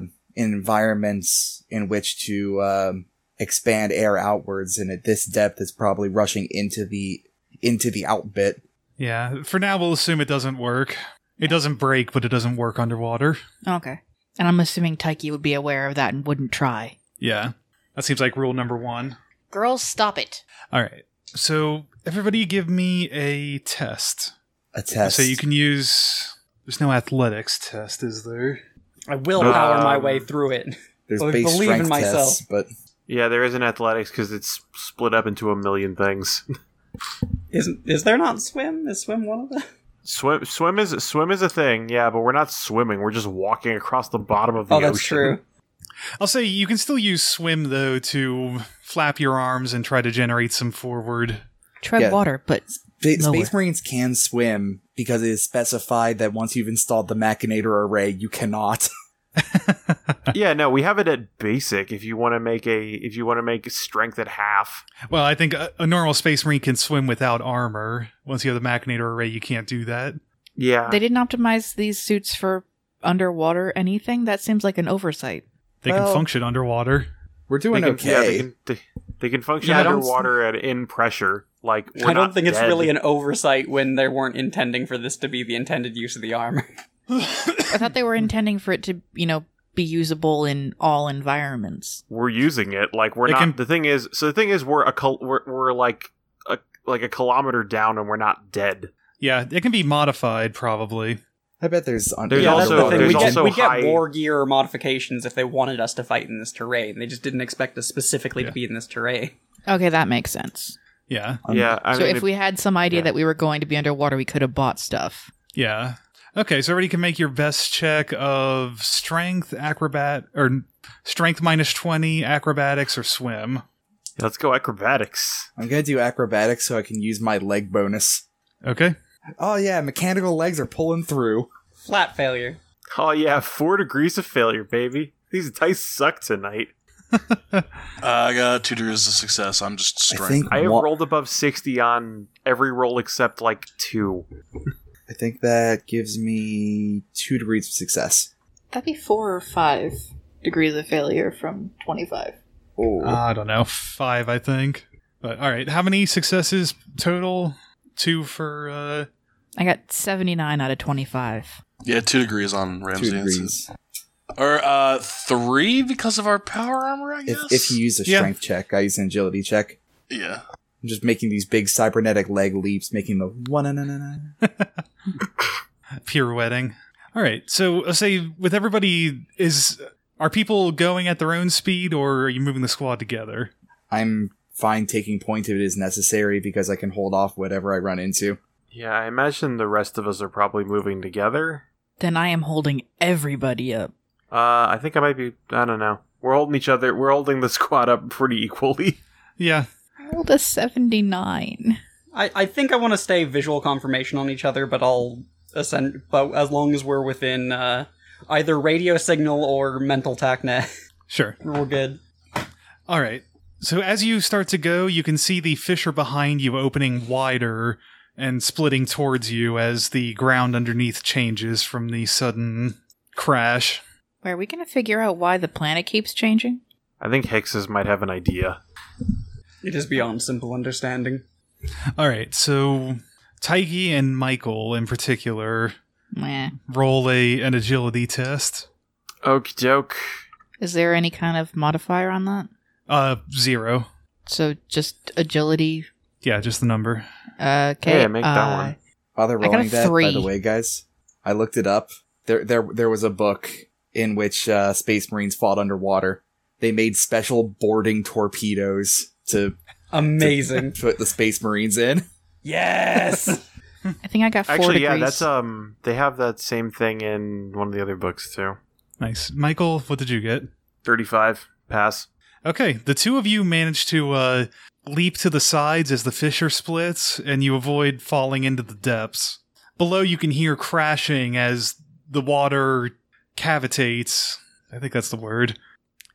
S2: environments in which to um, expand air outwards, and at this depth, it's probably rushing into the into the out bit.
S1: Yeah. For now, we'll assume it doesn't work. It doesn't break, but it doesn't work underwater.
S5: okay. And I'm assuming Taiki would be aware of that and wouldn't try.
S1: Yeah. That seems like rule number one.
S5: Girls, stop it.
S1: All right. So everybody, give me a test.
S2: A test.
S1: So you can use. There's no athletics test, is there?
S4: I will power my
S3: Um,
S4: way through it.
S2: There's
S4: I
S2: base
S4: believe in
S2: strength
S4: myself.
S2: tests, but
S3: Yeah, there isn't athletics because it's split up into a million things.
S4: Is is there not swim? Is swim one of them?
S3: swim, swim is swim is a thing. Yeah, but we're not swimming. We're just walking across the bottom of the
S4: Oh, that's
S3: ocean.
S4: true.
S1: I'll say you can still use swim though to flap your arms and try to generate some forward.
S5: Tread
S2: Yeah.
S5: water, but
S2: Spa-
S5: No
S2: Space Marines can swim because it is specified that once you've installed the Machinator array, you cannot.
S3: yeah, no, we have it at basic. If you want to make a, if you want to make strength at half,
S1: Well, I think a, a normal space marine can swim without armor. Once you have the Machinator array, you can't do that.
S3: yeah,
S5: they didn't optimize these suits for underwater anything. That seems like an oversight.
S1: They can
S2: Well-
S1: function underwater.
S2: We're
S3: they
S2: doing
S3: can,
S2: okay.
S3: yeah, they can, they, they can function
S4: Yeah, I don't-
S3: underwater at in pressure. Like we're
S4: I don't
S3: not
S4: think it's
S3: dead.
S4: really an oversight when they weren't intending for this to be the intended use of the armor.
S5: I thought they
S3: Hmm.
S5: were intending for it to, you know, be usable in all environments.
S3: We're using it. Like we're
S1: They
S3: not.
S1: can-
S3: the thing is, so the thing is, we're a col- we're, we're like a like a kilometer down, and we're not dead.
S1: Yeah, it can be modified probably.
S2: I bet there's. Un-
S3: There's
S4: yeah,
S3: also-
S4: that's the thing.
S3: there's
S4: We get,
S3: also
S4: we get
S3: high-
S4: war gear modifications if they wanted us to fight in this terrain. They just didn't expect us specifically
S1: Yeah.
S4: to be in this terrain.
S5: Okay, that makes sense.
S1: Yeah,
S2: Um,
S3: yeah, I
S5: so
S3: mean,
S5: if we had some idea
S3: yeah.
S5: that we were going to be underwater, we could have bought stuff.
S1: yeah. Okay, so everybody can make your best check of strength, acrobat, or strength minus twenty, acrobatics, or swim.
S3: let's go acrobatics.
S2: I'm gonna do acrobatics so I can use my leg bonus.
S1: Okay.
S2: Oh yeah, mechanical legs are pulling through.
S4: Flat failure.
S3: Oh yeah, four degrees of failure, baby. These dice suck tonight.
S6: Uh, I got two degrees of success. I'm just
S2: I
S6: strength.
S2: think
S3: I have
S2: wa-
S3: rolled above sixty on every roll except like two.
S2: I think that gives me two degrees of success.
S7: That'd be four or five degrees of failure from 25.
S2: Oh,
S1: I don't know, five, I think. But all right, how many successes total? Two for uh,
S5: I got 79 out of 25.
S6: yeah, two degrees on
S2: two
S6: Ramsey.
S2: degrees.
S6: Or uh, three because of our power armor, I
S2: If
S6: guess?
S2: if you use a
S1: Yeah.
S2: strength check, I use an agility check.
S6: yeah.
S2: I'm just making these big cybernetic leg leaps, making the one na na na na.
S1: pirouetting. All right, so uh, say with everybody, is are people going at their own speed, or are you moving the squad together?
S2: I'm fine taking point if it is necessary because I can hold off whatever I run into.
S3: Yeah, I imagine the rest of us are probably moving together.
S5: Then I am holding everybody up.
S3: Uh, I think I might be. I don't know. We're holding each other. We're holding the squad up pretty equally.
S1: Yeah,
S5: I rolled a 79.
S4: I, I think I want to stay visual confirmation on each other, but I'll ascend. But as long as we're within uh, either radio signal or mental tacnet,
S1: sure.
S4: we're good.
S1: All right. So as you start to go, you can see the fissure behind you opening wider and splitting towards you as the ground underneath changes from the sudden crash.
S5: Are we going to figure out why the planet keeps changing?
S3: I think Hickses might have an idea.
S4: It is beyond simple understanding.
S1: All right, so Taiki and Michael in particular
S5: Meh.
S1: roll a an agility test.
S3: Okie doke.
S5: Is there any kind of modifier on that?
S1: Uh, zero.
S5: So just agility.
S1: Yeah, just the number.
S5: Uh, okay.
S3: Yeah, make that
S5: uh,
S3: one.
S2: While they're
S5: I got a
S2: rolling that, by
S5: three.
S2: the way, guys, I looked it up. There, there, there was a book in which uh, Space Marines fought underwater. They made special boarding torpedoes to
S4: Amazing.
S2: put the Space Marines in.
S4: yes.
S5: I think I got four
S3: Actually,
S5: degrees.
S3: yeah, that's um. They have that same thing in one of the other books too.
S1: Nice. Michael, what did you get?
S3: Thirty-five pass.
S1: Okay, the two of you manage to uh, leap to the sides as the fissure splits, and you avoid falling into the depths. Below, you can hear crashing as the water cavitates. I think that's the word.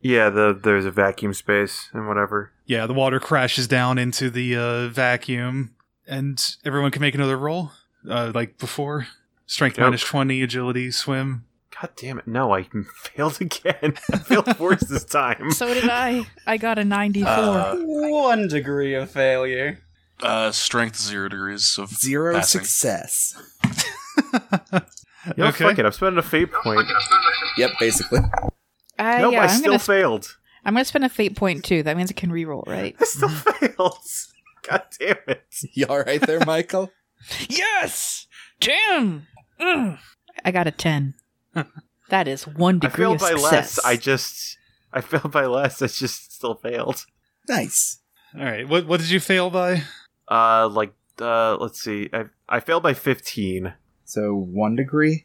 S3: Yeah, the there's a vacuum space and whatever.
S1: Yeah, the water crashes down into the uh, vacuum, and everyone can make another roll, uh, like before. Strength
S3: Yep.
S1: minus 20, agility, swim.
S3: God damn it! No, I failed again. I failed worse this time.
S5: So did I. I got a 94.
S6: Uh,
S4: One degree of failure.
S6: Uh, strength zero degrees of
S2: Zero
S6: Passing.
S2: success.
S3: You know,
S1: Okay.
S3: fuck it. I'm spending a fate point.
S2: Yep, basically.
S5: Uh,
S3: nope,
S5: yeah,
S3: I
S5: I'm
S3: still
S5: gonna sp-
S3: failed.
S5: I'm gonna spend a fate point too. That means I can reroll, right?
S3: I still
S5: Mm.
S3: failed. God damn it!
S2: You all right there, Michael?
S5: yes, Jim. Mm. I got a ten. that is one
S3: I
S5: degree
S3: failed
S5: of
S3: by
S5: success.
S3: less. I just I failed by less. I just still failed.
S2: Nice.
S1: All right, what, what did you fail by?
S3: Uh, like uh, let's see. I I failed by fifteen.
S2: So one degree.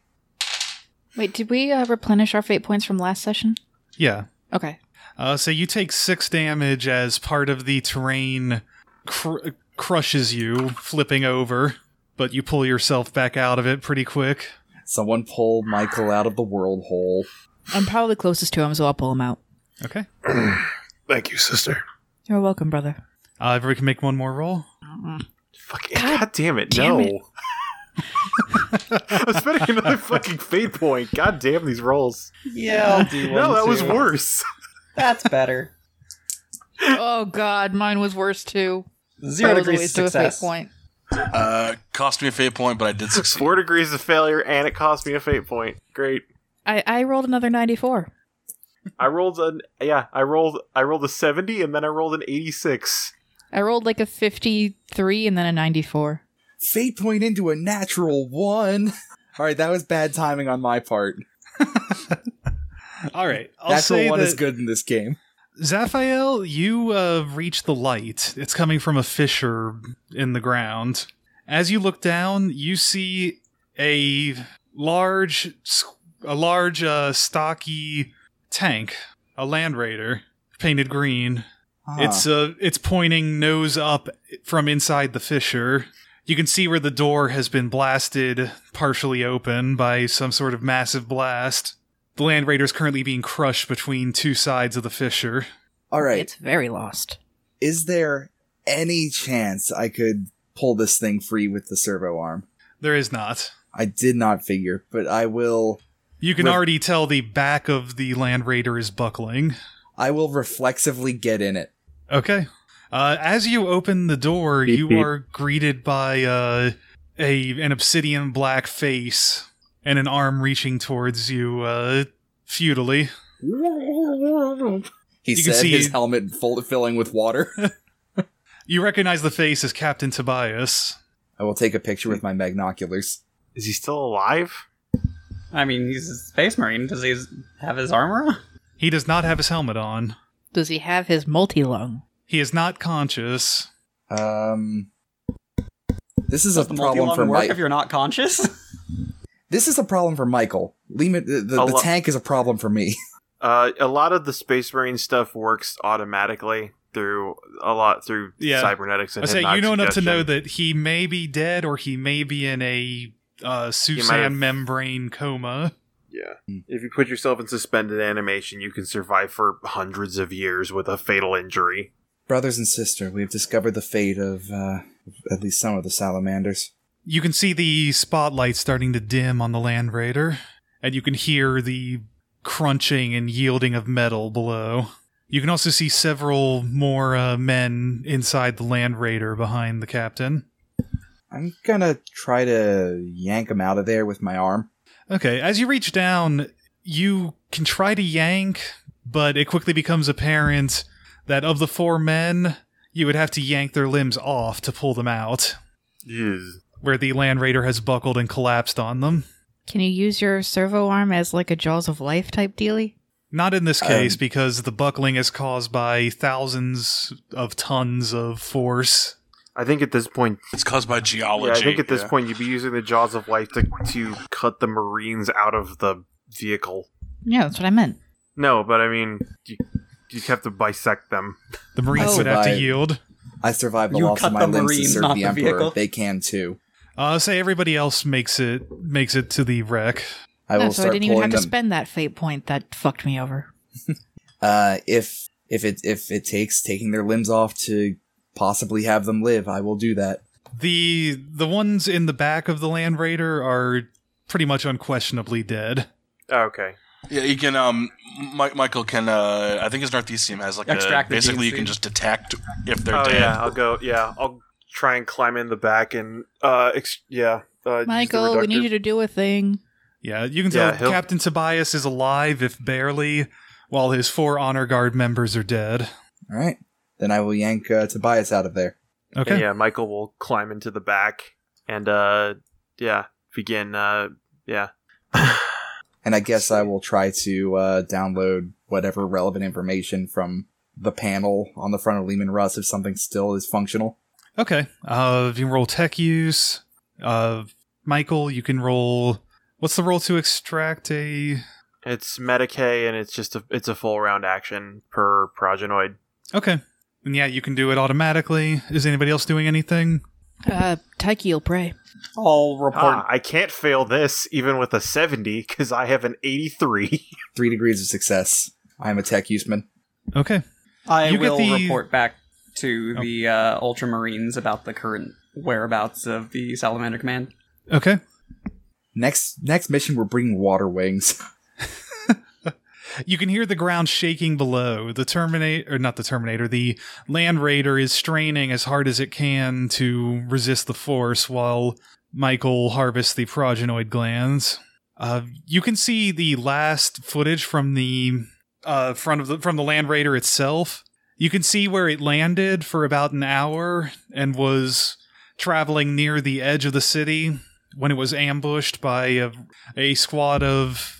S5: Wait, did we uh, replenish our fate points from last session?
S1: Yeah.
S5: Okay.
S1: Uh, so you take six damage as part of the terrain cr- crushes you, flipping over, but you pull yourself back out of it pretty quick.
S2: Someone pull Michael out of the world hole.
S5: I'm probably closest to him, so I'll pull him out.
S1: Okay.
S6: Thank you, sister.
S5: You're welcome, brother.
S1: Uh, everybody can make one more roll.
S3: Fuck
S5: God
S3: God, damn it!
S5: damn
S3: no.
S5: it.
S3: I'm spending another fucking fate point. God damn these rolls.
S4: Yeah, I'll do one.
S3: No, that was
S4: too.
S3: worse.
S4: That's better.
S5: oh God, mine was worse too.
S4: Zero
S5: All the
S4: degrees
S5: way
S4: of
S5: to a
S4: success.
S5: fate point.
S6: Uh, cost me a fate point, but I did succeed.
S3: Four degrees of failure, and it cost me a fate point. Great.
S5: I, I rolled another 94.
S3: I rolled an yeah. I rolled I rolled a seventy, and then I rolled an eighty-six.
S5: I rolled like a 53 and then a 94.
S2: Fate point into a natural one. All right, that was bad timing on my part.
S1: All right. I'll
S2: natural
S1: say
S2: one
S1: that
S2: is good in this game.
S1: Zaphael, you uh, reach the light. It's coming from a fissure in the ground. As you look down, you see a large, s- a large, uh, stocky tank, a land raider, painted green.
S3: Ah.
S1: It's uh, it's pointing nose up from inside the fissure. You can see where the door has been blasted, partially open by some sort of massive blast. The Land Raider is currently being crushed between two sides of the fissure.
S2: Ah. all right.
S5: It's very lost.
S2: is there any chance I could pull this thing free with the servo arm?
S1: There is not.
S2: I did not figure, but I will.
S1: You can
S2: Re-
S1: already tell the back of the Land Raider is buckling.
S2: I will reflexively get in it.
S1: Okay. Uh, as you open the door,
S3: Beep,
S1: you
S3: beep.
S1: are greeted by uh, a an obsidian black face and an arm reaching towards you uh, futilely.
S2: He
S1: You can
S2: said
S1: see-
S2: his helmet full, filling with water.
S1: You recognize the face as Captain Tobias.
S2: I will take a picture with my magnoculars.
S3: Is he still alive?
S4: I mean, he's a space marine. Does he have his armor? on?
S1: He does not have his helmet on.
S5: Does he have his multi lung?
S1: He is not conscious.
S2: Um, this is
S4: Does
S2: a
S4: the multi
S2: problem for
S4: work if
S2: Mike.
S4: you're not conscious?
S2: This is a problem for Michael. Lehman, the, the,
S3: A
S2: the
S3: lo-
S2: tank is a problem for me.
S3: Uh, a lot of the space marine stuff works automatically through a lot through
S1: Yeah.
S3: cybernetics and
S1: I say
S3: hypnotic
S1: you know enough to
S3: suggestion.
S1: know that he may be dead or he may be in a uh,
S3: have-
S1: Susan membrane coma.
S3: Yeah. If you put yourself in suspended animation, you can survive for hundreds of years with a fatal injury.
S2: Brothers and sister, we have discovered the fate of uh, at least some of the salamanders.
S1: You can see the spotlight starting to dim on the Land Raider, and you can hear the crunching and yielding of metal below. You can also see several more uh, men inside the Land Raider behind the captain.
S2: I'm gonna try to yank him out of there with my arm.
S1: Okay, as you reach down, you can try to yank, but it quickly becomes apparent that of the four men, you would have to yank their limbs off to pull them out, where the Land Raider has buckled and collapsed on them.
S5: Can you use your servo arm as like a Jaws of Life type dealy?
S1: Not in this case,
S2: Um,
S1: because the buckling is caused by thousands of tons of force.
S3: I think at this point,
S6: It's caused by
S3: yeah,
S6: geology.
S3: I think at this
S6: Yeah.
S3: point you'd be using the jaws of life to to cut the marines out of the vehicle.
S5: Yeah, that's what I meant.
S3: No, but I mean, you, you have to dissect them.
S1: The Marines
S5: Oh.
S1: would have to
S2: Survive.
S1: yield.
S2: I survived the
S4: You
S2: loss
S4: cut
S2: of my
S4: the
S2: limbs
S4: Marine,
S2: to serve
S4: not
S2: the
S4: the
S2: Emperor.
S4: vehicle.
S2: They can too.
S1: Uh, say everybody else makes it makes it to the wreck.
S2: I will
S5: Oh, so I
S2: start
S5: didn't
S2: pulling
S5: even have
S2: them.
S5: to spend that fate point that fucked me over.
S2: uh, if if it if it takes taking their limbs off to possibly have them live, I will do that.
S1: The the ones in the back of the Land Raider are pretty much unquestionably dead.
S3: Oh, okay.
S6: Yeah, you can. Um, Mi- Michael can. Uh, I think his Northeast team has like
S4: Extract
S6: a,
S4: the
S6: basically you
S4: DNC.
S6: can just detect if they're
S3: oh
S6: dead.
S3: yeah, I'll go. Yeah, I'll try and climb in the back and uh, ex- yeah. Uh, use the
S5: Michael, we
S3: reductive.
S5: need you to do a thing.
S1: Yeah, you can tell
S3: Yeah, he'll-
S1: Captain Tobias is alive, if barely, while his four honor guard members are dead.
S2: All right, then I will yank uh, Tobias out of there.
S1: Okay.
S3: And yeah, Michael will climb into the back and uh, yeah, begin. Uh, yeah.
S2: And I guess I will try to uh, download whatever relevant information from the panel on the front of Lehman Russ if something still is functional.
S1: Okay. Uh, if you can roll tech use, uh, Michael, you can roll. What's the roll to extract a?
S3: It's Medicaid and it's just a it's a full round action per progenoid.
S1: Okay. And yeah, you can do it automatically. Is anybody else doing anything?
S5: Uh, Taiki will pray.
S4: I'll report.
S3: Ah, I can't fail this even with a seventy because I have an eighty-three.
S2: Three degrees of success. I am a tech useman.
S1: Okay.
S4: I
S1: You get
S4: will
S1: the-
S4: report back
S3: Oh.
S4: to the uh, Ultramarines about the current whereabouts of the Salamander Command.
S1: Okay.
S2: Next next mission, we're bringing water wings.
S1: You can hear the ground shaking below. The Terminator, or not the Terminator, the Land Raider is straining as hard as it can to resist the force while Michael harvests the progenoid glands. Uh, you can see the last footage from the uh, front of the from the Land Raider itself. You can see where it landed for about an hour and was traveling near the edge of the city when it was ambushed by a, a squad of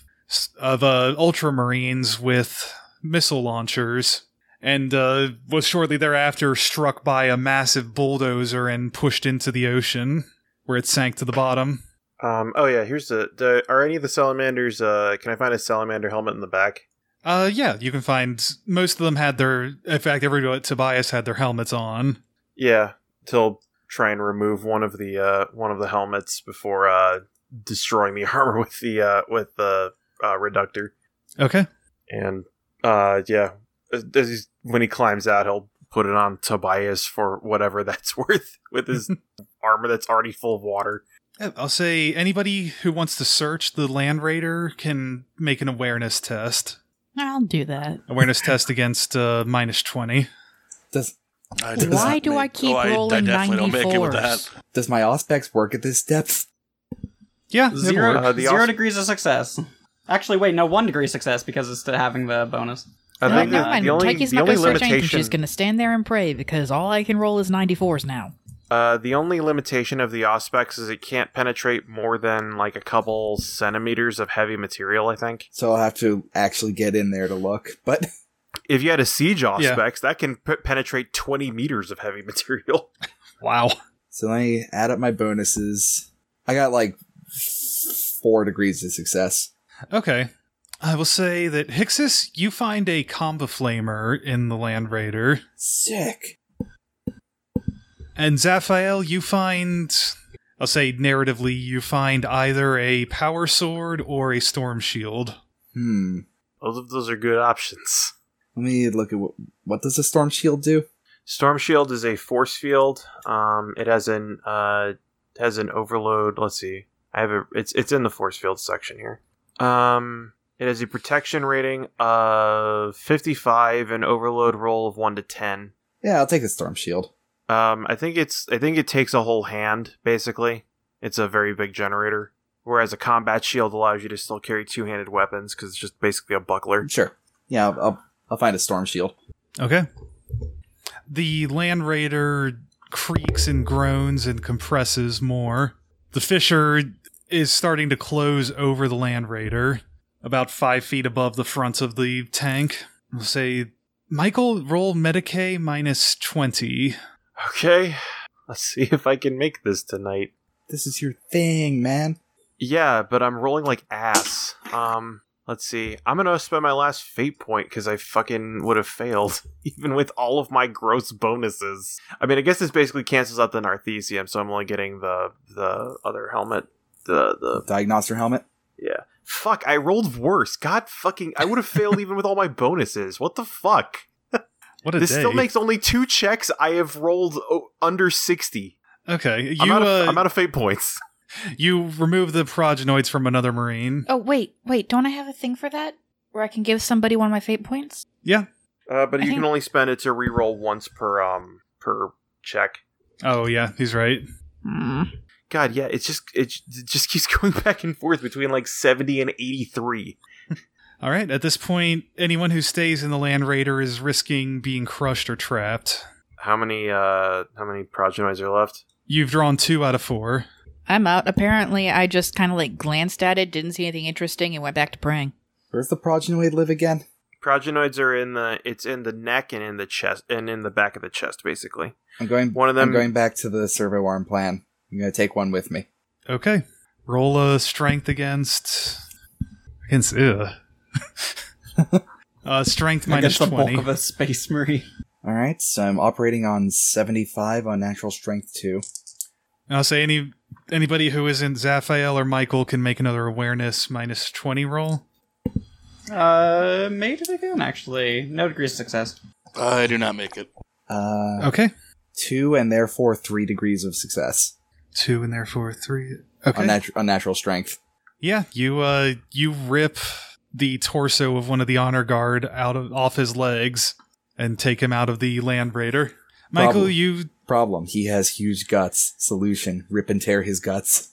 S1: of uh, ultramarines with missile launchers and uh, was shortly thereafter struck by a massive bulldozer and pushed into the ocean where it sank to the bottom
S3: Um. Oh yeah. Here's the, the. Are any of the salamanders? Uh. Can I find a salamander helmet in the back?
S1: uh yeah you can find most of them had their in fact everybody but tobias had their helmets on
S3: Yeah. Till try and remove one of the uh one of the helmets before uh destroying the armor with the uh with the uh, reductor.
S1: okay
S3: And uh yeah, as- as he's- when he climbs out, he'll put it on Tobias for whatever that's worth with his armor that's already full of water.
S1: Yeah, i'll say anybody who wants to search the land raider can make an awareness test
S5: I'll do that.
S1: awareness test against uh, minus 20
S2: Does
S6: I
S2: Does
S5: Why
S2: that
S5: do I
S6: make-
S5: keep
S6: oh, I- I
S5: rolling
S6: definitely don't make it with
S5: 94s?
S2: does my auspex work at this depth?
S1: yeah it
S4: Zero,
S1: worked.
S3: Uh, the
S4: zero
S3: aus-
S4: degrees of success. Actually, wait, no, one degree of success because it's still having the bonus.
S3: I
S5: No,
S3: think
S5: never
S3: the-
S5: mind.
S3: the only,
S5: Taiki's
S3: the
S5: not
S3: only
S5: going to search anything.
S3: limitation
S5: She's going to stand there and pray because all I can roll is 94s now.
S3: Uh, the only limitation of the Auspex is it can't penetrate more than like a couple centimeters of heavy material. I think
S2: So I'll have to actually get in there to look. But
S3: if you had a siege Auspex,
S1: Yeah.
S3: that can p- penetrate twenty meters of heavy material.
S1: wow
S2: so let me add up my bonuses. I got like four degrees of success.
S1: Okay. I will say that Hixus, you find a combiflamer in the Land Raider,
S2: Sick.
S1: and Zaphael, you find. I'll say narratively, you find either a power sword or a storm shield.
S2: Hmm.
S3: Both of those are good options.
S2: Let me look at what, what does a storm shield do?
S3: Storm Shield is a force field. Um, it has an uh, it has an overload. Let's see. I have a. It's it's in the force field section here. Um, it has a protection rating of fifty five and overload roll of one to ten.
S2: Yeah, I'll take a storm shield.
S3: Um, I think it's I think it takes a whole hand basically. It's a very big generator. Whereas a combat shield allows you to still carry two handed weapons because it's just basically a buckler.
S2: Sure. Yeah, I'll, I'll, I'll find a storm shield.
S1: Okay. The Land Raider creaks and groans and compresses more. The fissure is starting to close over the Land Raider, about five feet above the front of the tank. I'll say, Michael, roll Medicaid minus 20.
S3: Okay, let's see if I can make this tonight.
S2: This is your thing, man.
S3: Yeah, but I'm rolling like ass. Um, Let's see. I'm gonna spend my last fate point because I fucking would have failed, even with all of my gross bonuses. I mean, I guess this basically cancels out the Narthesium, so I'm only getting the the other helmet. The the
S2: Diagnoster helmet.
S3: yeah. Fuck! I rolled worse. God fucking! I would have failed even with all my bonuses. What the fuck?
S1: What a
S3: This
S1: day.
S3: still makes only two checks. I have rolled o- under sixty.
S1: okay. You
S3: I'm, out of,
S1: uh,
S3: I'm out of fate points.
S1: you remove the progenoids from another marine.
S5: Oh wait, wait, don't I have a thing for that? Where I can give somebody one of my fate points?
S1: Yeah.
S3: Uh, but
S5: I
S3: you
S5: think-
S3: can only spend it to re-roll once per um per check.
S1: Oh yeah, he's right.
S3: Hmm. God, yeah, it's just it, j- it just keeps going back and forth between like seventy and eighty three.
S1: All right. At this point, anyone who stays in the land raider is risking being crushed or trapped.
S3: How many uh how many progenoids are left?
S1: You've drawn two out of four.
S5: I'm out. Apparently, I just kind of like glanced at it, didn't see anything interesting, and went back to praying.
S2: Where's the progenoid live again?
S3: Progenoids are in the it's in the neck and in the chest and in the back of the chest basically.
S2: I'm going.
S3: One of them-
S2: I'm going back to the servo arm plan. I'm going to take one with me.
S1: Okay. Roll a strength against against ugh. uh strength
S4: I guess
S1: minus
S4: the
S1: twenty.
S4: bulk of a space marine.
S2: All right, so I'm operating on 75 on natural strength two.
S1: And I'll say any anybody who isn't Zaphael or Michael can make another awareness minus twenty roll.
S4: Uh, made it again, actually. No degrees of success.
S6: I do not make it.
S2: Uh,
S1: Okay.
S2: two and therefore three degrees of success
S1: Two and therefore three. Okay.
S2: on, natu- on natural strength.
S1: Yeah, you uh you rip the torso of one of the honor guard out of off his legs and take him out of the land raider. Michael,
S2: Problem.
S1: you
S2: Problem: He has huge guts. Solution: Rip and tear his guts.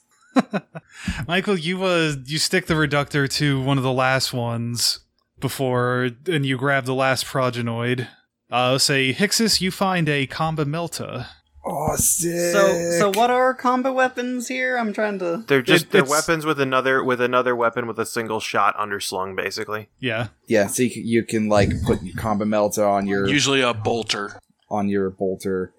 S1: Michael, you uh you stick the reductor to one of the last ones before and you grab the last progenoid. Uh say Hixus, you find a combamelta.
S2: Oh, sick!
S4: So, so what are our combo weapons here? I'm trying to.
S3: They're just they're
S1: it's-
S3: weapons with another with another weapon with a single shot underslung basically.
S1: Yeah.
S2: Yeah, so you, c- you can like put your combo melta on your
S6: Usually a bolter.
S2: on your bolter.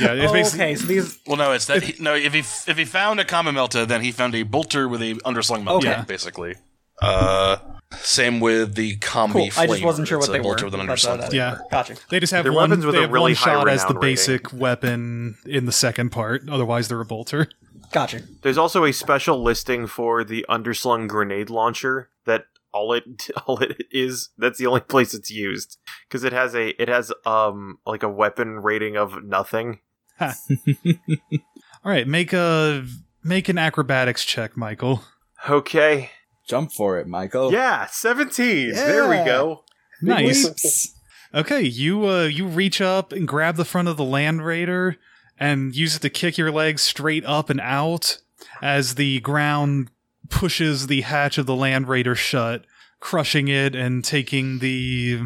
S1: Yeah, it's
S4: Oh,
S1: basically
S4: okay, so these.
S6: Well, no, it's that. He, no, if he if he found a common melta, then he found a bolter with a underslung melta,
S4: Okay.
S1: Yeah.
S6: basically. Uh, same with the combi.
S4: Cool. I just
S6: flamer.
S4: wasn't sure
S6: It's
S4: what they
S6: a
S4: were. uh,
S6: bolter with an
S4: That's
S6: underslung.
S4: all that-
S6: flamer.
S1: Yeah.
S4: Gotcha.
S1: they just have
S3: They're
S1: one
S3: weapons with
S1: they
S3: a
S1: have
S3: really
S1: one
S3: high
S1: shot as the
S3: renown rating.
S1: basic weapon in the second part, otherwise they're a bolter.
S4: Gotcha.
S3: There's also a special listing for the underslung grenade launcher that all it all it is that's the only place it's used because it has a it has um like a weapon rating of nothing.
S1: Alright, make a make an acrobatics check, Michael.
S3: Okay.
S2: Jump for it, Michael.
S3: Yeah, 17. There we
S2: Oh. Yeah.
S3: go.
S2: Big
S1: Nice.
S2: leaps.
S1: Okay, you uh you reach up and grab the front of the land raider and use it to kick your legs straight up and out as the ground pushes the hatch of the land raider shut, crushing it and taking the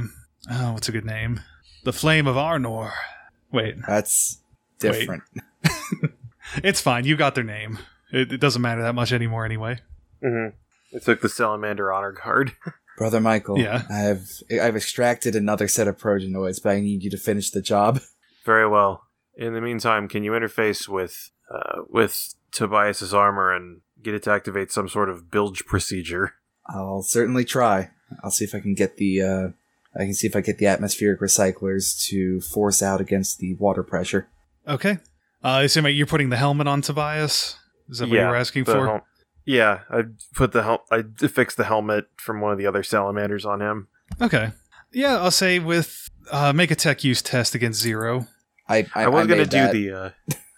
S1: oh, what's a good name? The flame of Arnor. Wait,
S2: That's different.
S1: it's fine. You got their name. It, it doesn't matter that much anymore anyway.
S3: Mm-hmm. It took the salamander honor guard.
S2: Brother Michael,
S1: Yeah.
S2: I've I've extracted another set of progenoids, but I need you to finish the job.
S3: Very well. In the meantime, can you interface with uh, with Tobias's armor and get it to activate some sort of bilge procedure?
S2: I'll certainly try. I'll see if I can get the uh, I can see if I get the atmospheric recyclers to force out against the water pressure.
S1: Okay. Uh, I assume you're putting the helmet on Tobias. Is that what you were asking
S3: the
S1: for?
S3: hel- yeah, I put the hel- I fixed the helmet from one of the other salamanders on him.
S1: Okay. Yeah, I'll say with uh, make a tech use test against zero.
S2: I I,
S3: I, was
S2: I
S3: gonna
S2: made
S3: do
S2: that.
S3: the uh,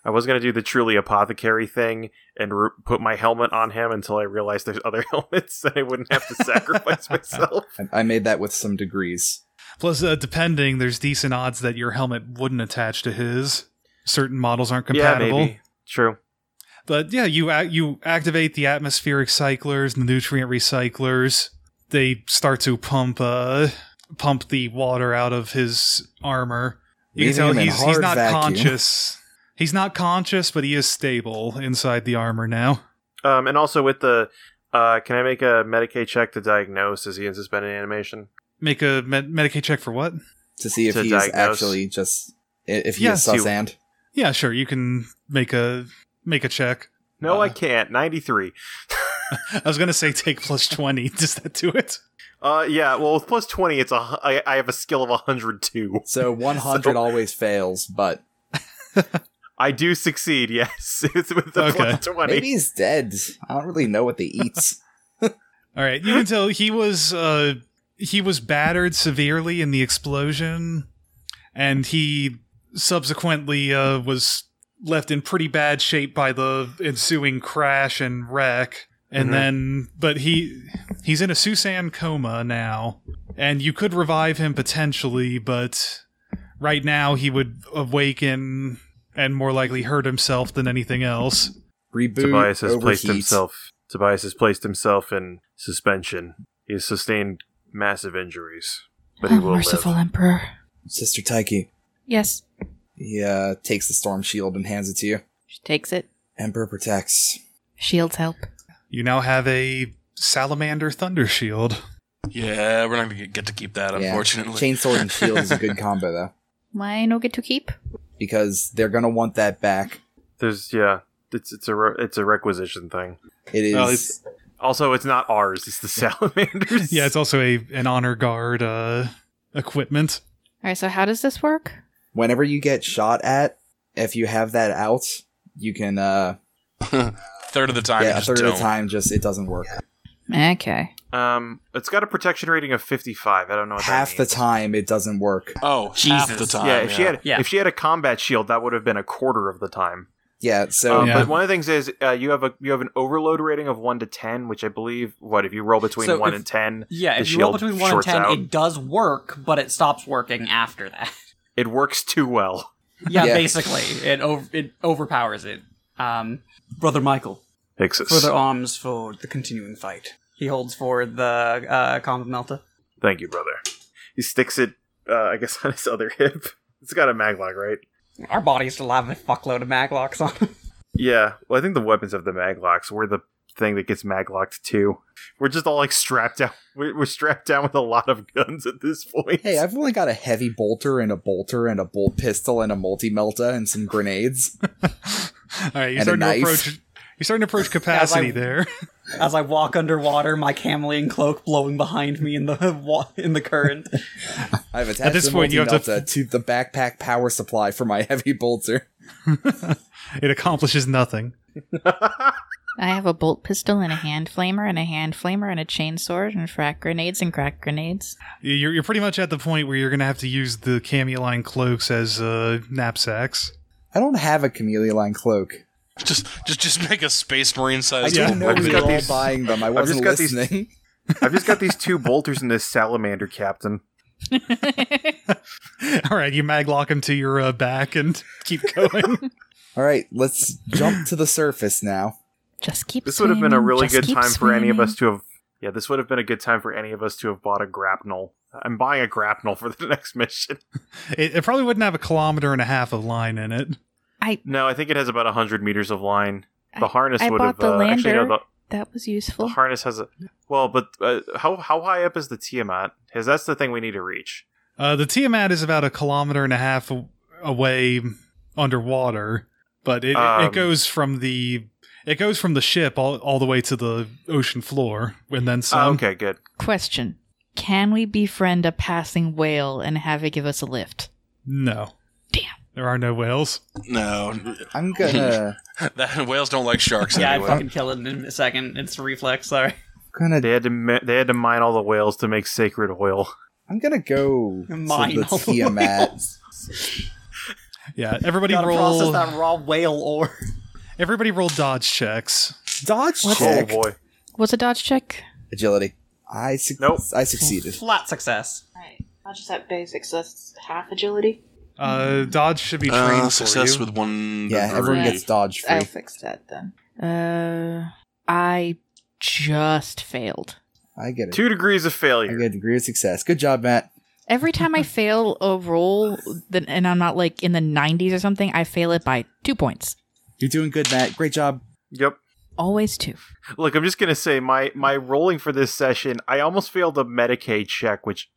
S3: I was gonna do the truly apothecary thing and re- put my helmet on him until I realized there's other helmets that I wouldn't have to sacrifice myself.
S2: I, I made that with some degrees.
S1: Plus, uh, depending, there's decent odds that your helmet wouldn't attach to his. Certain models aren't compatible.
S3: Yeah, maybe true.
S1: But yeah, you ac you activate the atmospheric cyclers, the nutrient recyclers. They start to pump uh, pump the water out of his armor. You
S2: Leaving
S1: can tell
S2: him in
S1: he's he's
S2: hard
S1: not
S2: vacuum.
S1: conscious. He's not conscious, but he is stable inside the armor now.
S3: Um, and also with the uh, can I make a Medicaid check to diagnose is he in suspended animation?
S1: Make a med- Medicaid check for what?
S2: to see if
S3: To
S2: he's
S3: diagnose.
S2: actually just i- if he
S1: Yeah,
S2: is
S3: see-
S2: Susand.
S1: Yeah, sure. You can make a make a check.
S3: No,
S1: Uh.
S3: I can't. Ninety three.
S1: I was gonna say take plus twenty. Does that do it?
S3: Uh, yeah. Well, with plus twenty, it's a hu- I, I have a skill of hundred two.
S2: So 100
S3: So-
S2: always fails, but
S3: I do succeed. Yes, it's with the
S1: Okay.
S3: plus twenty.
S2: maybe he's dead. I don't really know what they eat.
S1: All right, you can tell he was uh, he was battered severely in the explosion, and he subsequently uh, was left in pretty bad shape by the ensuing crash and wreck. And
S3: Mhm.
S1: then, but he he's in a Susan coma now, and you could revive him potentially, but right now he would awaken and more likely hurt himself than anything else.
S2: Reboot.
S3: Tobias has placed
S2: overheat.
S3: himself. Tobias has placed himself in suspension. He has sustained massive injuries, but he
S5: Oh,
S3: will
S5: merciful
S3: live.
S5: emperor.
S2: Sister Taiki.
S5: Yes.
S2: He uh, takes the storm shield and hands it to you.
S5: She takes it.
S2: Emperor protects.
S5: Shields help.
S1: You now have a salamander thunder shield.
S6: Yeah, we're not gonna get to keep that,
S2: Yeah.
S6: unfortunately.
S2: Chainsword and shield is a good combo though,
S5: Why no get to keep?
S2: because they're gonna want that back.
S3: There's yeah. It's it's a re- it's a requisition thing.
S2: It is.
S3: Well, it's- Also, it's not ours. It's the salamanders.
S1: Yeah, it's also a an honor guard uh, equipment.
S5: All right, so how does this work?
S2: whenever you get shot at, if you have that out, you can. uh
S6: third of the time,
S2: Yeah,
S6: you
S2: a
S6: just
S2: third of
S6: don't.
S2: the time, just it doesn't work.
S5: Okay.
S3: um. It's got a protection rating of fifty-five. I don't know. What
S2: Half
S3: that
S2: the
S3: means.
S2: time, it doesn't work.
S6: Oh, half the
S4: Jesus.
S6: time.
S3: yeah, if she had
S4: Yeah.
S3: if she had a combat shield, that would have been a quarter of the time.
S2: Yeah, so
S3: Um,
S1: Yeah.
S3: But one of the things is uh, you have a you have an overload rating of one to ten, which I believe what if you roll between
S4: So
S3: one
S4: if-
S3: and ten,
S4: Yeah,
S3: The
S4: if you roll
S3: shield
S4: between 1 and
S3: shorts
S4: 10,
S3: out.
S4: it does work, but it stops working after that.
S3: it works too well.
S4: yeah,
S2: Yeah.
S4: basically. It, over, it overpowers it. Um, Brother Michael,
S3: Pixis.
S4: further arms for the continuing fight. He holds forward the uh, Calm of Melta.
S3: Thank you, brother. He sticks it, uh, I guess, on his other hip. It's got a maglock, right?
S4: Our bodies still have a fuckload of maglocks on them.
S3: Yeah. Well, I think the weapons have the maglocks. We're the thing that gets maglocked too. We're just all like strapped down. We're, we're strapped down with a lot of guns at this point.
S2: hey, I've only got a heavy bolter and a bolter and a bolt pistol and a multi melta and some grenades.
S1: All right, you're
S2: And a
S1: starting to
S2: knife.
S1: approach. You're starting to approach capacity there.
S4: As I walk underwater, my Camelian cloak blowing behind me in the wa- in the current.
S2: I've attached
S1: this
S2: the
S1: point, you have to-
S2: multi-melta to the backpack power supply for my heavy bolter.
S1: It accomplishes nothing.
S5: I have a bolt pistol and a hand flamer and a hand flamer and a chain sword and frack grenades and crack grenades.
S1: You're you're pretty much at the point where you're going to have to use the cameline cloaks as uh, knapsacks.
S2: I don't have a chameleon line cloak.
S6: Just, just, just make a space marine
S2: I
S6: size.
S1: Yeah.
S2: didn't know
S3: I've
S2: we were
S3: got
S2: all
S3: these-
S2: buying them. I
S3: I've just
S2: wasn't
S3: got these-
S2: listening.
S3: I've just got these two bolters and this salamander captain.
S1: All right, you maglock them to your uh, back and keep going.
S2: All right, let's jump to the surface now.
S5: Just keep.
S3: This would have been a
S5: swimming,
S3: really
S5: just
S3: good
S5: keep
S3: time for any of
S5: swimming.
S3: us to have. Yeah, this would have been a good time for any of us to have bought a grapnel. I'm buying a grapnel for the next mission.
S1: it, it probably wouldn't have a kilometer and a half of line in it.
S3: No, I think it has about 100 meters of line. The
S5: I-
S3: harness
S5: I
S3: would have.
S5: bought the
S3: uh, actually, no,
S5: lander.
S3: the,
S5: That was
S3: the
S5: useful.
S3: harness has a. Well, but uh, how how high up is the Tiamat? Because that's the thing we need to reach.
S1: Uh, the Tiamat is about a kilometer and a half a- away underwater, but it,
S3: Um,
S1: it goes from the it goes from the ship all, all the way to the ocean floor, and then
S3: Oh,
S1: some.
S3: okay, good.
S5: Question: Can we befriend a passing whale and have it give us a lift?
S1: No,
S5: Damn.
S1: there are no whales.
S6: No,
S2: I'm gonna
S6: that whales don't like sharks
S4: yeah, I'd
S6: anyway.
S4: fucking kill it in a second. It's a reflex, sorry.
S2: gonna
S3: They had to mi- they had to mine all the whales to make sacred oil.
S2: I'm gonna go
S4: Mine
S2: to
S4: all
S2: the
S4: the
S2: Tiamat.
S1: Yeah, everybody
S4: Gotta process
S1: roll.
S4: that raw whale ore.
S1: Everybody roll dodge checks.
S2: Dodge
S3: Oh
S2: check.
S3: boy,
S5: What's a dodge check?
S2: Agility. I suc
S3: Nope.
S2: I succeeded.
S4: Flat success.
S7: Alright, not just at basic, so that's half agility.
S1: Uh, dodge should be trained
S6: Uh,
S1: for
S6: success
S1: you.
S6: with one.
S2: Yeah,
S6: degree.
S2: everyone
S7: Right.
S2: gets dodge free.
S7: I'll fix that then.
S5: Uh, I just failed.
S2: I get it.
S3: Oh. two degrees of
S2: I
S3: failure.
S2: get a degree of success. Good job, Matt.
S5: Every time I fail a roll, then and I'm not like in the 90s or something, I fail it by two points.
S2: You're doing good, Matt. Great job.
S3: Yep.
S5: Always two.
S3: Look, I'm just gonna say my my rolling for this session, I almost failed a Medicaid check, which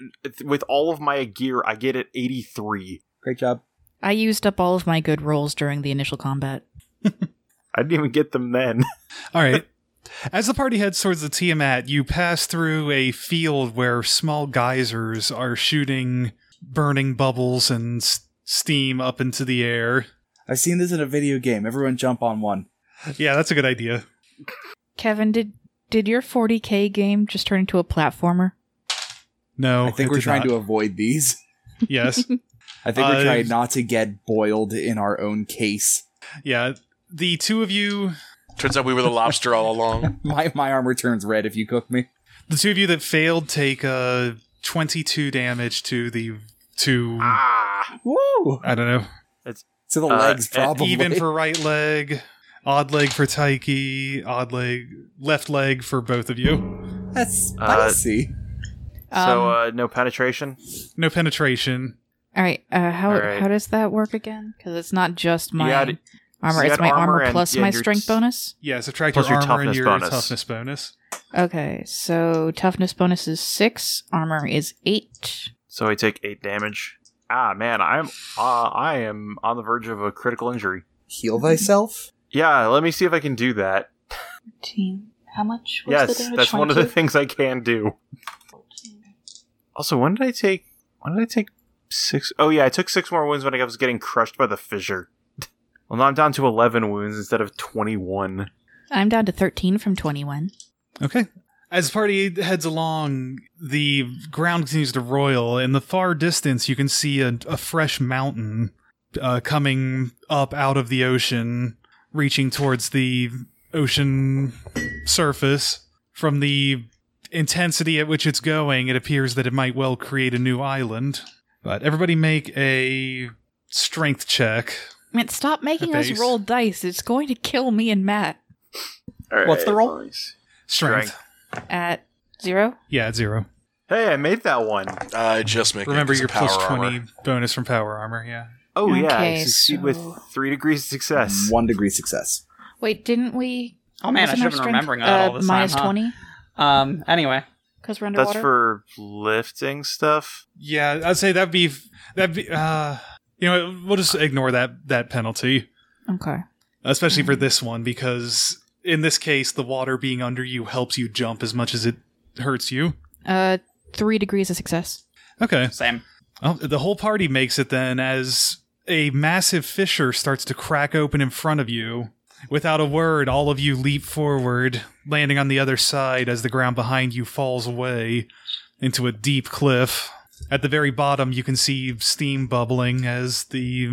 S3: with all of my gear, I get at 83.
S2: Great job.
S5: I used up all of my good rolls during the initial combat.
S3: I didn't even get them then.
S1: All right. As the party heads towards the Tiamat, you pass through a field where small geysers are shooting burning bubbles and s- steam up into the air.
S2: I've seen this in a video game. Everyone jump on one.
S1: Yeah, that's a good idea.
S5: Kevin, did did your 40k game just turn into a platformer?
S1: No,
S2: I think we're trying to avoid these.
S1: to. Yes.
S2: I think we're
S1: Uh,
S2: trying not to get boiled in our own case.
S1: yeah. The two of you,
S6: Turns out we were the lobster all along.
S2: My my armor turns red if you cook me.
S1: the two of you that failed, take uh, 22 damage to the to
S3: Ah,
S2: Woo!
S1: I don't know.
S2: To the
S3: Uh,
S2: legs,
S3: e-
S2: probably.
S1: Even for right leg, odd leg for Taiki, odd leg, left leg for both of you.
S2: That's
S3: Uh,
S2: spicy.
S3: so
S5: Um,
S3: uh, no penetration.
S1: No penetration.
S5: All right. Uh, how
S3: All right.
S5: how does that work again? Because it's not just my
S3: had-
S5: armor;
S3: you
S5: it's
S3: had
S5: my
S3: armor
S5: armor,
S3: and-
S5: plus
S3: yeah,
S5: my
S3: your
S5: strength
S3: s-
S5: bonus.
S1: Yeah, subtract
S3: Plus
S1: your
S3: your
S1: armor and
S3: toughness
S1: your
S3: bonus.
S1: toughness bonus.
S5: Okay, so toughness bonus is six, armor is eight.
S3: So I take eight damage. Ah, man, I'm uh, I am on the verge of a critical injury.
S2: Heal thyself.
S3: Yeah, let me see if I can do that.
S7: Team. How much was the
S3: yes,
S7: damage?
S3: that's one of the
S7: 22?
S3: things I can do. Also, when did I take? When did I take six oh yeah, I took six more wounds when I was getting crushed by the fissure. well, now I'm down to eleven wounds instead of twenty-one.
S5: I'm down to thirteen from twenty-one.
S1: Okay. As the party heads along, the ground continues to roil. In the far distance, you can see a, a fresh mountain uh, coming up out of the ocean, reaching towards the ocean surface. From the intensity at which it's going, it appears that it might well create a new island. But everybody make a strength check.
S5: Man, stop making us
S1: base.
S5: roll dice. It's going to kill me and Matt
S4: What's the roll?
S1: Strength.
S3: Strength.
S5: at zero.
S1: Yeah, it's zero.
S3: Hey, I made that one.
S6: I just make it
S1: Remember
S6: as a
S1: your plus
S6: power
S1: 20
S6: armor.
S1: bonus from power armor, yeah.
S3: Oh yeah, I
S5: Okay,
S3: succeed
S5: so-
S3: with three degrees of success.
S2: One degree success.
S5: Wait, didn't we?
S4: Oh man, I
S5: wasn't
S4: should
S5: our
S4: have been
S5: strength,
S4: remembering that all
S5: uh,
S4: this
S5: minus
S4: time. huh?
S5: 20
S4: Um. Anyway,
S5: because we're underwater.
S3: That's for lifting stuff.
S1: Yeah, I'd say that'd be that'd be uh you know, we'll just ignore that that penalty,
S5: okay.
S1: especially
S6: Mm-hmm.
S1: for this one because in this case the water being under you helps you jump as much as it hurts you.
S5: Uh, three degrees of success.
S2: Eh.
S1: Okay.
S4: same.
S1: Well, the whole party makes it then as a massive fissure starts to crack open in front of you. Without a word, all of you leap forward, landing on the other side as the ground behind you falls away into a deep cliff. At the very bottom, you can see steam bubbling as the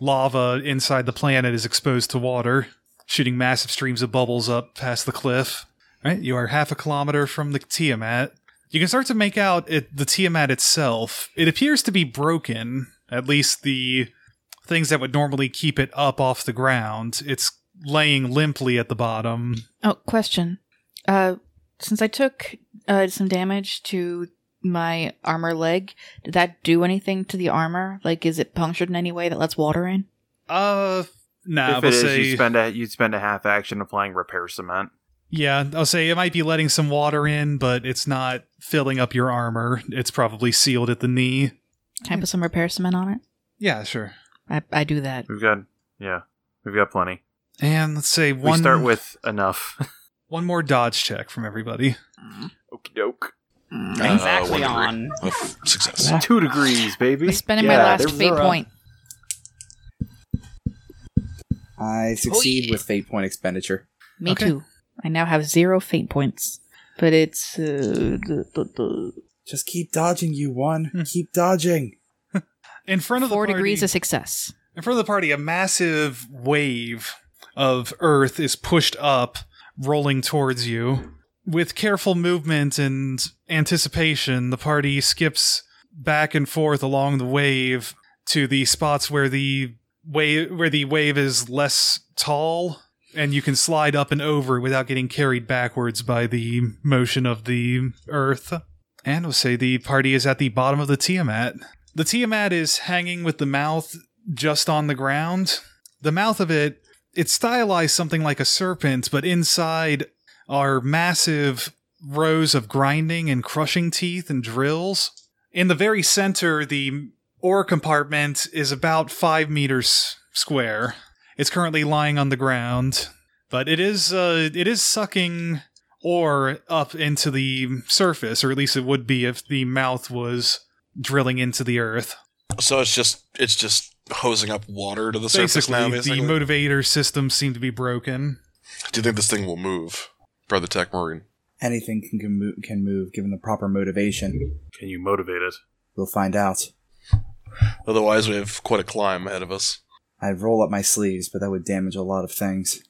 S1: lava inside the planet is exposed to water, shooting massive streams of bubbles up past the cliff. All Right, you are half a kilometer from the Tiamat. You can start to make out it, the Tiamat itself. It appears to be broken, at least the things that would normally keep it up off the ground. It's laying limply at the bottom.
S5: Oh, question. Uh, since I took uh, some damage to my armor leg, did that do anything to the armor? Like, is it punctured in any way that lets water in?
S1: Uh, nah,
S3: if
S1: we'll
S3: it is,
S1: say,
S3: you spend a you spend a half action applying repair cement.
S1: yeah, I'll say it might be letting some water in, but it's not filling up your armor. It's probably sealed at the knee.
S5: Can I put some repair cement on it?
S1: Yeah, sure.
S5: I, I do that.
S3: We've got yeah, we've got plenty.
S1: And let's say one
S3: we start with enough.
S1: one more dodge check from everybody.
S3: Okie doke.
S2: Mm.
S6: Uh,
S4: exactly
S6: one
S4: on.
S6: degree Of success.
S3: Two degrees, baby.
S5: I'm spending
S3: Yeah,
S5: my last
S3: there's
S5: fate
S3: zero.
S5: point.
S2: I succeed with fate point expenditure.
S5: Me
S1: Okay.
S5: too. I now have zero fate points, but it's uh, duh, duh, duh.
S2: Just keep dodging, you
S1: Hmm.
S2: one. keep dodging.
S1: In front of
S5: four
S1: the party,
S5: degrees of success.
S1: In front of the party, a massive wave of earth is pushed up, rolling towards you. With careful movement and anticipation, the party skips back and forth along the wave to the spots where the wave where the wave is less tall and you can slide up and over without getting carried backwards by the motion of the earth. And we'll say the party is at the bottom of the Tiamat. The Tiamat is hanging with the mouth just on the ground. The mouth of it, it's stylized something like a serpent, but inside are massive rows of grinding and crushing teeth and drills. In the very center, the ore compartment is about five meters square. It's currently lying on the ground. But it is uh, it is sucking ore up into the surface, or at least it would be if the mouth was drilling into the earth.
S6: So it's just it's just hosing up water to the surface now. Basically,
S1: the motivator systems seem to be broken.
S6: do you think this thing will move, Brother Tech Morgan?
S2: Anything can, can, move, can move given the proper motivation.
S3: Can you motivate it?
S2: We'll find out.
S6: Otherwise, we have quite a climb ahead of us.
S2: I'd roll up my sleeves, but that would damage a lot of things.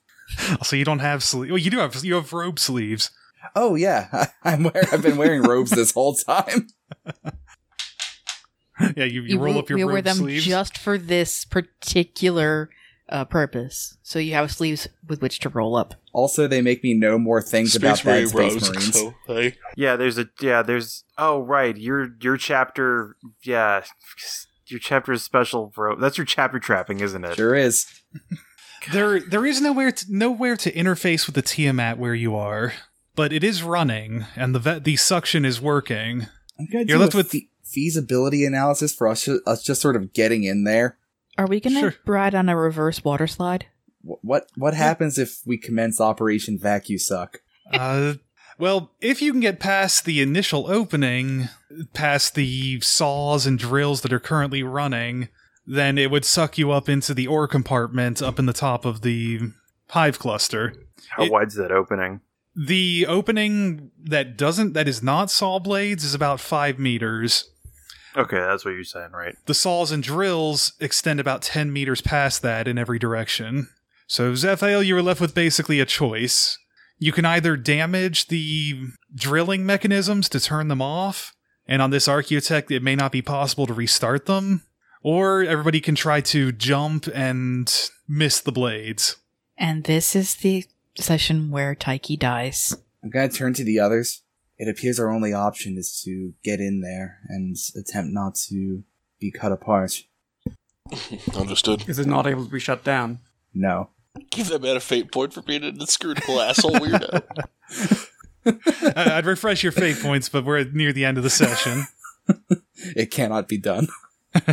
S1: So you don't have sleeves. Well, you do have you have robe sleeves.
S2: Oh yeah, I, am wear- I've been wearing robes this whole time.
S1: Yeah, you, you, roll
S5: wo-
S1: up your
S5: you
S1: robe
S5: wear them
S1: sleeves.
S5: just for this particular uh, purpose. So you have sleeves with which to roll up.
S2: Also, they make me know more things about bad space
S6: Rose,
S2: marines.
S6: so, hey.
S3: Yeah, there's a yeah, there's oh right, your your chapter yeah, your chapter is special, bro. That's your chapter trapping, isn't it?
S2: Sure is.
S1: There, there is nowhere to, nowhere to interface with the Tiamat where you are, but it is running, and the ve- the suction is working.
S2: I'm gonna
S1: You're
S2: do
S1: left
S2: a
S1: with-
S2: fe- feasibility analysis for us, ju- us just sort of getting in there.
S5: Are we going to
S1: Sure.
S5: ride on a reverse water slide?
S2: Wh- What what happens if we commence Operation Vacuum Suck?
S1: uh, well, if you can get past the initial opening, past the saws and drills that are currently running, then it would suck you up into the ore compartment up in the top of the hive cluster.
S3: How
S1: It-
S3: wide's that opening?
S1: The opening that doesn't that is not saw blades is about five meters.
S3: Okay, that's what you're saying, right?
S1: The saws and drills extend about 10 meters past that in every direction. So, Zephael, you were left with basically a choice. You can either damage the drilling mechanisms to turn them off, and on this Archaeotech, it may not be possible to restart them, or everybody can try to jump and miss the blades.
S5: And this is the session where Taiki dies.
S2: I'm gonna turn to the others. It appears our only option is to get in there and attempt not to be cut apart.
S6: Understood.
S4: Is it not able to be shut down?
S2: No.
S6: Give that man a fate point for being an inscrutable asshole weirdo.
S1: I- I'd refresh your fate points, but we're near the end of the session.
S2: It cannot be done.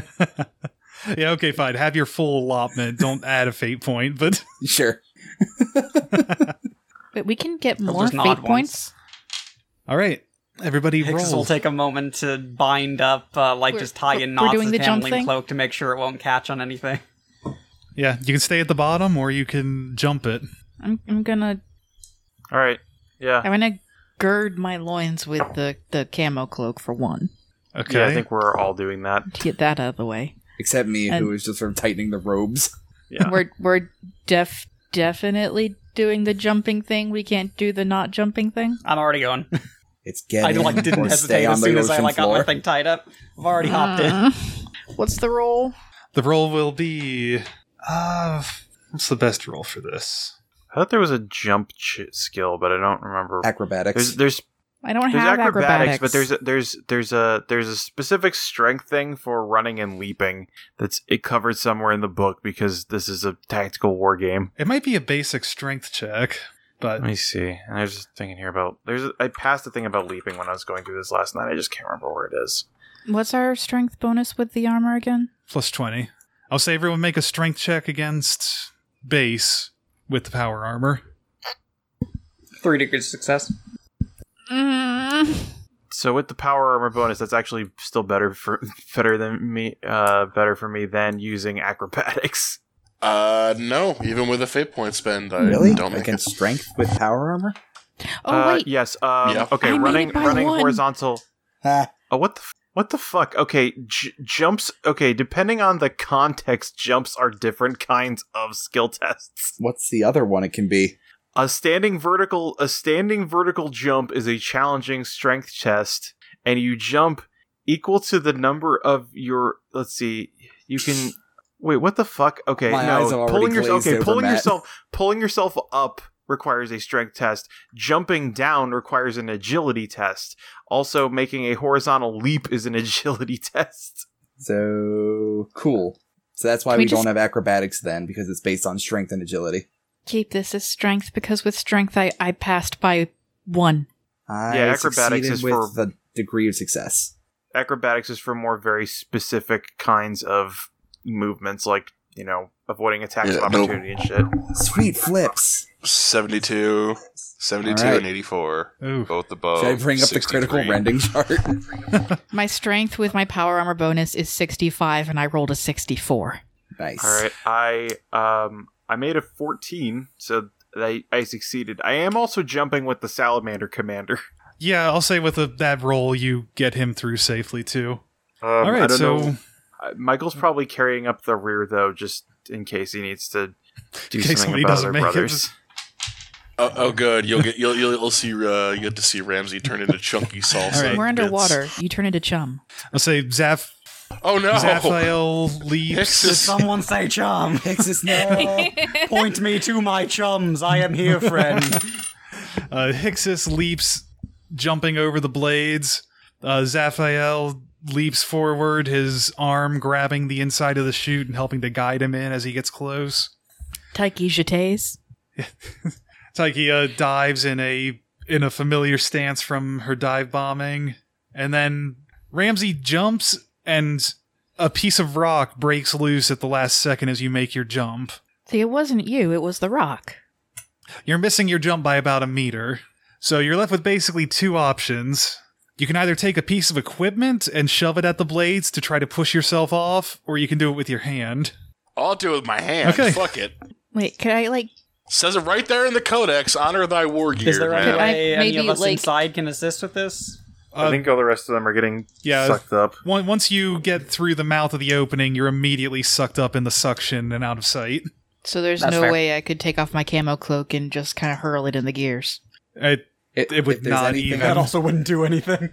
S1: yeah, okay, fine. Have your full allotment. Don't add a fate point, but.
S2: sure.
S5: But we can get
S4: Those
S5: more
S4: are
S5: fate
S4: not ones.
S5: points.
S1: All right. Everybody
S4: Hicks
S1: roll.
S4: will take a moment to bind up, uh, like
S5: We're-
S4: just tie
S5: we're-
S4: in
S5: we're
S4: knots
S5: doing
S4: with
S5: the jump
S4: Tamlin
S5: thing?
S4: cloak to make sure it won't catch on anything.
S1: Yeah, you can stay at the bottom or you can jump it.
S5: I'm, I'm gonna
S3: All right. Yeah.
S5: I'm gonna gird my loins with the the camo cloak for one
S1: Okay.
S3: Yeah, I think we're all doing that.
S5: to get that out of the way.
S2: Except me,
S5: And-
S2: who is just sort of tightening the robes.
S3: Yeah.
S5: We're we're def definitely doing the jumping thing. We can't do the not jumping thing.
S4: I'm already going.
S2: It's get
S4: I
S2: in
S4: like didn't
S2: or stay
S4: hesitate
S2: on
S4: as
S2: the
S4: soon as I
S2: ocean
S4: like got
S2: floor.
S4: my thing tied up. I've already hopped in.
S5: Uh. What's the roll?
S1: the roll will be. Uh, what's the best roll for this?
S3: I thought there was a jump ch- skill, but I don't remember.
S2: Acrobatics.
S3: There's there's
S5: I don't
S3: there's
S5: have
S3: acrobatics,
S5: acrobatics,
S3: but there's a, there's there's a there's a specific strength thing for running and leaping that's it covered somewhere in the book because this is a tactical war game.
S1: It might be a basic strength check, but
S3: Let me see. And I was just thinking here about there's a, I passed a thing about leaping when I was going through this last night. I just can't remember where it is.
S5: what's our strength bonus with the armor again?
S1: plus 20. I'll say everyone make a strength check against base with the power armor.
S4: Three degrees of success.
S3: So with the power armor bonus, that's actually still better for better than me uh better for me than using acrobatics.
S6: Uh, no. Even with a fate point spend, I
S2: really?
S6: don't make
S2: Against strength with power armor?
S5: Oh
S3: uh,
S5: wait,
S3: yes. Um,
S6: Yeah.
S3: Okay,
S5: I made
S3: running
S5: it by
S3: running
S5: one.
S3: horizontal.
S2: Ah,
S3: Oh, what the f- what the fuck? Okay, j- jumps. Okay, depending on the context, jumps are different kinds of skill tests.
S2: what's the other one it can be?
S3: A standing vertical a standing vertical jump is a challenging strength test, and you jump equal to the number of your. Let's see. You can. Wait, what the fuck? Okay,
S2: My eyes have
S3: no.
S2: already
S3: Pulling yourself.
S2: glazed
S3: Okay,
S2: over,
S3: pulling
S2: Matt.
S3: yourself. Pulling yourself up requires a strength test. Jumping down requires an agility test. Also, making a horizontal leap is an agility test.
S2: So cool. So that's why
S5: Can
S2: we,
S5: we just-
S2: don't have acrobatics then, because it's based on strength and agility.
S5: keep this as strength because with strength I I passed by one.
S2: I
S3: Yeah, acrobatics
S2: succeeded
S3: is
S2: with
S3: for-
S2: the degree of success.
S3: acrobatics is for more very specific kinds of movements like you know avoiding attacks
S6: Yeah,
S3: of
S6: no.
S3: opportunity and shit
S2: Sweet flips.
S6: 72, 72
S2: All right.
S6: and 84.
S1: Ooh.
S6: Both above.
S3: Oh,
S2: Should I bring up the critical
S6: 63.
S2: rending chart?
S5: My strength with my power armor bonus is 65, and I rolled a 64.
S2: nice.
S3: All right, I um I made a fourteen, so I I succeeded. I am also jumping with the salamander commander.
S1: Yeah, I'll say with the, that roll, you get him through safely too.
S3: Um,
S1: All
S3: I
S1: right,
S3: don't
S1: so
S3: know. Uh, Michael's probably carrying up the rear though, just in case he needs to do
S1: In case
S3: something
S1: Lee
S3: about
S1: doesn't
S3: their
S1: make it.
S3: brothers.
S6: Oh, oh, good. You'll get you'll you'll, you'll see uh, you get to see Ramsey turn into chunky salsa.
S1: All right.
S5: We're
S6: bits.
S5: underwater. You turn into chum.
S1: I'll say Zaph-
S6: Oh no!
S1: Zaphael
S6: Hicks
S1: leaps.
S6: is-
S4: Someone say chum.
S2: Texas, no.
S4: Point me to my chums. I am here, friend.
S1: Uh, Hixus leaps, jumping over the blades. Uh, Zaphael leaps forward, his arm grabbing the inside of the chute and helping to guide him in as he gets close.
S5: Taiki Jetes.
S1: Taiki uh, dives in a in a familiar stance from her dive bombing, and then Ramsey jumps, and a piece of rock breaks loose at the last second as you make your jump.
S5: See, it wasn't you, it was the rock.
S1: You're missing your jump by about a meter. So you're left with basically two options. You can either take a piece of equipment and shove it at the blades to try to push yourself off, or you can do it with your hand.
S6: I'll do it with my hand.
S1: Okay.
S6: Fuck it.
S5: Wait, could I, like,
S6: Says it right there in the codex. Honor thy war gear.
S4: Is there
S6: man.
S4: any
S5: I
S4: way any of
S5: maybe,
S4: us
S5: like-
S4: inside can assist with this?
S1: Uh,
S3: I think all the rest of them are getting
S1: Yeah.
S3: sucked up.
S1: One- Once you get through the mouth of the opening, you're immediately sucked up in the suction and out of sight.
S5: so there's
S4: That's
S5: no
S4: fair.
S5: way I could take off my camo cloak and just kind of hurl it in the gears.
S1: It,
S2: It,
S1: It would
S2: if there's
S1: not
S2: anything
S1: even-
S2: at
S4: That
S2: all.
S4: also wouldn't do anything.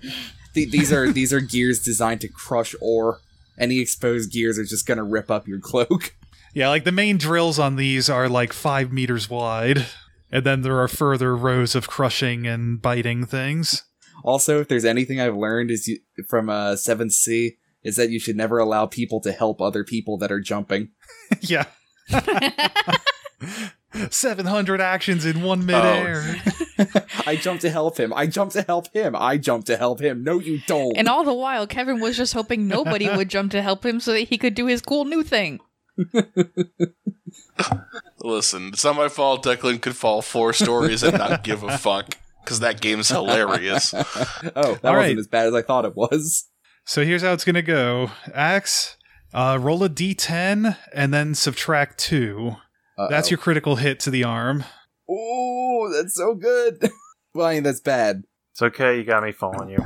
S2: Th- these are these are gears designed to crush ore. Any exposed gears are just gonna rip up your cloak.
S1: yeah, like the main drills on these are like five meters wide, and then there are further rows of crushing and biting things.
S2: Also, if there's anything I've learned is you, from uh Seventh C is that you should never allow people to help other people that are jumping.
S1: yeah. 700 actions in one midair.
S2: I jumped to help him. I jumped to help him. I jumped to help him. No, you don't.
S5: And all the while, Kevin was just hoping nobody would jump to help him so that he could do his cool new thing.
S6: Listen, it's not my fault. Declan could fall four stories and not give a fuck because that game's hilarious.
S2: oh, that
S1: All
S2: wasn't
S1: right.
S2: as bad as I thought it was.
S1: So here's how it's going to go Axe, uh, roll a d10 and then subtract 2.
S2: Uh-oh.
S1: That's your critical hit to the arm.
S2: Ooh, that's so good. well, I mean, that's bad.
S3: It's okay, you got me following you.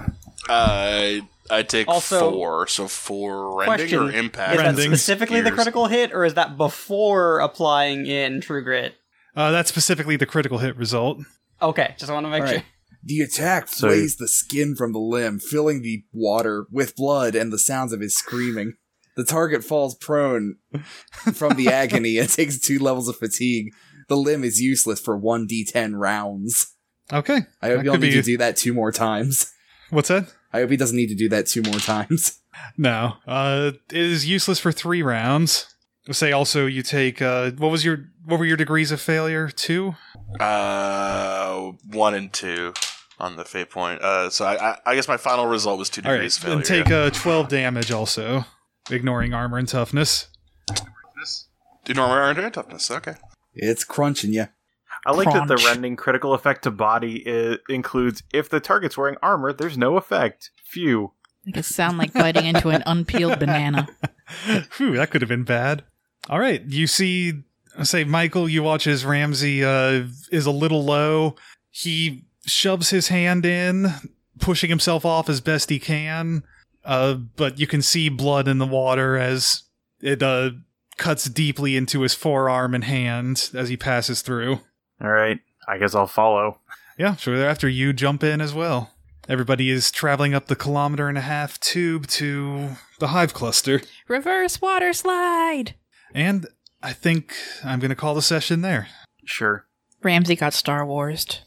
S6: I Uh, I take
S4: Also-
S6: four, so four rending
S4: Question,
S6: or impact.
S4: Is that
S1: Rending.
S4: specifically the
S6: Gears.
S4: critical hit, or is that before applying in True Grit?
S1: Uh, that's specifically the critical hit result.
S4: Okay, just want to make
S2: All
S4: sure.
S2: right. The attack
S3: So-
S2: flays the skin from the limb, filling the water with blood and the sounds of his screaming. The target falls prone from the agony and takes two levels of fatigue. The limb is useless for 1d10 rounds.
S1: Okay.
S2: I
S1: That
S2: hope you don't
S1: could
S2: need to
S1: be-
S2: do that two more times.
S1: What's that?
S2: I hope he doesn't need to do that two more times.
S1: No. Uh, it is useless for three rounds. Say also you take uh, what was your what were your degrees of failure? Two.
S6: Uh, one and two on the fate point. Uh, so I, I, I guess my final result was two
S1: All
S6: degrees
S1: right,
S6: failure.
S1: and take uh, twelve damage also, ignoring armor and toughness.
S6: Do normal armor and toughness. Okay.
S2: It's crunching you.
S3: I like that the
S5: Crunch.
S3: rending critical effect to body i includes if the target's wearing armor, there's no effect. Phew.
S5: Make it sound like biting into an unpeeled banana.
S1: Whew, that could have been bad. All right, you see, say Michael, you watch as Ramsey uh, is a little low. He shoves his hand in, pushing himself off as best he can. Uh, but you can see blood in the water as it uh, cuts deeply into his forearm and hand as he passes through.
S3: All right, I guess I'll follow.
S1: Yeah, sure. Thereafter, you jump in as well. Everybody is traveling up the kilometer and a half tube to the hive cluster.
S5: Reverse water slide.
S1: And I think I'm going to call the session there.
S3: Sure.
S5: Ramsey got Star Warsed.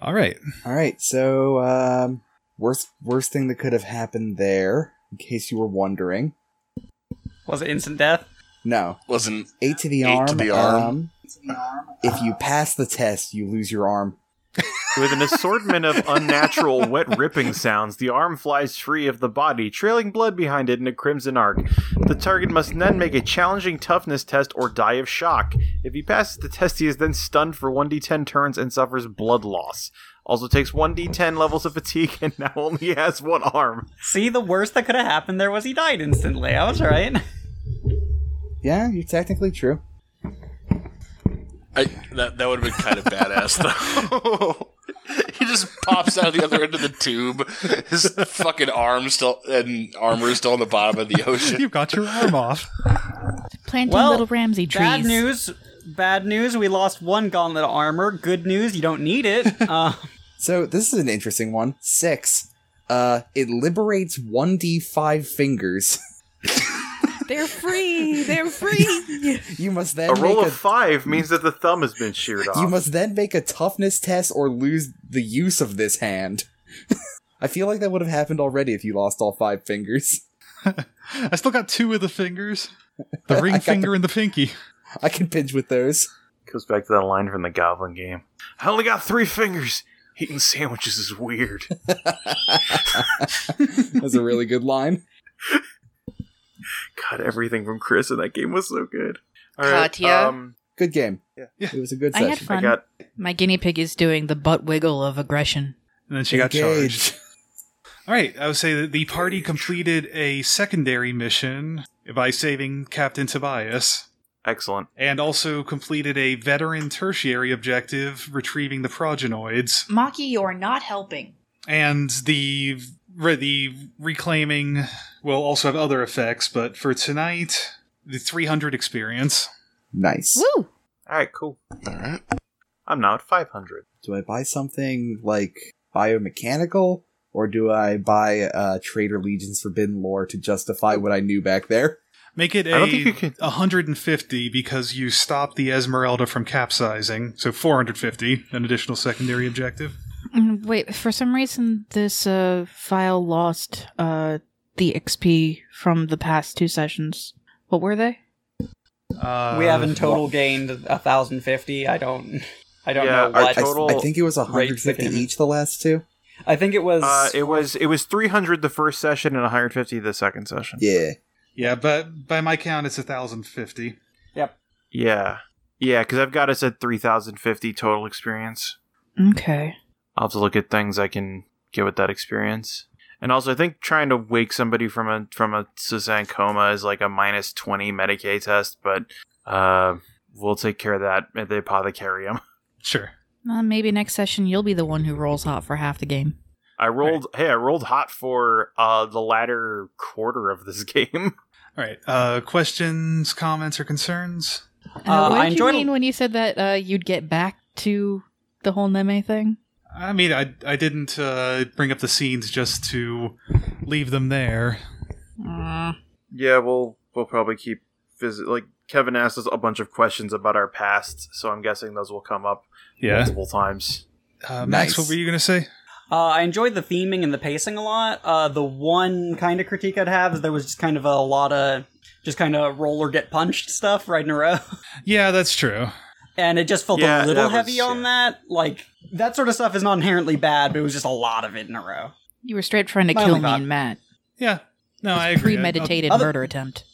S1: All right.
S2: All right, so um, worst worst thing that could have happened there, in case you were wondering.
S4: Was it instant death?
S2: No,
S6: Wasn't
S2: Eight to the
S6: Eight
S2: arm.
S6: to the arm.
S2: um, if you pass the test, you lose your arm.
S3: With an assortment of unnatural, wet ripping sounds, the arm flies free of the body, trailing blood behind it in a crimson arc. The target must then make a challenging toughness test or die of shock. If he passes the test, he is then stunned for 1d10 turns and suffers blood loss. Also takes 1d10 levels of fatigue and now only has one arm.
S4: See, the worst that could have happened there was he died instantly. I was right.
S2: Yeah, you're technically true.
S6: I, that that would have been kind of badass though. he just pops out of the other end of the tube. His fucking arm still and armor is still on the bottom of the ocean.
S1: You've got your arm off.
S5: Planting
S4: Well,
S5: little Ramsey trees.
S4: Bad news. Bad news. We lost one gauntlet armor. Good news. You don't need it. Uh,
S2: So this is an interesting one. Six. Uh, it liberates 1d5 fingers.
S5: They're free. They're free.
S2: You must then
S3: A
S2: make
S3: roll
S2: a
S3: of five means that the thumb has been sheared off.
S2: you must then make a toughness test or lose the use of this hand. I feel like that would have happened already if you lost all five fingers.
S1: I still got two of the fingers the
S2: I
S1: ring
S2: got
S1: finger and the pinky.
S2: I can pinch with those.
S3: Goes back to that line from the Goblin game. I only got three fingers. Eating sandwiches is weird.
S2: That's a really good line.
S3: God, everything from Chris in that game was so good.
S5: Katya?
S3: um,
S2: Good game.
S3: Yeah.
S2: It was a good
S5: I had
S2: session.
S5: fun.
S3: I got
S5: My guinea pig is doing the butt wiggle of aggression.
S1: And then she got charged.
S2: Engaged.
S1: All right, I would say that the party completed a secondary mission by saving Captain Tobias,
S3: excellent.
S1: and also completed a veteran tertiary objective, retrieving the progenoids,
S7: Maki, you are not helping.
S1: and the re- the reclaiming will also have other effects. But for tonight, the 300 experience.
S2: Nice.
S5: Woo!
S3: All right, cool.
S6: All right.
S3: I'm now at 500.
S2: Do I buy something like biomechanical, or do I buy uh, Trader Legion's Forbidden Lore to justify what I knew back there?
S1: Make it
S3: I don't think you
S1: a
S3: can-
S1: 150 because you stopped the Esmeralda from capsizing, so 450, an additional secondary objective.
S5: Mm, Wait, for some reason, this uh, file lost uh, the XP from the past two sessions. What were they?
S1: Uh,
S4: we have in total gained a thousand fifty. I don't. I don't
S3: Yeah,
S4: know
S3: our
S4: what.
S2: I,
S3: total-
S2: I think it was
S4: Rates
S2: 150
S4: again.
S2: each the last two.
S4: I think it was.
S3: Uh, it was it was 300 the first session and 150 the second session.
S2: Yeah.
S1: Yeah, but by my count, it's 1,050.
S3: Yeah, yeah, because I've got us at 3,050 total experience.
S5: Okay.
S3: I'll have to look at things I can get with that experience. And also, I think trying to wake somebody from a from a Suzanne coma is like a minus 20 Medicaid test, but uh, we'll take care of that at the apothecarium.
S1: Sure.
S5: Uh, maybe next session you'll be the one who rolls hot for half the game.
S3: I rolled. Hey, I rolled hot for uh, the latter quarter of this game.
S1: All right. Uh, questions, comments, or concerns?
S4: Uh,
S5: what
S4: I
S5: did you
S4: enjoyed-
S5: mean when you said that uh, you'd get back to the whole Neme thing?
S1: I mean, I I didn't uh, bring up the scenes just to leave them there.
S4: Mm.
S3: yeah, we'll we'll probably keep visit. Like Kevin asked us a bunch of questions about our past, so I'm guessing those will come up multiple times.
S1: Uh, Max,
S2: Nice.
S1: what were you gonna say?
S4: Uh, I enjoyed the theming and the pacing a lot. Uh, the one kind of critique I'd have is there was just kind of a lot of just kind of roll or get punched stuff right in a row,
S1: Yeah, that's true.
S4: and it just felt
S3: Yeah,
S4: a little
S3: that was-
S4: heavy on
S3: yeah.
S4: that. Like that sort of stuff is not inherently bad, but it was just a lot of it in a row.
S5: You were straight trying to
S4: Oh My
S5: kill
S4: only
S5: me
S4: thought.
S5: and Matt.
S1: Yeah. No, I agree.
S5: Premeditated
S4: Other-
S5: murder attempt.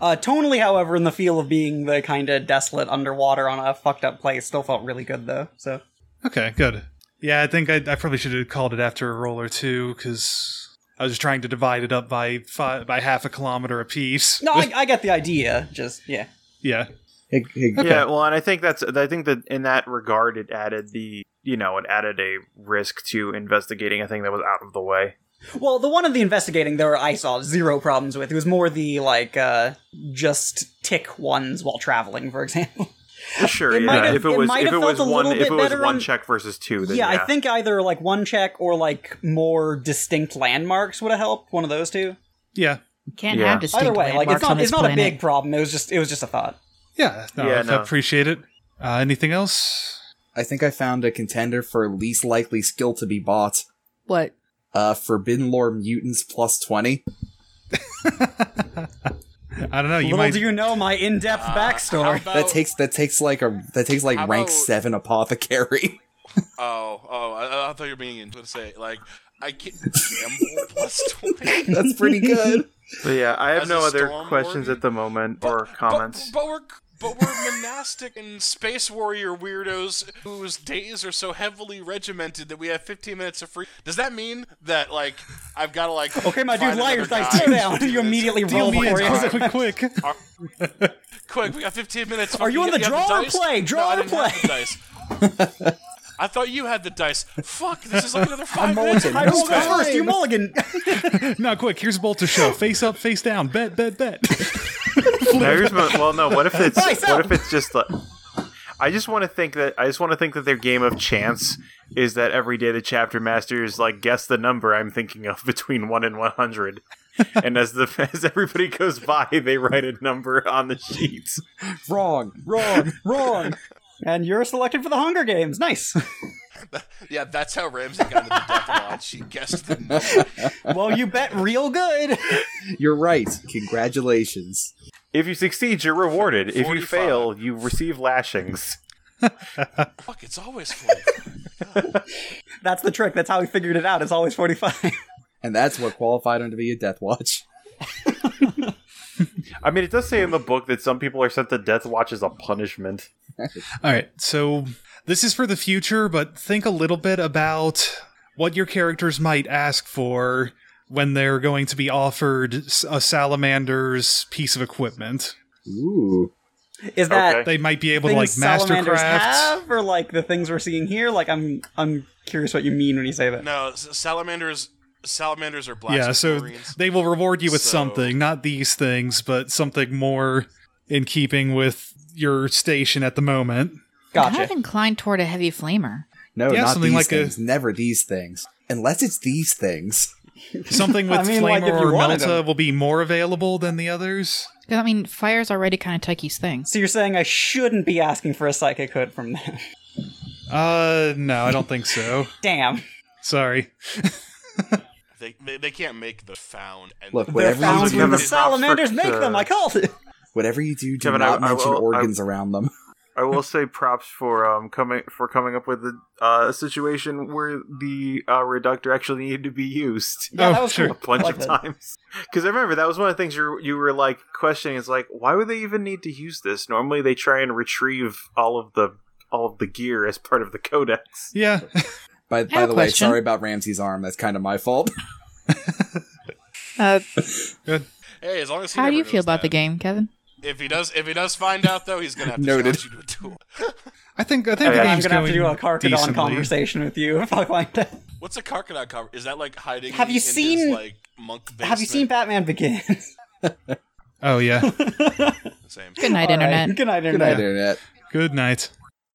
S4: Uh, tonally, however, in the feel of being the kind of desolate underwater on a fucked up place, still felt really good though. So
S1: Okay, good. Yeah, I think I, I probably should have called it after a roll or two because I was just trying to divide it up by five, by half a kilometer apiece.
S4: no, I, I get the idea. Just yeah,
S1: yeah.
S2: Hey, hey,
S3: Yeah, well, and I think that's I think that in that regard, it added the you know it added a risk to investigating a thing that was out of the way.
S4: Well, the one of the investigating there I saw zero problems with. It was more the like uh just tick ones while traveling, for example.
S3: Sure,
S4: It
S3: yeah.
S4: might have-
S3: if it
S4: it
S3: was
S4: might
S3: if
S4: have
S3: it was
S4: felt a
S3: one
S4: little
S3: if
S4: bit
S3: it was
S4: better
S3: one
S4: on-
S3: check versus two, then
S4: yeah, I think either like one check or like more distinct landmarks would have helped. One of those two.
S1: Yeah.
S5: Can't
S3: Yeah.
S5: have distinct
S4: either way, like it's
S5: landmarks on
S4: not
S5: this
S4: it's not a
S5: planet.
S4: big problem. It was just it was just a thought.
S1: Yeah. No,
S3: Yeah,
S1: I-
S3: no.
S1: I appreciate it. Uh, anything else?
S2: I think I found a contender for least likely skill to be bought.
S5: What?
S2: Uh, Forbidden Lore mutants plus 20.
S1: I don't know. You
S4: Little
S1: might.
S4: do you know my in-depth
S6: Uh, how
S4: backstory.
S6: about-
S2: That takes that takes like a that takes like
S6: How
S2: rank
S6: about-
S2: 7 apothecary.
S6: Oh, oh, I, I thought you were being going to say like I can't gamble plus twenty.
S2: That's pretty good.
S3: But yeah, I have
S6: As
S3: no
S6: a
S3: other
S6: storm
S3: questions
S6: warden?
S3: at the moment or comments.
S6: But, but we're but we're monastic and space warrior weirdos whose days are so heavily regimented that we have 15 minutes of free. Does that mean that like I've got to like
S4: Okay, my dude,
S6: find another
S4: liars. I
S6: guy
S4: slow
S6: in
S4: down.
S6: 15
S4: You
S6: minutes?
S4: immediately
S1: Deal
S4: roll
S1: me
S4: for
S1: in, quick,
S4: it.
S1: quick.
S6: Quick, we got 15 minutes.
S4: Are you on the
S6: have
S4: draw or
S6: dice?
S4: play?
S6: No,
S4: Draw
S6: I
S4: or
S6: didn't have the dice. I thought you had the dice. Fuck, this is like another five minutes.
S2: mulligan.
S4: I rolled
S2: Okay.
S4: first. You mulligan.
S1: No, quick. Here's a bolt to show. Face up, face down. Bet, bet, bet.
S3: Now here's my- well, no. What if it's
S4: Nice
S3: what
S4: up.
S3: if it's just like I just want to think that I just want to think that their game of chance is that every day the chapter masters like guess the number I'm thinking of between one and one hundred, and as the as everybody goes by, they write a number on the sheets.
S2: Wrong, wrong, wrong.
S4: and you're selected for the Hunger Games. Nice.
S6: Yeah, that's how Ramsey got into the death lodge. She guessed the number.
S4: Well, you bet real good.
S2: You're right. Congratulations.
S3: If you succeed, you're rewarded. If you
S6: 45.
S3: fail, you receive lashings.
S6: Fuck, it's always fun.
S4: That's the trick. That's how we figured it out. It's always 45.
S2: And that's what qualified him to be a Death Watch.
S3: I mean, it does say in the book that some people are sent to death watch as a punishment.
S1: All right, so this is for the future, but think a little bit about what your characters might ask for when they're going to be offered s- a salamander's piece of equipment.
S2: Ooh.
S4: Is that
S3: Okay.
S1: They might be able to like
S4: things salamanders
S1: mastercraft.
S4: have, or like the things we're seeing here? Like, I'm I'm curious what you mean when you say that.
S6: No, s- salamanders. Salamanders are black.
S1: Yeah, so
S6: marines.
S1: they will reward you with
S6: So-
S1: something, not these things, but something more in keeping with your station at the moment.
S5: I'm
S4: Gotcha.
S5: not inclined toward a heavy flamer.
S2: No,
S1: Yeah,
S2: not
S1: something
S2: these
S1: like a-
S2: things. Never these things. Unless it's these things.
S1: Something with
S4: I mean, like,
S1: flame
S4: if you
S1: or
S4: wanted
S1: melta
S4: them.
S1: will be more available than the others.
S5: 'Cause, I mean, fire's already kind of Tyke's thing.
S4: So you're saying I shouldn't be asking for a psychic hood from them?
S1: Uh, no, I don't think so.
S4: Damn.
S1: Sorry.
S6: They, they they can't make the found. And
S2: Look,
S4: They're
S2: whatever
S4: found
S2: you
S4: when
S2: do,
S4: the
S3: Kevin.
S4: salamanders
S3: Props
S4: make
S3: for-
S4: them. I called it.
S2: whatever you do, do
S3: Kevin, I-
S2: not
S3: I
S2: mention
S3: will- I-
S2: organs around them.
S3: I will say props for um coming for coming up with a uh, situation where the uh, reductor actually needed to be used
S4: Yeah,
S1: Oh,
S4: that was
S1: sure.
S4: cool.
S3: a bunch
S4: I like
S3: of
S4: that.
S3: times. Because I remember that was one of the things you were, you were like questioning. It's like why would they even need to use this? Normally they try and retrieve all of the all of the gear as part of the codex.
S1: Yeah.
S2: By, by
S5: a
S2: the way,
S5: question.
S2: sorry about Ramsey's arm. That's kind of my fault.
S5: Uh,
S6: hey, as long as he
S5: how do
S6: never
S5: you feel
S6: knows
S5: about the
S6: that.
S5: game, Kevin?
S6: If he does, if he does find out though, he's gonna have to
S2: Noted.
S6: challenge you to a duel.
S1: I think I think
S3: Oh,
S1: the
S3: yeah.
S4: I'm
S1: game's
S4: gonna have
S1: going
S4: to do a Carcadon
S1: decently.
S4: conversation with you if I find out.
S6: What's a Karkanon cover? Is that like hiding?
S4: Have you
S6: in
S4: seen-
S6: His, like monk. Basement?
S4: Have you seen Batman Begins?
S1: Oh yeah.
S6: Same.
S5: Good night,
S4: All right.
S5: internet.
S4: Good night,
S2: Good night,
S4: internet.
S2: Internet.
S1: Good night.